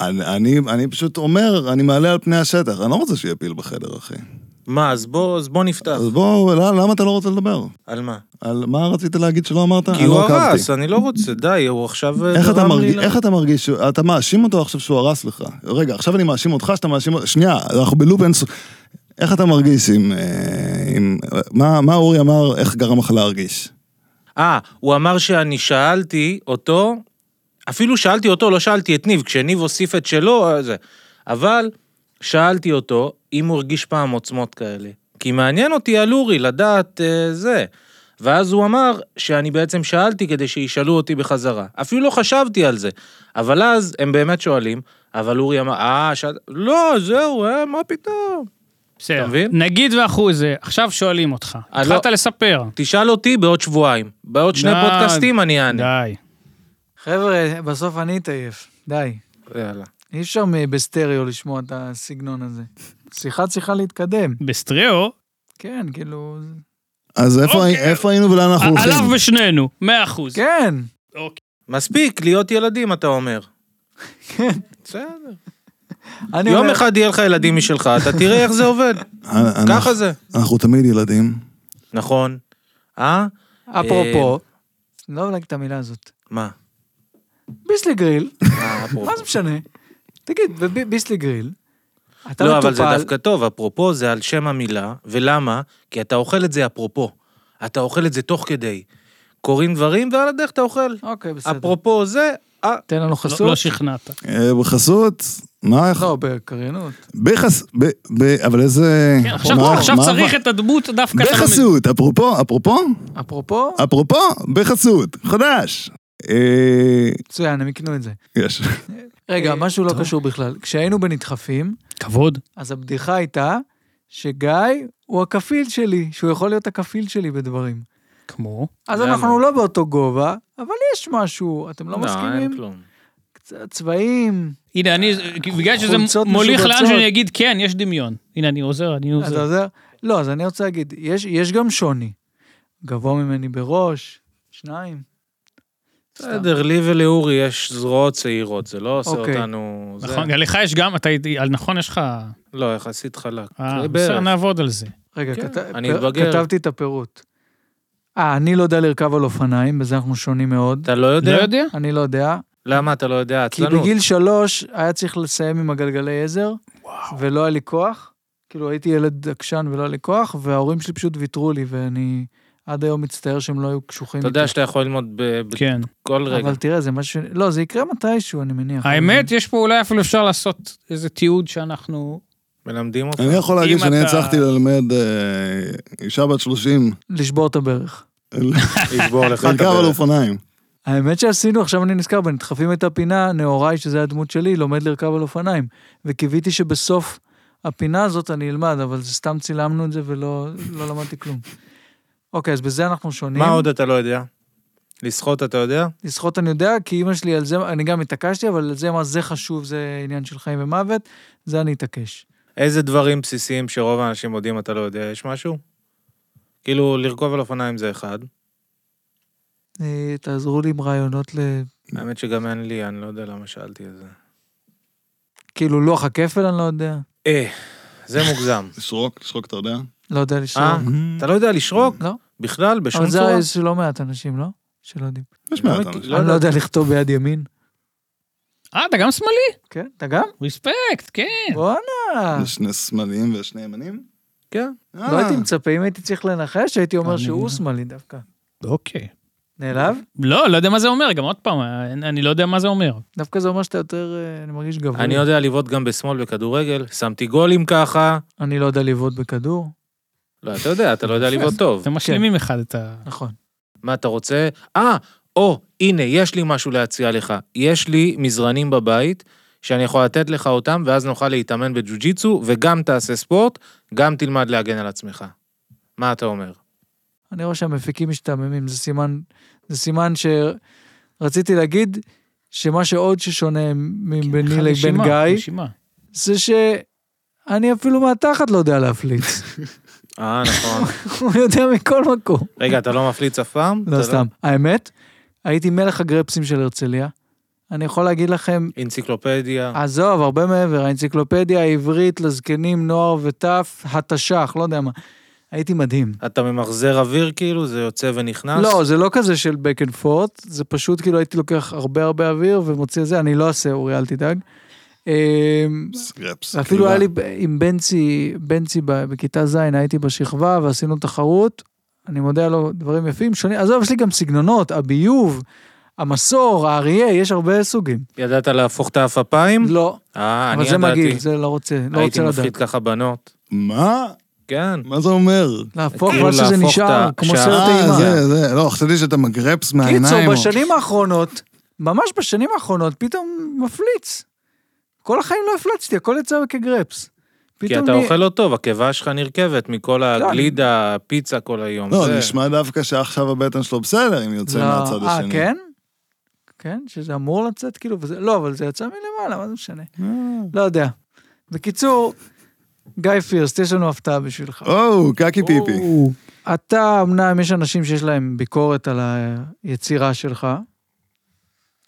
S4: אני- אני אני פשוט אומר, אני מעלה על פני השטח, אני לא רוצה שיהיה פיל בחדר, אחי.
S3: אה. מה, אז בוא אז בוא נפתח.
S4: אז בואו, לא, למה אתה לא רוצה לדבר?
S3: על מה?
S4: על מה רצית להגיד שלא אמרת?
S1: אה,
S3: כי
S4: אני
S3: הוא
S4: לא עקבתי.
S3: הרס, אני לא רוצה, די, הוא עכשיו... אה,
S4: איך אתה,
S3: גרם לי
S4: מרגיש,
S3: ל-
S4: איך אתה מרגיש, שהוא- אתה מאשים אותו עכשיו שהוא הרס לך. רגע, עכשיו אני מאשים אותך שאתה מאשים, שנייה, אנחנו בלופ אין סוף. איך אתה מרגיש עם, אה, עם מה, מה אורי אמר, איך גרם לך להרגיש?
S3: אה, הוא אמר שאני שאלתי אותו, אפילו שאלתי אותו, לא שאלתי את ניב, כשניב הוסיף את שלו, אה, זה. אבל שאלתי אותו אם הוא הרגיש פעם עוצמות כאלה. כי מעניין אותי על אורי לדעת אה, זה. ואז הוא אמר שאני בעצם שאלתי כדי שישאלו אותי בחזרה. אפילו לא חשבתי על זה. אבל אז הם באמת שואלים, אבל אורי אמר, אה, שאל... לא, זהו, אה, מה פתאום?
S2: בסדר.
S3: מבין?
S2: נגיד ואחוז זה, עכשיו שואלים אותך.
S3: אה,
S2: התחלת לספר.
S3: תשאל אותי בעוד שבועיים. בעוד שני
S2: די.
S3: פודקאסטים אני אענה.
S2: די.
S1: חבר'ה, בסוף אני אתעייף. די.
S3: יאללה.
S1: אי אפשר מ- בסטריאו לשמוע את הסגנון הזה. שיחה צריכה להתקדם.
S2: בסטריאו,
S1: כן, כאילו... זה-
S4: אז איפה,
S2: אוקיי.
S4: הי- איפה היינו ולאן אנחנו הולכים?
S2: עליו בשנינו, 100 אחוז.
S1: כן.
S3: מספיק להיות ילדים, אתה אומר.
S1: כן.
S3: בסדר.
S1: אני
S3: יום
S1: אומר-
S3: אחד יהיה לך ילדים משלך, אתה תראה איך זה עובד.
S4: אנ-
S3: ככה
S4: אנחנו-
S3: זה.
S4: אה, אנחנו תמיד ילדים.
S3: נכון. אה?
S1: אפרופו, לא אוהב להגיד את המילה הזאת.
S3: מה?
S1: ביסלי גריל,
S3: אה, אפרופו.
S1: מה זה משנה? תגיד, בב- ביסלי גריל, אתה
S3: לא, אבל זה
S1: מטופל,
S3: דווקא טוב, אפרופו זה על שם המילה, ולמה? כי אתה אוכל את זה אפרופו. אתה אוכל את זה תוך כדי. קורים דברים, ועל הדרך אתה אוכל.
S1: אוקיי, בסדר.
S3: אפרופו זה, אה,
S1: תן לנו
S2: לא- לא
S1: חסות.
S2: שכנעת.
S4: אה, בחסות, מה איך...
S1: לא, בקריינות.
S4: בחס... ב... ב... אבל איזה...
S2: כן, עכשיו-
S4: מה-
S2: עכשיו
S4: מה-
S2: צריך
S4: מה-
S2: את הדמות דווקא... אתה לא מבין.
S4: בחסות, אפרופו, אפרופו,
S1: אפרופו,
S4: אפרופו, בחסות, חדש. אה,
S1: מצוין, הם יקנו את זה.
S4: יש.
S1: רגע,
S3: אה,
S1: משהו לא קשור בכלל. כשהיינו בנדחפים,
S2: כבוד.
S1: אז הבדיחה הייתה שגיא הוא הכפיל שלי, שהוא יכול להיות הכפיל שלי בדברים.
S2: כמו?
S1: אז
S3: למה?
S1: אנחנו לא באותו גובה, אבל יש משהו, אתם לא מסכימים?
S3: אין כלום.
S1: קצת צבעים,
S2: הנה, אני, בגלל שזה
S1: חולצות
S2: מוליך לאן
S1: משובצות.
S2: שאני אגיד, כן, יש דמיון. הנה, אני עוזר, אני
S1: אז
S2: עוזר.
S1: עוזר. לא, אז אני רוצה להגיד, יש, יש גם שוני. גבוה ממני בראש, שניים.
S3: בסדר, לי ולאורי יש זרועות צעירות, זה לא עושה
S1: אוקיי.
S3: אותנו... זה-
S2: נכון, גם לך יש גם, אתה, הייתי- על- נכון, יש לך...
S3: לא, יחסית חלק.
S2: אה,
S3: זה
S2: בסדר,
S3: בערך.
S2: נעבוד על זה.
S1: רגע,
S3: כן,
S1: כת...
S3: אני
S1: פ-
S3: אתבגר.
S1: כתבתי את הפירוט. אה, אני לא יודע לרכב על אופניים, בזה אנחנו שונים מאוד.
S3: אתה לא
S2: לא
S3: יודע?
S2: יודע?
S1: אני לא יודע,
S3: למה אתה לא יודע?
S1: כי
S3: עצלנות.
S1: בגיל שלוש היה צריך לסיים עם הגלגלי עזר, ולא היה לי כוח. כאילו הייתי ילד עקשן ולא היה לי כוח, וההורים שלי פשוט ויתרו לי, ואני עד היום מצטער שהם לא היו קשוחים.
S3: אתה יודע
S1: איתי.
S3: שאתה יכול ללמוד ב-
S2: כן.
S3: בכל רגע.
S1: אבל תראה, זה משהו... לא, זה יקרה מתישהו, אני מניח.
S2: האמת, יש פה אולי אפילו אפשר לעשות איזה תיעוד שאנחנו...
S3: מלמדים אותך.
S4: אני יכול להגיד
S2: אם
S4: שאני
S2: אתה-
S4: הצלחתי ללמד אה, אישה בת 30
S1: לשבור את הברך.
S3: ישבור לך את
S4: לרכב על
S3: הברך.
S4: אופניים.
S1: האמת שעשינו, עכשיו אני נזכר, בנדחפים את הפינה, נאוריי, שזה הדמות שלי, לומד לרכב על אופניים. וקיוויתי שבסוף הפינה הזאת אני אלמד, אבל זה סתם צילמנו את זה ולא לא למדתי כלום. אוקיי, אז בזה אנחנו שונים.
S3: מה עוד אתה לא יודע? לשחות אתה יודע?
S1: לשחות אני יודע, כי אימא שלי על זה, אני גם התעקשתי, אבל על זה אמרה, זה חשוב, זה עניין של חיים ומוות, זה אני אתעקש.
S3: איזה דברים בסיסיים שרוב האנשים יודעים אתה לא יודע, יש משהו? כאילו, לרכוב על אופניים זה אחד.
S1: אה, תעזרו לי עם רעיונות ל...
S3: האמת שגם אין לי, אני לא יודע למה שאלתי את זה.
S1: כאילו לוח הכפל, אני לא יודע.
S3: אה, זה מוגזם.
S4: לשרוק, לשרוק אתה יודע?
S1: לא יודע
S3: אה,
S1: לשאול.
S3: אתה לא יודע לשרוק?
S1: לא.
S3: בכלל, בשום
S1: אבל זה
S3: צורה?
S1: יש לא מעט אנשים, לא? שלא יודעים.
S4: יש מעט
S3: מכיר.
S4: אנשים.
S3: לא
S1: אני לא
S3: יודע.
S1: יודע לכתוב ביד ימין.
S2: אה, אתה גם שמאלי?
S1: כן, אתה גם?
S2: ריספקט, כן.
S1: בואנה.
S4: יש שני שמאליים ושני ימנים? אה,
S3: כן.
S1: לא הייתי מצפה, אם הייתי צריך לנחש, הייתי אומר
S2: אני-
S1: שהוא שמאלי דווקא.
S2: אוקיי.
S1: נעלב?
S2: לא, לא יודע מה זה אומר, גם עוד פעם, אני- אני לא יודע מה זה אומר.
S1: דווקא זה אומר שאתה יותר, אה, אני מרגיש גבוה.
S3: אני יודע לבעוט גם בשמאל בכדורגל, שמתי גולים ככה.
S1: אני לא יודע לבעוט בכדור.
S3: לא, אתה יודע, אתה לא יודע לבעוט טוב.
S2: אתם משלימים אחד את ה...
S1: נכון.
S3: מה אתה רוצה? אה, או, הנה, יש לי משהו להציע לך. יש לי מזרנים בבית, שאני יכול לתת לך אותם, ואז נוכל להתאמן בג'ו-ג'יצו, וגם תעשה ספורט, גם תלמד להגן על עצמך. מה אתה אומר?
S1: אני רואה שהמפיקים משתעממים, זה סימן, זה סימן שרציתי להגיד, שמה שעוד ששונה מביני
S2: אחד
S1: לבין
S2: רשימה,
S1: גיא,
S2: רשימה.
S1: זה שאני אפילו מהתחת לא יודע להפליץ.
S3: אה, נכון.
S1: הוא יודע מכל מקום.
S3: רגע, אתה לא מפליץ אף פעם? אתה
S1: לא סתם. האמת, הייתי מלך הגרפסים של הרצליה. אני יכול להגיד לכם,
S3: אנציקלופדיה.
S1: עזוב, הרבה מעבר, האנציקלופדיה העברית לזקנים, נוער וטף, התש"ח, לא יודע מה. הייתי מדהים.
S3: אתה ממחזר אוויר כאילו, זה יוצא ונכנס?
S1: לא, זה לא כזה של back and forth, זה פשוט כאילו הייתי לוקח הרבה הרבה אוויר ומוציא את זה, אני לא אעשה אורי, אל תדאג. אמ,
S4: סקרפס.
S1: אפילו היה לי ב- עם בנצי, בנצי ב- בכיתה ז', הייתי בשכבה ועשינו תחרות, אני מודה לו דברים יפים, שונים, עזוב, יש לי גם סגנונות, הביוב, המסור, האריה, יש הרבה סוגים.
S3: ידעת להפוך את העפפיים?
S1: לא,
S3: אה, אני
S1: אבל זה
S3: ידעתי.
S1: מגעיל, זה לא רוצה, לא
S3: הייתי
S1: רוצה
S3: מפחיד
S1: לדעת.
S3: ככה בנות.
S4: מה?
S3: כן.
S4: מה זה אומר?
S1: להפוך,
S3: כאילו
S1: אבל שזה
S3: להפוך את
S1: נשאר,
S3: ה-
S1: כמו
S3: שעה.
S1: סרט
S4: אה,
S1: אימה.
S4: זה, זה, לא, חשבתי שאתה מגרפס מהעיניים.
S1: קיצור,
S4: או-
S1: בשנים האחרונות, ממש בשנים האחרונות, פתאום מפליץ. כל החיים לא הפלצתי, הכל יצא כגרפס.
S3: כי
S1: פתאום
S3: אתה
S1: אני-
S3: אוכל לא טוב, הקיבה שלך נרכבת מכל
S1: אני-
S3: הגלידה, הפיצה כל היום.
S4: לא,
S3: נכון, זה-
S4: נשמע דווקא שעכשיו הבטן שלו בסדר, אם יוצא
S1: לא,
S4: מהצד השני.
S1: אה, כן? כן? שזה אמור לצאת כאילו, וזה... לא, אבל זה יצא מלמעלה, מה זה משנה?
S4: אה.
S1: לא יודע. בקיצור, גיא פירסט, יש לנו הפתעה בשבילך.
S4: או, קקי פיפי.
S1: אתה, אמנם יש אנשים שיש להם ביקורת על היצירה שלך,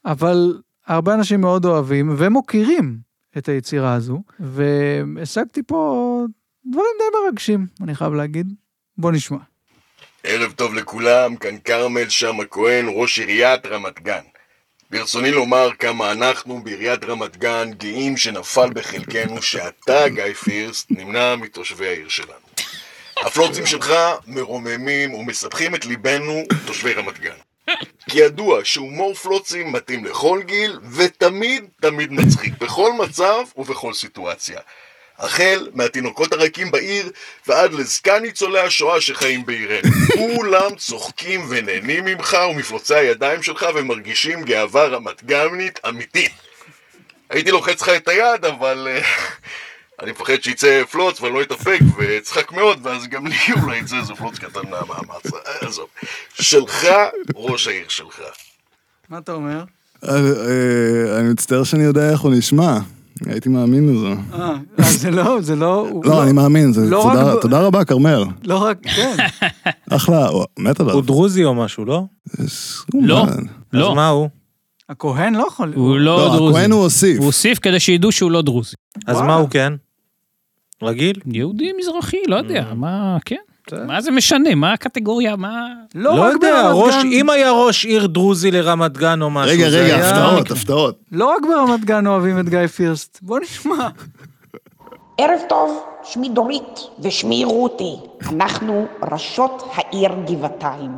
S1: אבל הרבה אנשים מאוד אוהבים ומוקירים את היצירה הזו, והשגתי פה דברים די מרגשים, אני חייב להגיד. בוא נשמע.
S8: ערב טוב לכולם, כאן כרמל שאמה כהן, ראש עיריית רמת גן. ברצוני לומר כמה אנחנו בעיריית רמת גן גאים שנפל בחלקנו שאתה, גיא פירסט, נמנע מתושבי העיר שלנו. הפלוצים שלך מרוממים ומספחים את ליבנו, תושבי רמת גן. כי ידוע שהומור פלוצים מתאים לכל גיל, ותמיד תמיד מצחיק, בכל מצב ובכל סיטואציה. החל מהתינוקות הרכים בעיר ועד לזקן ניצולי השואה שחיים בעירנו. כולם צוחקים ונהנים ממך ומפלוצי הידיים שלך ומרגישים גאווה רמת גמנית אמיתית. הייתי לוחץ לך את היד, אבל אה, אני מפחד שיצא פלוץ ואני לא אתאפק ואצחק מאוד, ואז גם לי אולי יצא איזה פלוץ קטן מהמאמץ. אה, עזוב. שלך, ראש העיר שלך.
S1: מה אתה אומר?
S4: אה, אה, אני מצטער שאני יודע איך הוא נשמע. הייתי מאמין לזה.
S1: אה, זה לא, זה לא... הוא-
S4: לא, אני מאמין, זה
S1: לא רק
S4: תודה-
S1: ב-
S4: תודה רבה, כרמל.
S1: לא רק, כן.
S4: אחלה, הוא מת עליו.
S3: הוא דרוזי או משהו, לא?
S4: הוא
S2: לא.
S4: מת.
S2: לא,
S3: אז מה הוא?
S1: הכהן לא יכול...
S2: הוא לא
S4: לא,
S2: דרוזי.
S4: הכהן הוא הוסיף.
S2: הוא הוסיף כדי שידעו שהוא לא דרוזי.
S3: אז
S1: וואלה.
S3: מה הוא כן? רגיל?
S2: יהודי מזרחי, לא יודע, מה, כן. מה זה משנה, מה הקטגוריה, מה...
S1: לא רק
S3: יודע,
S1: ברמת
S3: ראש,
S1: גן.
S3: אם היה ראש עיר דרוזי לרמת גן או משהו,
S4: רגע,
S3: זה
S4: רגע,
S3: היה-
S4: הפתעות, הפתעות.
S1: לא רק ברמת גן אוהבים את גיא פירסט. בוא נשמע.
S9: ערב טוב, שמי דורית ושמי רותי. אנחנו ראשות העיר גבעתיים.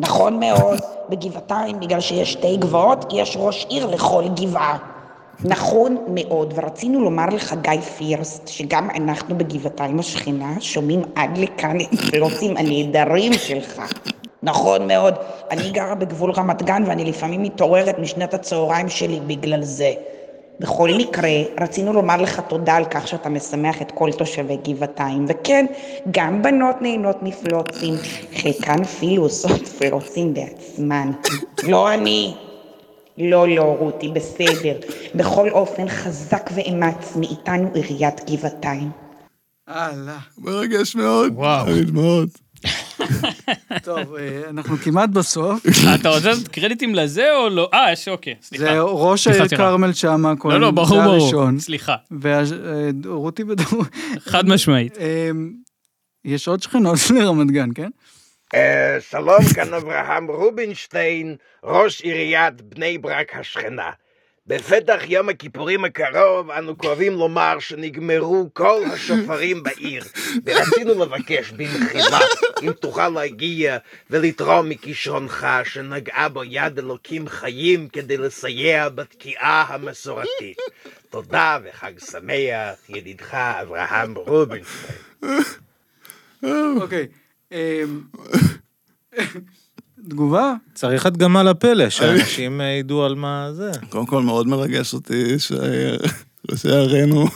S9: נכון מאוד, בגבעתיים, בגלל שיש שתי גבעות, יש ראש עיר לכל גבעה. נכון מאוד, ורצינו לומר לך, גיא פירסט, שגם אנחנו בגבעתיים השכנה שומעים עד לכאן את הפלוצים הנהדרים שלך. נכון מאוד. אני גרה בגבול רמת גן ואני לפעמים מתעוררת משנת הצהריים שלי בגלל זה. בכל מקרה, רצינו לומר לך תודה על כך שאתה משמח את כל תושבי גבעתיים, וכן, גם בנות נהנות מפלוצים, חלקן אפילו עושות פלוצים בעצמן. לא אני. לא, לא, רותי, בסדר. בכל אופן, חזק ואמץ מאיתנו עיריית גבעתיים.
S1: הלאה.
S4: מרגש מאוד.
S2: וואו.
S4: תמיד מאוד.
S1: טוב, אה, אנחנו כמעט בסוף.
S2: אה, אתה רוצה לתת קרדיטים לזה או לא? אה, יש, אוקיי, סליחה.
S1: זה ראש
S2: סליחה,
S1: העיר
S2: סליחה.
S1: כרמל שאמה הכהן.
S2: לא, לא, ברור,
S1: זה
S2: ברור.
S1: הראשון. אה,
S2: סליחה,
S1: ורותי בדרום.
S2: חד משמעית.
S1: אמ, יש עוד שכנות לרמת גן, כן?
S10: אה, שלום, כאן אברהם רובינשטיין, ראש עיריית בני ברק השכנה. בפתח יום הכיפורים הקרוב, אנו כואבים לומר שנגמרו כל השופרים בעיר, ורצינו לבקש במחילה, אם תוכל להגיע ולתרום מכישרונך שנגעה בו יד אלוקים חיים כדי לסייע בתקיעה המסורתית. תודה וחג שמח, ידידך אברהם רובינשטיין.
S1: אוקיי. אמ, תגובה?
S3: צריך הדגמה לפלא, שאנשים אה, ידעו על מה זה.
S4: קודם כל, מאוד מרגש אותי שראשי ערינו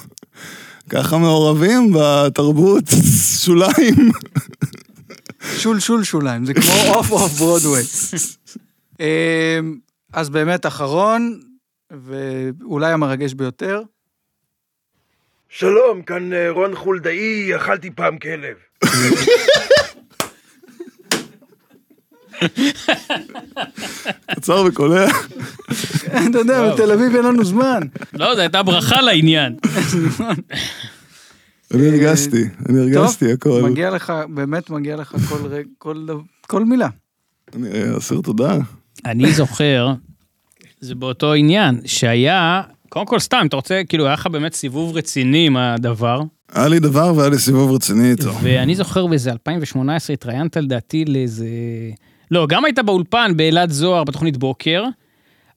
S4: ככה מעורבים בתרבות שוליים.
S1: שול שול שוליים, זה כמו אוף אוף ברודווי. אמ, אז באמת, אחרון, ואולי המרגש ביותר.
S10: שלום, כאן אה, רון חולדאי, אכלתי פעם כלב.
S4: קצר וקולע.
S1: אתה יודע, בתל אביב אין לנו זמן.
S2: לא, זו הייתה ברכה לעניין.
S4: אני הרגשתי, אני הרגשתי הכל.
S1: טוב, מגיע לך, באמת מגיע לך כל רגע, כל דבר- כל מילה.
S4: אני אה, אסיר תודה.
S2: אני זוכר, זה באותו עניין, שהיה, קודם כל סתם, אתה רוצה, כאילו, היה לך באמת סיבוב רציני עם הדבר,
S4: היה לי דבר והיה לי סיבוב רציני איתו.
S2: ואני זוכר באיזה 2018 התראיינת לדעתי לאיזה... לא, גם היית באולפן באלעד זוהר בתוכנית בוקר,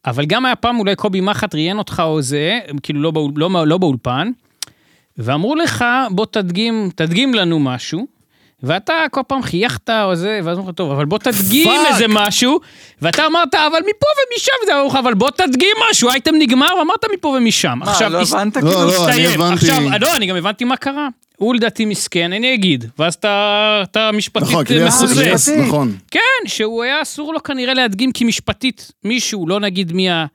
S2: אבל גם היה פעם אולי קובי מחט ראיין אותך או זה, כאילו לא, באול, לא, לא באולפן, ואמרו לך, בוא תדגים, תדגים לנו משהו. ואתה כל פעם חייכת או זה, ואז אמרו לך, טוב, אבל בוא תדגים
S1: פאק.
S2: איזה משהו. ואתה אמרת, אבל מפה ומשם, זה אמרו לך, אבל בוא תדגים משהו, האייטם נגמר, ואמרת מפה ומשם.
S1: מה, לא
S2: הס-
S1: הבנת?
S4: לא,
S1: כאילו?
S4: לא, אני
S2: הסתיים.
S4: הבנתי.
S2: עכשיו, לא, אני גם הבנתי מה קרה. הוא לדעתי מסכן, אני אגיד. ואז אתה אתה
S4: נכון,
S2: משפטית
S4: כי לי אסור,
S1: מחוזה.
S4: לי
S2: מחוזה.
S4: אסור, נכון.
S2: כן, שהוא היה אסור לו כנראה להדגים, כי משפטית מישהו, לא נגיד מי ה...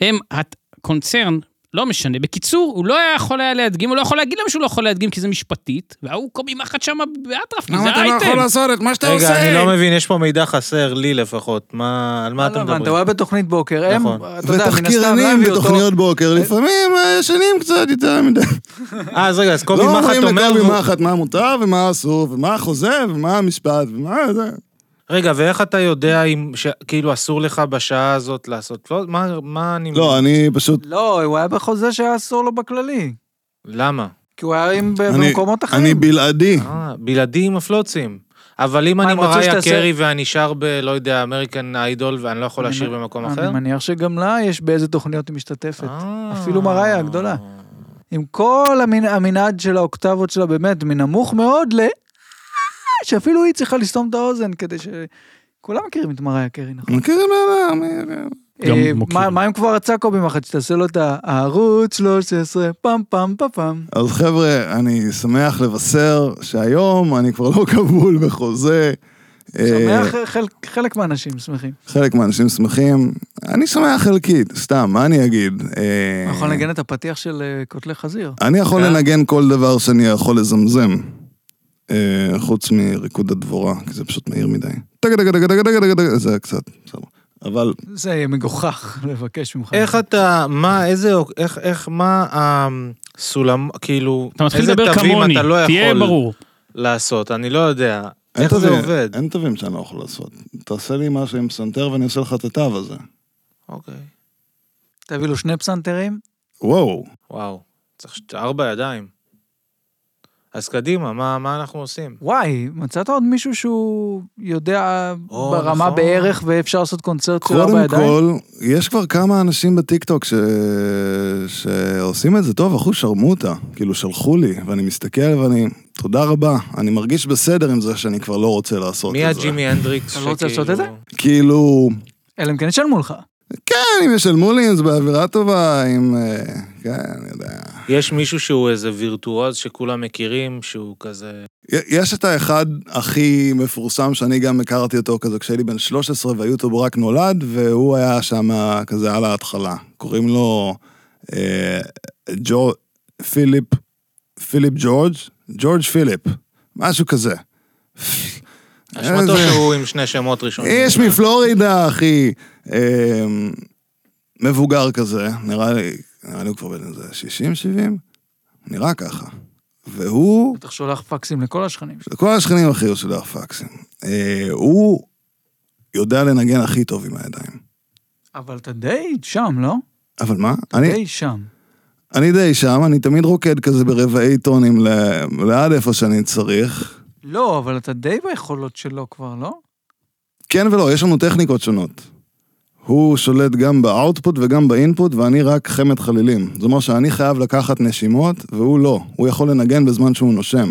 S2: הם הקונצרן, לא משנה. בקיצור, הוא לא היה יכול היה להדגים, הוא לא יכול להגיד להם שהוא לא יכול להדגים, כי זה משפטית, וההוא קובי מחט שם באטרף, כי זה אייטם.
S4: לא לעשות את מה שאתה
S3: רגע, אני לא מבין, יש פה מידע חסר, לי לפחות. מה, על מה
S1: לא
S3: אתם
S1: הבנת, הוא
S3: מדברים?
S1: היה בתוכנית בוקר, הם,
S3: נכון.
S1: אתה יודע, מן הסתם לא
S4: ותחקירנים
S1: הביאו אותו.
S4: בתוכניות בוקר, לפעמים אה, ישנים קצת יותר מדי.
S3: אה, אז רגע, אז קובי
S4: לא
S3: מחט
S4: אומרים
S3: אומר...
S4: לקובי
S3: והוא-
S4: מחט מה מותר ומה אסור, ומה החוזה ומה המשפט ומה זה.
S3: רגע, ואיך אתה יודע אם, ש- כאילו, אסור לך בשעה הזאת לעשות? לא, מה- מה אני...
S4: לא, אני פשוט...
S1: לא, הוא היה בחוזה שהיה אסור לו בכללי.
S3: למה?
S1: כי הוא היה עם ב-
S4: אני-
S1: במקומות
S4: אני
S1: אחרים.
S4: בלעדי.
S3: אה, בלעדי עם הפלוצים. אבל אם
S1: מה,
S3: אני
S1: הם רצו
S3: מריה
S1: שתעשה-
S3: קרי ואני שר ב, לא יודע, אמריקן איידול, ואני לא יכול
S1: אני
S3: לשיר
S1: מ- אה,
S3: במקום אחר?
S1: אני מניח שגם לה יש באיזה תוכניות היא משתתפת.
S3: אה.
S1: אפילו מריה הגדולה. עם כל המנ- המנעד של האוקטבות שלה, באמת, מנמוך מאוד ל... שאפילו היא צריכה לסתום את האוזן כדי ש... כולם מכירים את מריה קרי, נכון?
S4: מכירים אלה, מ-
S2: גם
S1: אה,
S2: מוכרים.
S1: מה- מה אם כבר רצה קובי מחט, שתעשה לו את הערוץ 13, פעם פעם פעם פעם.
S4: אז חבר'ה, אני שמח לבשר שהיום אני כבר לא כבול בחוזה. אה,
S1: שמח, חלק- חלק מהאנשים שמחים.
S4: חלק מהאנשים שמחים. אני שמח חלקית, סתם, מה אני אגיד? אה,
S1: נכון לנגן את הפתיח של אה, קוטלי חזיר.
S4: אני יכול
S3: אה?
S4: לנגן כל דבר שאני יכול לזמזם. אה, חוץ מריקוד הדבורה, כי זה פשוט מהיר מדי. טגה טגה טגה טגה טגה טגה, זה היה קצת, בסדר. אבל
S1: זה יהיה מגוחך לבקש ממך.
S3: איך אתה, מה, איזה, איך, איך, מה הסולם, כאילו,
S2: אתה מתחיל
S3: איזה
S2: לדבר
S3: תווים
S2: כמוני,
S3: אתה לא יכול
S2: תהיה ברור.
S3: לעשות, אני לא יודע.
S4: אין
S3: איך זה
S4: תווים-
S3: עובד?
S4: אין תווים שאני לא יכול לעשות. תעשה לי משהו עם פסנתר ואני עושה לך את התו הזה.
S3: אוקיי.
S1: תביא לו שני פסנתרים?
S4: וואו.
S3: וואו, צריך ש- ארבע ידיים. אז קדימה, מה, מה אנחנו עושים?
S1: וואי, מצאת עוד מישהו שהוא יודע
S3: או,
S1: ברמה
S3: נכון.
S1: בערך ואפשר לעשות קונצרט שלו
S4: קודם
S1: לא בידיים?
S4: כל, יש כבר כמה אנשים בטיקטוק ש... שעושים את זה טוב, אחו שרמוטה, כאילו שלחו לי, ואני מסתכל ואני, תודה רבה, אני מרגיש בסדר עם זה שאני כבר לא רוצה לעשות
S3: מי
S4: את זה.
S3: הג'ימי הנדריקס
S1: אתה לא רוצה לעשות את זה?
S4: כאילו,
S1: אלא אם כן ישלמו לך.
S4: כן, אם ישלמו לי, אם זה באווירה טובה, אם... אה, כן, אני יודע.
S3: יש מישהו שהוא איזה וירטואוז שכולם מכירים, שהוא כזה...
S4: י- יש את האחד הכי מפורסם שאני גם הכרתי אותו כזה כשהייתי בן 13 והיוטיוב רק נולד, והוא היה שם כזה על ההתחלה. קוראים לו אה, ג'ו... פיליפ... פיליפ ג'ורג'? ג'ורג' פיליפ. משהו כזה.
S3: אשמתו
S4: איזה-
S3: שהוא עם שני שמות ראשונים.
S4: איש מפלורידה, אחי. אה, מבוגר כזה, נראה לי, נראה לי הוא כבר בן איזה 60-70? נראה ככה. והוא
S1: בטח שולח פקסים לכל השכנים שלו.
S4: לכל השכנים אחי הוא שולח פקסים. אה, הוא יודע לנגן הכי טוב עם הידיים.
S1: אבל אתה די שם, לא?
S4: אבל מה?
S1: אתה
S4: אני,
S1: די שם.
S4: אני די שם, אני תמיד רוקד כזה ברבעי טונים ל- לעד איפה שאני צריך.
S1: לא, אבל אתה די ביכולות שלו כבר, לא?
S4: כן ולא, יש לנו טכניקות שונות. הוא שולט גם באאוטפוט וגם באינפוט, ואני רק חמד חלילים. זאת אומרת שאני חייב לקחת נשימות, והוא לא. הוא יכול לנגן בזמן שהוא נושם.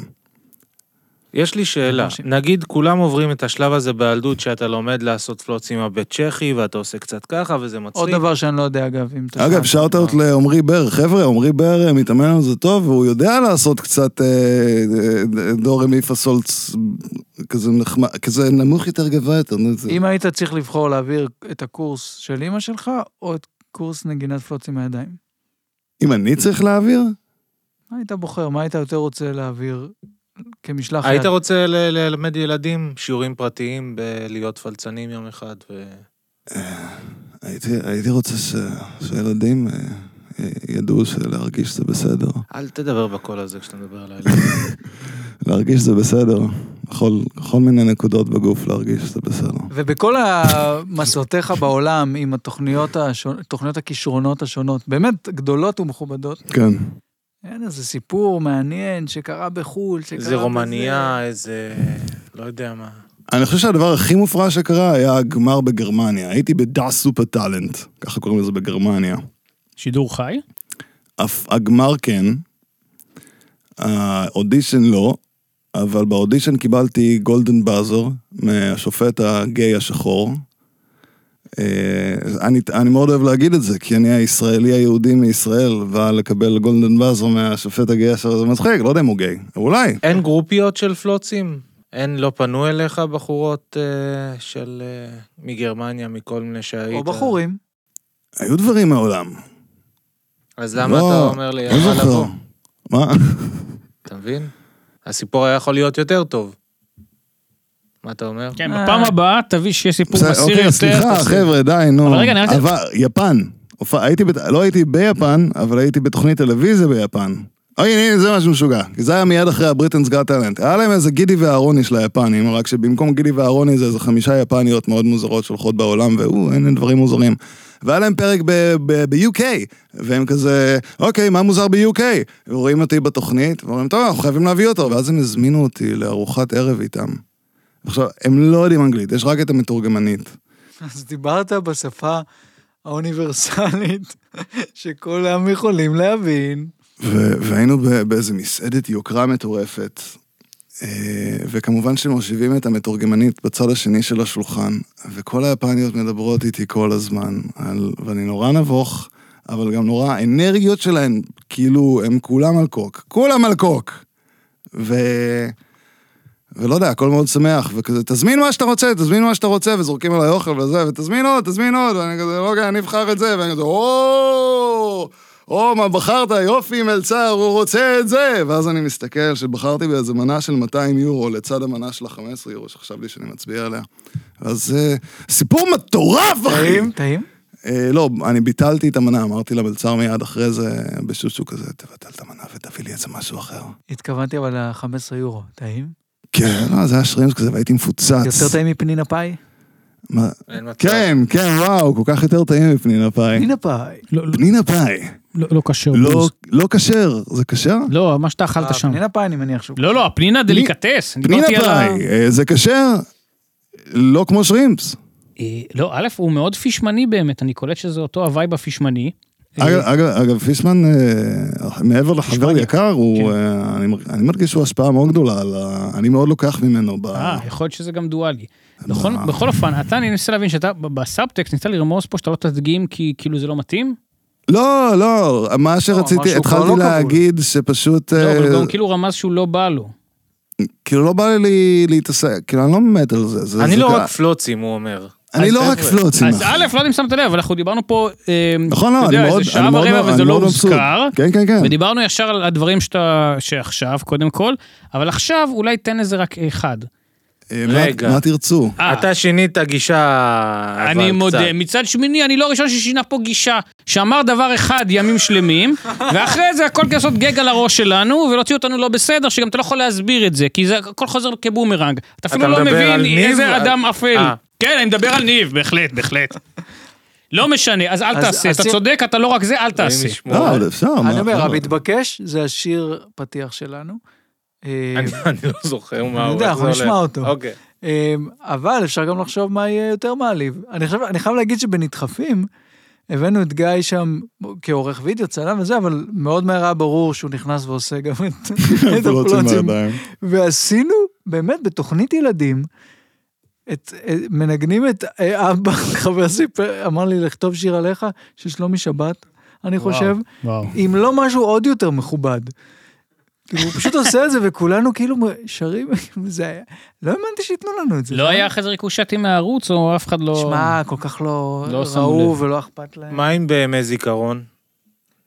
S3: יש לי שאלה,
S1: אנשים.
S3: נגיד כולם עוברים את השלב הזה בילדות שאתה לומד לעשות פלוצים הבית צ'כי ואתה עושה קצת ככה וזה מצחיק.
S1: עוד דבר שאני לא יודע, אגב, אם אתה...
S4: אגב,
S1: שאלת.
S4: שאוט-אאוט לעמרי בר. חבר'ה, עמרי בר אה, מתאמן על זה טוב, והוא יודע לעשות קצת אה, אה, דו רמי פסולץ כזה נחמד, כזה נמוך יותר גבוה יותר. נו,
S3: כן.
S4: זה-
S1: אם היית צריך לבחור להעביר את הקורס של אימא שלך, או את קורס נגינת פלוץ עם הידיים,
S4: אם אני צריך להעביר?
S1: מה היית בוחר? מה היית יותר רוצה להעביר כמשלח יד?
S3: היית רוצה ל- ללמד ילדים שיעורים פרטיים בלהיות פלצנים יום אחד ו...
S4: הייתי, הייתי רוצה ש, שילדים אה, אה, ידעו שלהרגיש זה בסדר.
S3: אל תדבר בקול הזה כשאתה מדבר על הילדים.
S4: להרגיש זה בסדר. בכל, בכל מיני נקודות בגוף להרגיש שזה בסדר.
S1: ובכל מסעותיך בעולם עם התוכניות השונ- תוכניות הכישרונות השונות, באמת גדולות ומכובדות,
S4: כן.
S1: אין איזה סיפור מעניין שקרה בחו"ל, שקרה...
S3: איזה
S1: בזה.
S3: רומניה, איזה... לא יודע מה.
S4: אני חושב שהדבר הכי מופרע שקרה היה הגמר בגרמניה. הייתי בדה סופר טאלנט, ככה קוראים לזה בגרמניה.
S2: שידור חי?
S4: אף הגמר כן, האודישן לא, אבל באודישן קיבלתי גולדן באזר מהשופט הגיי השחור. אה, אני, אני מאוד אוהב להגיד את זה, כי אני הישראלי היהודי מישראל, ולקבל גולדן באזר מהשופט הגיי השחור זה מצחיק, לא יודע אם הוא גיי, אבל אולי.
S3: אין גרופיות של פלוצים? אין, לא פנו אליך בחורות אה, של... אה, מגרמניה, מכל מיני שהיית?
S1: או בחורים.
S4: היו דברים מעולם.
S3: אז למה
S4: לא,
S3: אתה אומר לי,
S4: לא
S3: יאללה
S4: זוכר.
S3: לבוא?
S4: מה?
S3: אתה מבין? הסיפור היה יכול להיות יותר טוב. מה אתה אומר?
S2: כן,
S1: אה.
S2: בפעם הבאה תביא שיהיה סיפור
S4: בסדר,
S2: מסיר
S4: אוקיי,
S2: יותר.
S4: סליחה,
S2: תעשה.
S4: חבר'ה, די, נו.
S2: אבל רגע, אני רק-
S4: אבל יפן. הופע- הייתי בת- לא הייתי ביפן, אבל הייתי בתוכנית טלוויזיה ביפן. אוי, הנה, הנה, זה משהו משוגע. כי זה היה מיד אחרי הבריטנס גאט טאלנט. היה להם איזה גידי ואהרוני של היפנים, רק שבמקום גידי ואהרוני זה איזה חמישה יפניות מאוד מוזרות שהולכות בעולם, והוא, אין דברים מוזרים. והיה להם פרק ב- ב- ב-UK, והם כזה, אוקיי, מה מוזר ב-UK? ורואים אותי בתוכנית, ואומרים, טוב, אנחנו חייבים להביא אותו, ואז הם הזמינו אותי לארוחת ערב איתם. עכשיו, הם לא יודעים אנגלית, יש רק את המתורגמנית.
S1: אז דיברת בשפה האוניברסלית שכולם יכולים להבין.
S4: ו- והיינו ב- באיזה מסעדת יוקרה מטורפת, אה, וכמובן שמושיבים את המתורגמנית בצד השני של השולחן, וכל היפניות מדברות איתי כל הזמן, על, ואני נורא נבוך, אבל גם נורא, האנרגיות שלהן, כאילו, הם כולם על קוק, כולם על קוק! ו... ולא יודע, הכל מאוד שמח, וכזה, תזמין מה שאתה רוצה, תזמין מה שאתה רוצה, וזורקים עליי אוכל וזה, ותזמין עוד, תזמין עוד, ואני כזה, לא, אוקיי, אני אבחר את זה, ואני כזה, או, או, מה בחרת, יופי, מלצר, הוא רוצה את זה, ואז אני מסתכל שבחרתי באיזה מנה של 200 יורו, לצד המנה של ה-15 יורו, שחשבתי שאני מצביע עליה. אז זה סיפור מטורף, אחי!
S1: טעים? טעים?
S4: אה, לא, אני ביטלתי את המנה, אמרתי למלצר מיד אחרי זה, בשושו כזה, תבטל את המנה ותביא לי איזה משהו אחר.
S1: התכוונתי אבל ל-15 יורו. טעים?
S4: כן, לא, זה היה שרימפס כזה, והייתי מפוצץ.
S1: יותר טעים מפנינה פאי?
S4: מה-
S3: אין מצב.
S4: כן, כן, וואו, כל כך יותר טעים מפנינה פאי.
S1: פנינה פאי.
S2: לא- לא-
S4: פנינה פאי.
S2: לא לא כשר.
S4: לא-
S2: בוז.
S4: לא כשר, זה כשר?
S2: לא, מה שאתה אכלת שם.
S1: פנינה פאי אני מניח שהוא...
S2: לא, לא, הפנינה דליקטס. אני
S4: פנינה
S2: דיברתי על ה-
S4: פאי, אה, זה כשר? לא כמו שרימפס.
S2: אה, לא, א', הוא מאוד פישמני באמת, אני קולט שזה אותו הוואי בפישמני.
S4: אגב, אגב, אגב, פישמן, אה, מעבר לחבר יקר,
S2: כן.
S4: הוא, אה, אני מר- אני מרגיש שהוא השפעה מאוד גדולה, על ה- אני מאוד לוקח ממנו ב...
S2: אה, יכול להיות שזה גם דואלי. בכל,
S4: אה.
S2: בכל אופן, אתה, אני מנסה להבין שאתה, ב- בסאבטקסט ניסה לרמוז פה שאתה לא תדגים כי כאילו זה לא מתאים?
S4: לא, לא, מה שרציתי,
S2: משהו כבר לא
S4: התחלתי
S2: כבוש.
S4: להגיד שפשוט,
S2: לא, אבל
S4: אה,
S2: הוא גם כאילו רמז שהוא לא בא לו.
S4: כאילו לא בא לי להתעסק, כאילו אני לא מת על זה, זה.
S3: אני
S4: זה
S3: לא
S4: כ-
S3: רק פלוצים, הוא אומר.
S4: אני
S3: אז
S4: לא רק
S3: חבר'ה.
S4: פלוצים.
S2: אז א', לא יודע אם שמת לב, אבל אנחנו דיברנו פה, אה,
S4: נכון,
S2: אתה
S4: לא, אני
S2: יודע,
S4: מאוד,
S2: איזה
S4: אני
S2: שעה
S4: מאוד,
S2: ורבע
S4: אני
S2: וזה לא
S4: מאוד מבסוט.
S2: הוזכר,
S4: כן, כן, כן.
S2: ודיברנו ישר על הדברים שאתה, שעכשיו, קודם כל, אבל עכשיו אולי תן איזה רק אחד.
S4: אה, מה-
S3: רגע.
S4: מה תרצו?
S2: אה.
S3: אתה שינית גישה, אבל
S2: אני מודה.
S3: קצת.
S2: מצד שמיני, אני לא הראשון ששינה פה גישה, שאמר דבר אחד ימים שלמים, ואחרי זה הכל כדי לעשות גג על הראש שלנו, ולהוציא אותנו לא בסדר, שגם אתה לא יכול להסביר את זה, כי זה הכל חוזר כבומרנג. אתה אפילו
S3: אתה
S2: לא
S3: מדבר על
S2: מבין
S3: ניב?
S2: איזה
S3: על-
S2: אדם אפל.
S3: אה.
S2: כן, אני מדבר על ניב, בהחלט, בהחלט. לא משנה, אז אל
S1: אז-
S2: תעשה,
S1: אז
S2: אתה
S1: אם-
S2: צודק, אתה לא רק זה, אל תעשה.
S3: אלוהים ישמור.
S4: לא, אבל אפשר, מה?
S1: אני אומר,
S4: לא.
S1: המתבקש זה השיר פתיח שלנו. אה,
S3: אני אני לא זוכר מה
S1: אני
S3: הוא,
S1: יודע,
S3: איך
S1: אנחנו
S3: זה הולך.
S1: נשמע אותו.
S3: אוקיי.
S1: אמ, אבל אפשר גם לחשוב מה יהיה יותר מעליב. אני חייב, אני חייב להגיד שבנדחפים, הבאנו את גיא שם כעורך וידאו, צלם וזה, אבל מאוד מהר היה ברור שהוא נכנס ועושה גם את, את
S4: פלוצים
S1: הפלוצים.
S4: בידיים.
S1: ועשינו, באמת, בתוכנית ילדים, את, את, מנגנים את אה, אבא, חבר סיפר, אמר לי לכתוב שיר עליך, של שלומי שבת, אני חושב,
S2: וואו.
S1: אם לא משהו עוד יותר מכובד. כאילו, הוא פשוט עושה את זה, וכולנו כאילו שרים, זה היה... לא האמנתי שייתנו לנו את זה.
S2: לא היה אחרי זה ריקושטים מהערוץ, או אף אחד לא...
S1: שמע, כל כך לא,
S2: לא שמו
S1: ראו
S2: לב.
S1: ולא אכפת להם.
S3: מה עם בימי זיכרון?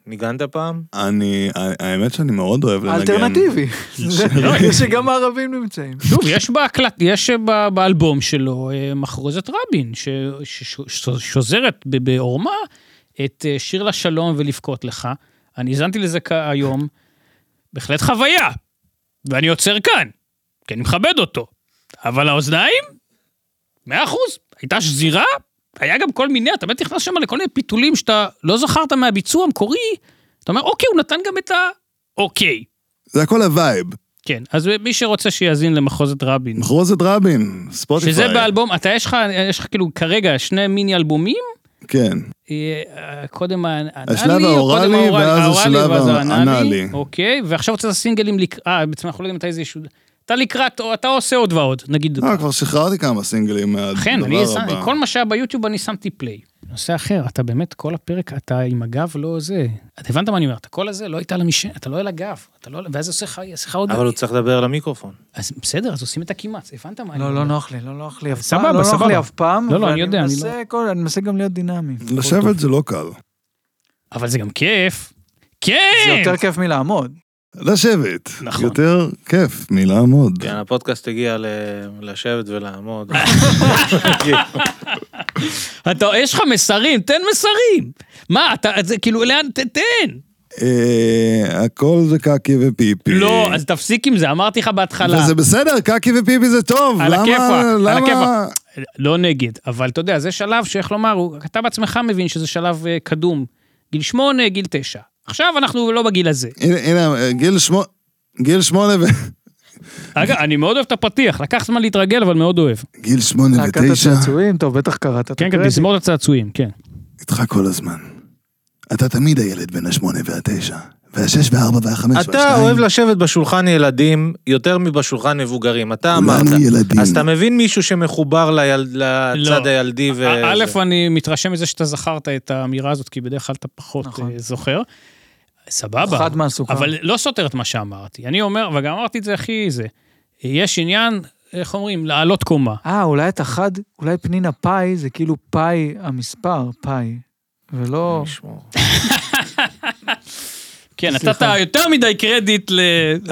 S3: ניגנת פעם?
S4: אני, אה, האמת שאני מאוד אוהב לנגן.
S1: אלטרנטיבי. זה-
S2: לא,
S1: זה שגם הערבים נמצאים.
S2: שוב, יש בהקלט, יש ב- באלבום שלו אה, מחרוזת רבין, ש- ש- ש- שוזרת ב- בעורמה את אה, שיר לשלום ולבכות לך. אני האזנתי לזה כ- היום, בהחלט חוויה, ואני עוצר כאן, כי אני מכבד אותו. אבל האוזניים, מאה אחוז, הייתה שזירה, היה גם כל מיני, אתה באמת נכנס שם לכל מיני פיתולים שאתה לא זכרת מהביצוע המקורי, אתה אומר, אוקיי, הוא נתן גם את ה... אוקיי.
S4: זה הכל הווייב.
S2: כן, אז מי שרוצה שיאזין למחוזת רבין.
S4: מחרוזת רבין, ספוטיפיי.
S2: שזה באלבום, אתה יש לך, יש לך כאילו כרגע שני מיני אלבומים,
S4: כן.
S2: אה, קודם האנאלי,
S4: השלב
S2: או קודם
S4: האוראלי, ואז
S2: האוראלי,
S4: השלב
S2: ואז
S4: האנאלי.
S2: אוקיי, ועכשיו רוצה סינגלים, לק- אה, בעצם אנחנו לא יודעים מתי זה ישוד... אתה לקראת, או אתה עושה עוד ועוד, נגיד.
S4: אה, כבר שחררתי כמה סינגלים
S2: אכן, אני
S4: מהדבר
S2: שם-
S4: הבא.
S2: כל מה שהיה ביוטיוב אני שמתי פליי. נושא אחר, אתה באמת, כל הפרק, אתה עם הגב לא זה. אתה הבנת מה אני אומר, אתה כל הזה, לא היית על המשען, אתה לא על הגב, אתה לא, על- ואז עושה לך, עושה לך עוד...
S3: אבל הוא צריך לדבר למיקרופון.
S2: אז בסדר, אז עושים את הקימץ, הבנת מה אני
S1: לא, לא
S2: אומר?
S1: נוח לי, לא נוח לי אף
S2: סבבה,
S1: פעם. לא נוח
S2: סבבה.
S1: לי אף פעם.
S2: לא, לא, אני
S1: ואני
S2: יודע, אני
S1: מנסה כל- אני מנסה גם להיות דינמי.
S4: לשבת זה לא קל.
S2: אבל זה גם כיף. כן!
S1: זה יותר כיף מלעמוד.
S4: לשבת.
S2: נכון.
S4: יותר כיף מלעמוד.
S3: כן, הפודקאסט הגיע ל- לשבת ולעמוד.
S2: אתה, יש לך מסרים, תן מסרים. מה, אתה, זה כאילו, לאן, ת, תן.
S4: אה, הכל זה קקי ופיפי.
S2: לא, אז תפסיק עם זה, אמרתי לך בהתחלה.
S4: אה. וזה בסדר, קקי ופיפי זה טוב.
S2: על
S4: למה-
S2: הכיפאק, על
S4: למה-
S2: הכיפאק. לא נגד, אבל אתה יודע, זה שלב שאיך לומר, הוא- אתה בעצמך מבין שזה שלב אה, קדום. גיל שמונה, גיל תשע. עכשיו אנחנו לא בגיל הזה.
S4: הנה, הנה, גיל שמונה... גיל שמונה ו...
S2: אגב, אני מאוד אוהב את הפתיח, לקח זמן להתרגל, אבל מאוד אוהב.
S4: גיל שמונה
S1: להקת
S4: ותשע,
S1: הצעצועים, טוב, בטח קראת את
S2: כן, כן,
S1: הקרדיט.
S2: תזמור את הצעצועים, כן.
S4: איתך כל הזמן. אתה תמיד הילד בין השמונה והתשע, והשש והארבע והחמש והשתיים.
S3: אתה אוהב לשבת בשולחן ילדים יותר מבשולחן מבוגרים, אתה
S4: כולנו
S3: אמרת.
S4: ילדים.
S3: אז אתה מבין מישהו שמחובר ליל- לצד
S2: לא.
S3: הילדי ו...
S2: א', אני מתרשם מזה שאתה זכרת את האמירה הזאת, כי בדרך כלל אתה פחות
S1: נכון.
S2: אה, זוכר. סבבה.
S1: פחד מהסוכר.
S2: אבל לא סותר את מה שאמרתי. אני אומר, וגם אמרתי את זה הכי זה, יש עניין, איך אומרים, לעלות קומה.
S1: אה, אולי את החד, אולי פנינה פאי זה כאילו פאי המספר, פאי. ולא...
S3: נשמור.
S2: כן,
S1: סליחה.
S2: נתת יותר מדי קרדיט ל...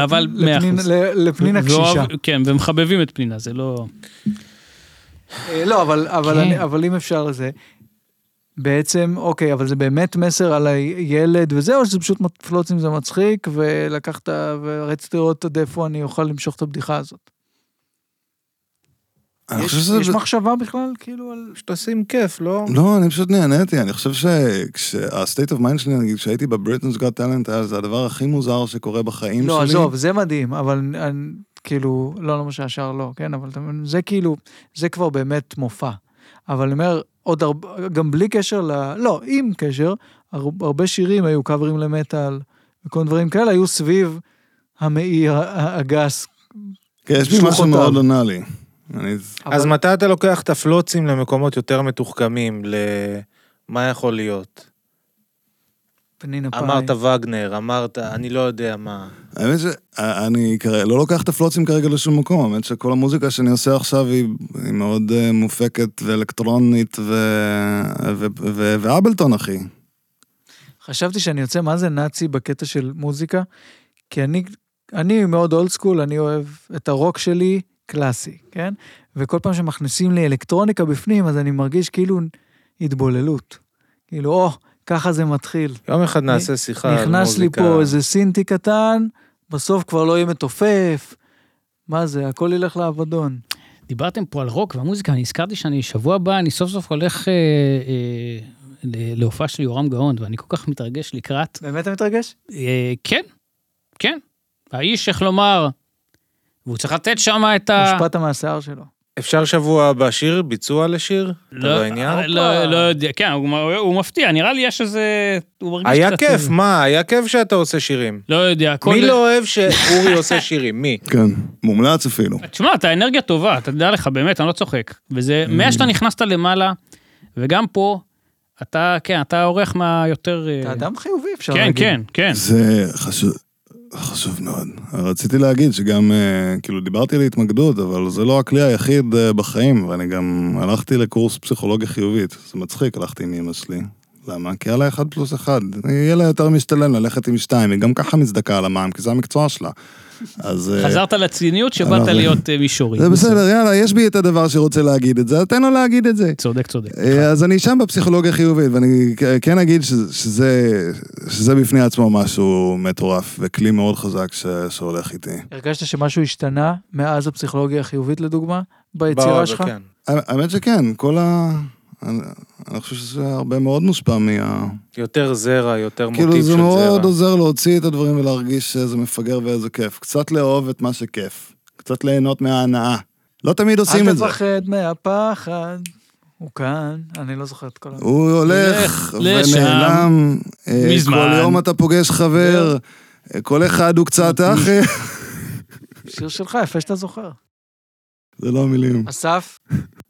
S2: אבל מאה
S1: לפנין-
S2: אחוז.
S1: ל- לפנינה קשישה.
S2: ואוהב- כן, ומחבבים את פנינה, זה לא...
S1: אה, לא, אבל, אבל,
S2: כן.
S1: אני, אבל אם אפשר לזה. בעצם, אוקיי, אבל זה באמת מסר על הילד וזה, או שזה פשוט מת- פלוצים זה מצחיק, ולקחת, ורציתי לראות עד איפה אני אוכל למשוך את הבדיחה הזאת.
S4: אני
S1: יש,
S4: חושב שזה...
S1: יש מחשבה בכלל, כאילו, על...
S3: שתשים כיף, לא?
S4: לא, אני פשוט נהניתי, אני חושב שה-state of mind שלי, נגיד, כשהייתי בבריטנס גוט טאלנט, היה זה הדבר הכי מוזר שקורה בחיים שלי.
S1: לא, עזוב, זה מדהים, אבל אני, כאילו, לא, לא מה שהשאר לא, כן, אבל אתה מבין, זה כאילו, זה כבר באמת מופע. אבל אני אומר, עוד הרבה, גם בלי קשר ל... לא, עם קשר, הר, הרבה שירים היו קאברים למטאל, וכל דברים כאלה היו סביב המעי ה- ה- הגס.
S4: כן, יש לי משהו
S1: שלוחותיו.
S4: מאוד עונה לי. אני...
S3: אז מתי אתה לוקח את הפלוצים למקומות יותר מתוחכמים, למה יכול להיות?
S1: פנינה פאי.
S3: אמרת וגנר, אמרת, אני לא יודע מה.
S4: האמת שאני כרגע לא לוקח את הפלוצים כרגע לשום מקום, האמת שכל המוזיקה שאני עושה עכשיו היא, היא מאוד אה, מופקת ואלקטרונית ו... ו... ו... ואבלטון, אחי.
S1: חשבתי שאני יוצא מה זה נאצי בקטע של מוזיקה, כי אני, אני מאוד אולד סקול, אני אוהב את הרוק שלי קלאסי, כן? וכל פעם שמכניסים לי אלקטרוניקה בפנים, אז אני מרגיש כאילו התבוללות. כאילו, או, ככה זה מתחיל.
S3: יום אחד נעשה שיחה על מוזיקה.
S1: נכנס לי פה איזה סינטי קטן, בסוף כבר לא יהיה מתופף. מה זה, הכל ילך לאבדון.
S2: דיברתם פה על רוק והמוזיקה, אני הזכרתי שאני שבוע הבא, אני סוף סוף הולך אה, אה, ל- להופעה של יורם גאון, ואני כל כך מתרגש לקראת.
S1: באמת אתה מתרגש?
S2: אה, כן, כן. האיש, איך לומר, והוא צריך לתת שם את ה...
S1: הושפעת מהשיער שלו.
S3: אפשר שבוע הבא שיר? ביצוע לשיר? לא, בעניין?
S2: לא, לא יודע, כן, הוא, הוא, הוא מפתיע, נראה לי יש איזה... הוא מרגיש
S3: היה
S2: קצת
S3: כיף,
S2: איזה-
S3: מה? היה כיף שאתה עושה שירים.
S2: לא יודע, כל...
S3: מי לא אוהב שאורי עושה שירים? מי?
S4: כן. מומלץ אפילו.
S2: תשמע, אתה אנרגיה טובה, אתה יודע לך, באמת, אני לא צוחק. וזה, מאז שאתה נכנסת למעלה, וגם פה, אתה, כן, אתה עורך מהיותר... אה,
S1: אתה אדם חיובי, אפשר
S2: כן,
S1: להגיד.
S2: כן, כן.
S4: זה חשוב, חשוב מאוד. רציתי להגיד שגם, אה, כאילו, דיברתי על התמקדות, אבל זה לא הכלי היחיד אה, בחיים, ואני גם הלכתי לקורס פסיכולוגיה חיובית. זה מצחיק, הלכתי עם אמא שלי. למה? כי היה לה אחד פלוס אחד. יהיה לה יותר משתלם ללכת עם שתיים, היא גם ככה מזדכה על המע"מ, כי זה המקצוע שלה. אז... אה,
S2: חזרת לציניות שבאת
S4: אנחנו-
S2: להיות אה, מישורי.
S4: זה בסדר, יאללה, יש בי את הדבר שרוצה להגיד את זה, אז תן לו להגיד את זה.
S2: צודק, צודק.
S4: אה, אז אני שם בפסיכולוגיה חיובית, ואני כן אגיד שזה, שזה, שזה בפני עצמו משהו מטורף, וכלי מאוד חזק ש, שהולך איתי.
S1: הרגשת שמשהו השתנה מאז הפסיכולוגיה החיובית, לדוגמה, ביצירה
S3: באוהב,
S1: שלך?
S3: כן.
S4: ה- האמת שכן, כל ה... אני, אני חושב שזה הרבה מאוד מושפע מה...
S3: יותר זרע, יותר מוטיב
S4: כאילו
S3: של
S4: זה
S3: זרע.
S4: מאוד עוזר להוציא את הדברים ולהרגיש שזה מפגר ואיזה כיף. קצת לאהוב את מה שכיף. קצת ליהנות מההנאה. לא תמיד עושים
S1: אל
S4: את זה.
S1: תפחד מהפחד, הוא כאן, אני לא זוכר את כל ה...
S4: הוא הולך
S2: לשם.
S4: ונעלם. אה,
S2: מזמן.
S4: כל יום אתה פוגש חבר. אה, כל אחד הוא קצת אחר. אוקיי.
S1: שיר שלך, יפה שאתה זוכר.
S4: זה לא מילים.
S1: אסף,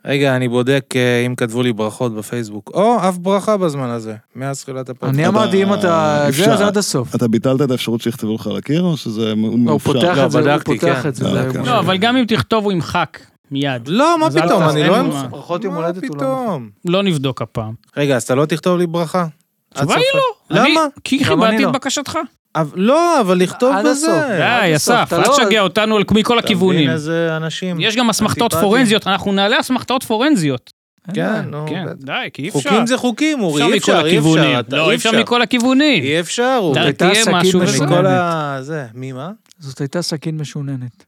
S3: רגע, אני בודק אה, אם כתבו לי ברכות בפייסבוק. או, אף ברכה בזמן הזה, מאז תחילת הפרק.
S2: אמ-
S1: אני אמרתי, אם אתה... זה
S4: אפשר.
S1: אז עד הסוף.
S4: אתה ביטלת את האפשרות שיכתבו לך על הקיר, או שזה מ-
S1: הוא
S4: מאופשר?
S1: פותח
S3: לא,
S1: את זה, הוא
S3: בדקתי,
S1: פותח
S3: כן.
S1: את זה.
S4: לא,
S1: זה היה
S4: כן.
S1: מושלם.
S2: לא, אבל גם אם תכתוב, הוא ימחק מיד.
S3: לא, מה
S2: אז אל
S3: פתאום,
S2: תעשה
S3: אני לא...
S2: לנו מה.
S1: ברכות יום הולדת
S3: מה
S1: הוא לא
S3: פתאום?
S2: לא נבדוק הפעם.
S3: רגע, אז אתה לא תכתוב לי ברכה?
S2: התשובה היא לא.
S3: למה?
S2: אני- כי
S1: גם
S2: כיבדתי
S1: אני
S2: את
S1: לא.
S2: בקשתך.
S3: אבל- לא, אבל לכתוב
S1: עד הסוף.
S3: בזה. אתה
S2: די,
S1: עד הסוף,
S2: אסף,
S1: אתה
S2: אל
S1: לא-
S2: תשגע אותנו על- מכל הכיוונים.
S3: מבין איזה אנשים.
S2: יש גם אסמכתאות
S3: אנטיפטים.
S2: פורנזיות, אנחנו נעלה אסמכתאות פורנזיות.
S3: כן, נו.
S2: כן,
S3: בטח.
S2: די, כי אי אפשר.
S3: חוקים זה חוקים, אורי, אי
S2: מכל
S3: אפשר, אי
S2: הכיוונים.
S3: אפשר. אתה-
S2: לא, אי אפשר מכל הכיוונים.
S3: אי אפשר, אורי.
S2: די,
S1: הייתה
S2: תהיה
S1: שקית
S2: משהו
S1: מלאה.
S2: וזה.
S3: מכל ה... זה, מי מה?
S4: כן.
S1: זאת הייתה סכין משוננת.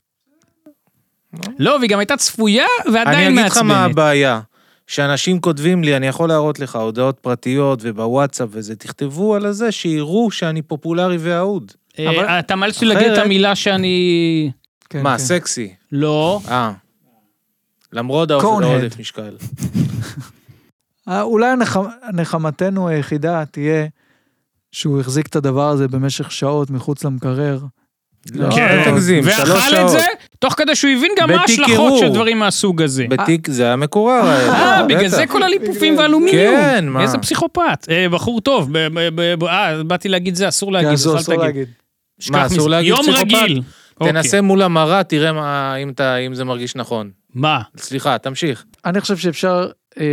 S2: לא, והיא גם הייתה צפויה
S3: אני
S2: ועדיין
S3: אגיד לך מה
S2: מעצבנת.
S3: הבעיה. שאנשים כותבים לי, אני יכול להראות לך הודעות פרטיות ובוואטסאפ וזה, תכתבו על הזה, שיראו שאני פופולרי ואהוד.
S2: אה,
S1: אבל-
S2: אתה מאלץ אותי להגיד את
S3: אחרת-
S2: המילה שאני...
S1: כן,
S3: מה,
S1: כן.
S3: סקסי?
S2: לא.
S3: אה. למרות העודף
S1: Conehead.
S3: העודף משקל.
S1: אה, אולי הנחמ- נחמתנו היחידה תהיה שהוא החזיק את הדבר הזה במשך שעות מחוץ למקרר.
S3: לא,
S1: כן.
S3: אל תגזים, שלוש
S2: ואכל את
S3: שעות.
S2: זה, תוך כדי שהוא הבין גם מה ההשלכות
S3: בתיק
S2: של
S3: ערעור.
S2: דברים מהסוג הזה.
S3: בתיק זה היה מקורר.
S2: אה,
S3: בטח.
S2: בגלל זה כל הליפופים והאלומיניום.
S3: כן, מה?
S2: איזה פסיכופת. אה, בחור טוב. ב- ב- ב- ב- אה, באתי להגיד זה, אסור
S1: כן,
S2: להגיד,
S1: אסור-
S2: אז אל
S1: אסור
S2: תגיד.
S1: להגיד.
S2: שכח
S3: מה, אסור
S2: מזה.
S3: להגיד
S2: יום
S3: פסיכופת?
S2: רגיל. אוקיי.
S3: תנסה מול המראה, תראה מה- אם אתה- אם זה מרגיש נכון.
S2: מה?
S3: סליחה, תמשיך.
S1: אני חושב שאפשר, אה,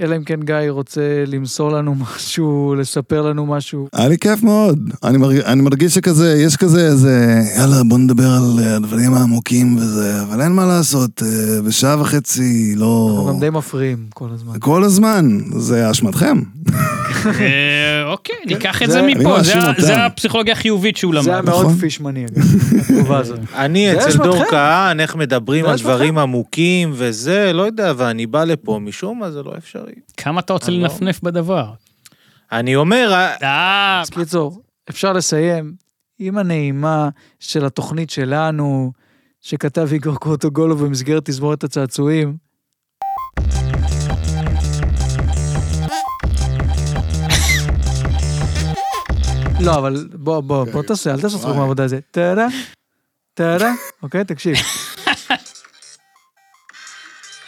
S1: אלא אם כן גיא רוצה למסור לנו משהו, לספר לנו משהו.
S4: היה לי כיף מאוד. אני מרגיש, אני מרגיש שכזה, יש כזה איזה, יאללה, בוא נדבר על אה, הדברים העמוקים וזה, אבל אין מה לעשות, אה, בשעה וחצי לא...
S1: אנחנו גם די מפריעים כל הזמן.
S4: כל הזמן, זה אשמתכם.
S2: אה, אוקיי, ניקח את
S1: זה-
S2: זה
S1: אני
S2: מפה.
S4: מאשים
S2: זה ה-
S4: אותם.
S2: זה הפסיכולוגיה החיובית שהוא
S1: זה היה
S2: למד.
S1: מאוד
S4: נכון.
S1: פישמני, אגב, התגובה הזאת.
S3: אני
S1: זה
S3: אצל
S1: אשמתכם.
S3: דור כהן, איך מדברים
S1: זה
S3: על דברים עמוקים וזה, לא יודע, ואני בא לפה, משום מה זה לא אפשרי.
S2: כמה אתה רוצה לנפנף בדבר?
S3: אני אומר, אה,
S2: אה,
S1: אז קיצור, אפשר לסיים עם הנעימה של התוכנית שלנו, שכתב איגור קרוטוגולו במסגרת תזמורת הצעצועים. לא, אבל בוא, בוא,
S4: אוקיי.
S1: בוא תעשה, אל תעשה צחוק מהעבודה הזה. טרה, טרה, אוקיי, תקשיב.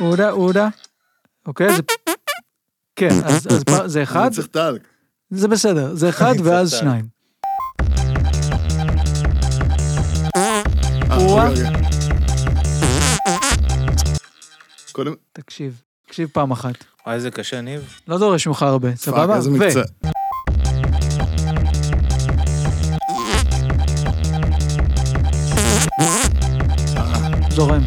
S1: אודה, אודה. אוקיי, זה... כן, אז אז פ- זה אחד,
S4: אני צריך טל.
S1: זה בסדר, זה אחד
S3: אני
S1: ואז
S3: צדק.
S1: שניים.
S4: אה,
S1: אוה.
S4: רגע, רגע. קודם,
S1: תקשיב, תקשיב פעם אחת.
S3: וואי, זה קשה, ניב.
S1: לא דורש ממך הרבה,
S4: פאק,
S1: סבבה?
S4: איזה
S1: ו-
S4: מקצוע.
S1: זורם.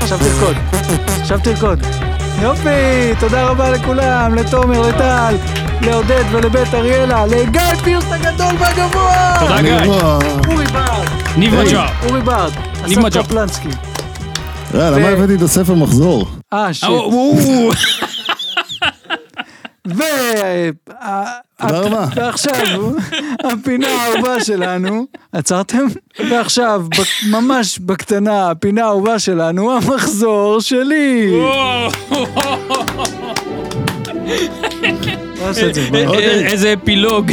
S1: עכשיו תרקוד, עכשיו תרקוד. יופי, תודה רבה לכולם, לתומר, לטל, לעודד ולבית אריאלה, לגיא פירסט הגדול והגבוה!
S2: תודה,
S4: אני לא-
S2: גיא.
S4: רואה.
S1: אורי ברד,
S2: ניב מג'ר.
S1: אורי ברד, אסף
S2: מג'ר.
S1: קפלנסקי.
S4: אה, למה הבאתי את הספר מחזור?
S1: אה, שיט.
S2: אה, וואו.
S1: ו... אה,
S4: תודה רבה.
S1: ועכשיו, הפינה האהובה שלנו, עצרתם? ועכשיו, בק- ממש בקטנה, הפינה האהובה שלנו, המחזור שלי. לא עושה את זה,
S2: אה,
S1: בוא.
S2: אה, איזה אפילוג.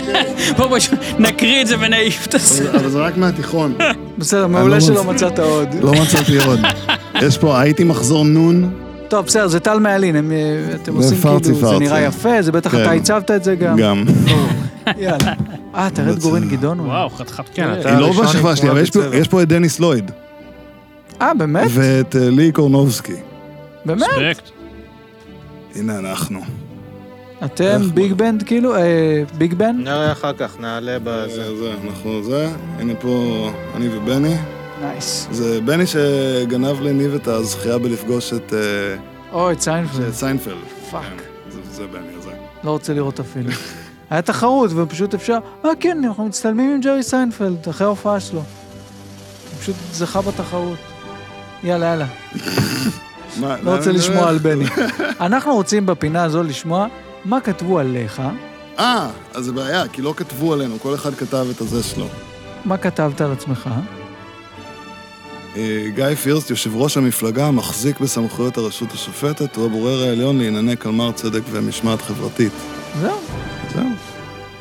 S2: בוא, בוא, ש- נקריא את זה ונעיף את הסרט.
S4: אבל זה רק מהתיכון.
S2: אה,
S1: בסדר,
S4: לא
S1: מעולה שלא
S4: מצ-
S1: מצאת עוד.
S4: לא מצאתי עוד. יש פה, הייתי מחזור נון,
S1: טוב, בסדר, זה טל מעלין, הם, אה, אתם
S4: זה
S1: עושים
S4: פרצי,
S1: כאילו, זה
S4: פרצי.
S1: נראה יפה, זה בטח
S4: כן.
S1: אתה הצבת את זה גם.
S4: גם.
S1: יאללה. אה, תראה את גורן גדעון.
S2: וואו, אה, חתיכת
S3: כן,
S2: פרק.
S3: אתה-
S4: היא לא
S3: הראשון
S4: בשכבה
S3: עם
S4: שלי, אבל
S3: תמונת
S4: יש פה-
S3: בצבע.
S4: יש פה את דניס לויד.
S1: אה, באמת?
S4: ואת אה, לי קורנובסקי.
S1: באמת?
S2: פרקט.
S4: הנה אנחנו.
S1: אתם ביג בנד כאילו? אה, ביג בנד?
S3: נראה אחר כך, נעלה בזה.
S4: זה, זה, אנחנו זה, הנה פה אני ובני.
S1: נייס.
S4: זה בני שגנב לניב את הזכייה בלפגוש את אה,
S1: אוי, סיינפלד.
S4: סיינפלד.
S1: פאק.
S4: כן, זה- זה בני, זה.
S1: לא רוצה לראות אפילו. היה תחרות, ופשוט אפשר... אה, כן, אנחנו מצטלמים עם ג'רי סיינפלד, אחרי ההופעה שלו. הוא פשוט זכה בתחרות. יאללה, יאללה.
S4: מה,
S1: לא
S4: לאן
S1: רוצה
S4: אני
S1: לשמוע
S4: הולך?
S1: על בני. אנחנו רוצים בפינה הזו לשמוע מה כתבו עליך,
S4: אה, אז זה בעיה, כי לא כתבו עלינו, כל אחד כתב את הזה שלו.
S1: מה כתבת על עצמך.
S4: אה, גיא פירסט, יושב ראש המפלגה, המחזיק בסמכויות הרשות השופטת, הוא הבורר העליון לענייני קלמר צדק ומשמעת חברתית.
S1: זהו.
S4: זהו.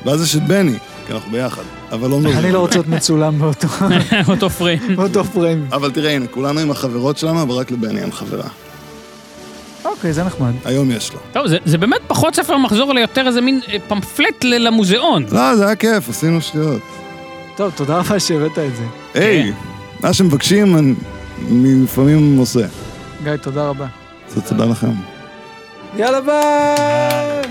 S4: ואז יש את בני, כי אנחנו ביחד, אבל לא מדברים.
S1: אני לא רוצה להיות מצולם באותו-
S2: אותו פריים.
S1: באותו פריים.
S4: אבל תראה, הנה, כולנו עם החברות שלנו, אבל רק לבני אין חברה.
S1: אוקיי, זה נחמד.
S4: היום יש לו.
S2: טוב, זה- זה באמת פחות ספר מחזור, אלא יותר איזה מין אה, פמפלט ל- למוזיאון.
S4: לא, זה היה כיף, עשינו שטויות.
S1: טוב, תודה רבה שהבאת את זה.
S4: היי,
S1: כן.
S4: מה שמבקשים, אני אני לפעמים עושה.
S1: גיא, תודה רבה.
S4: אז תודה לכם.
S1: יאללה ביי!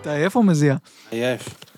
S1: אתה עייף או מזיע? Tá
S3: עייף.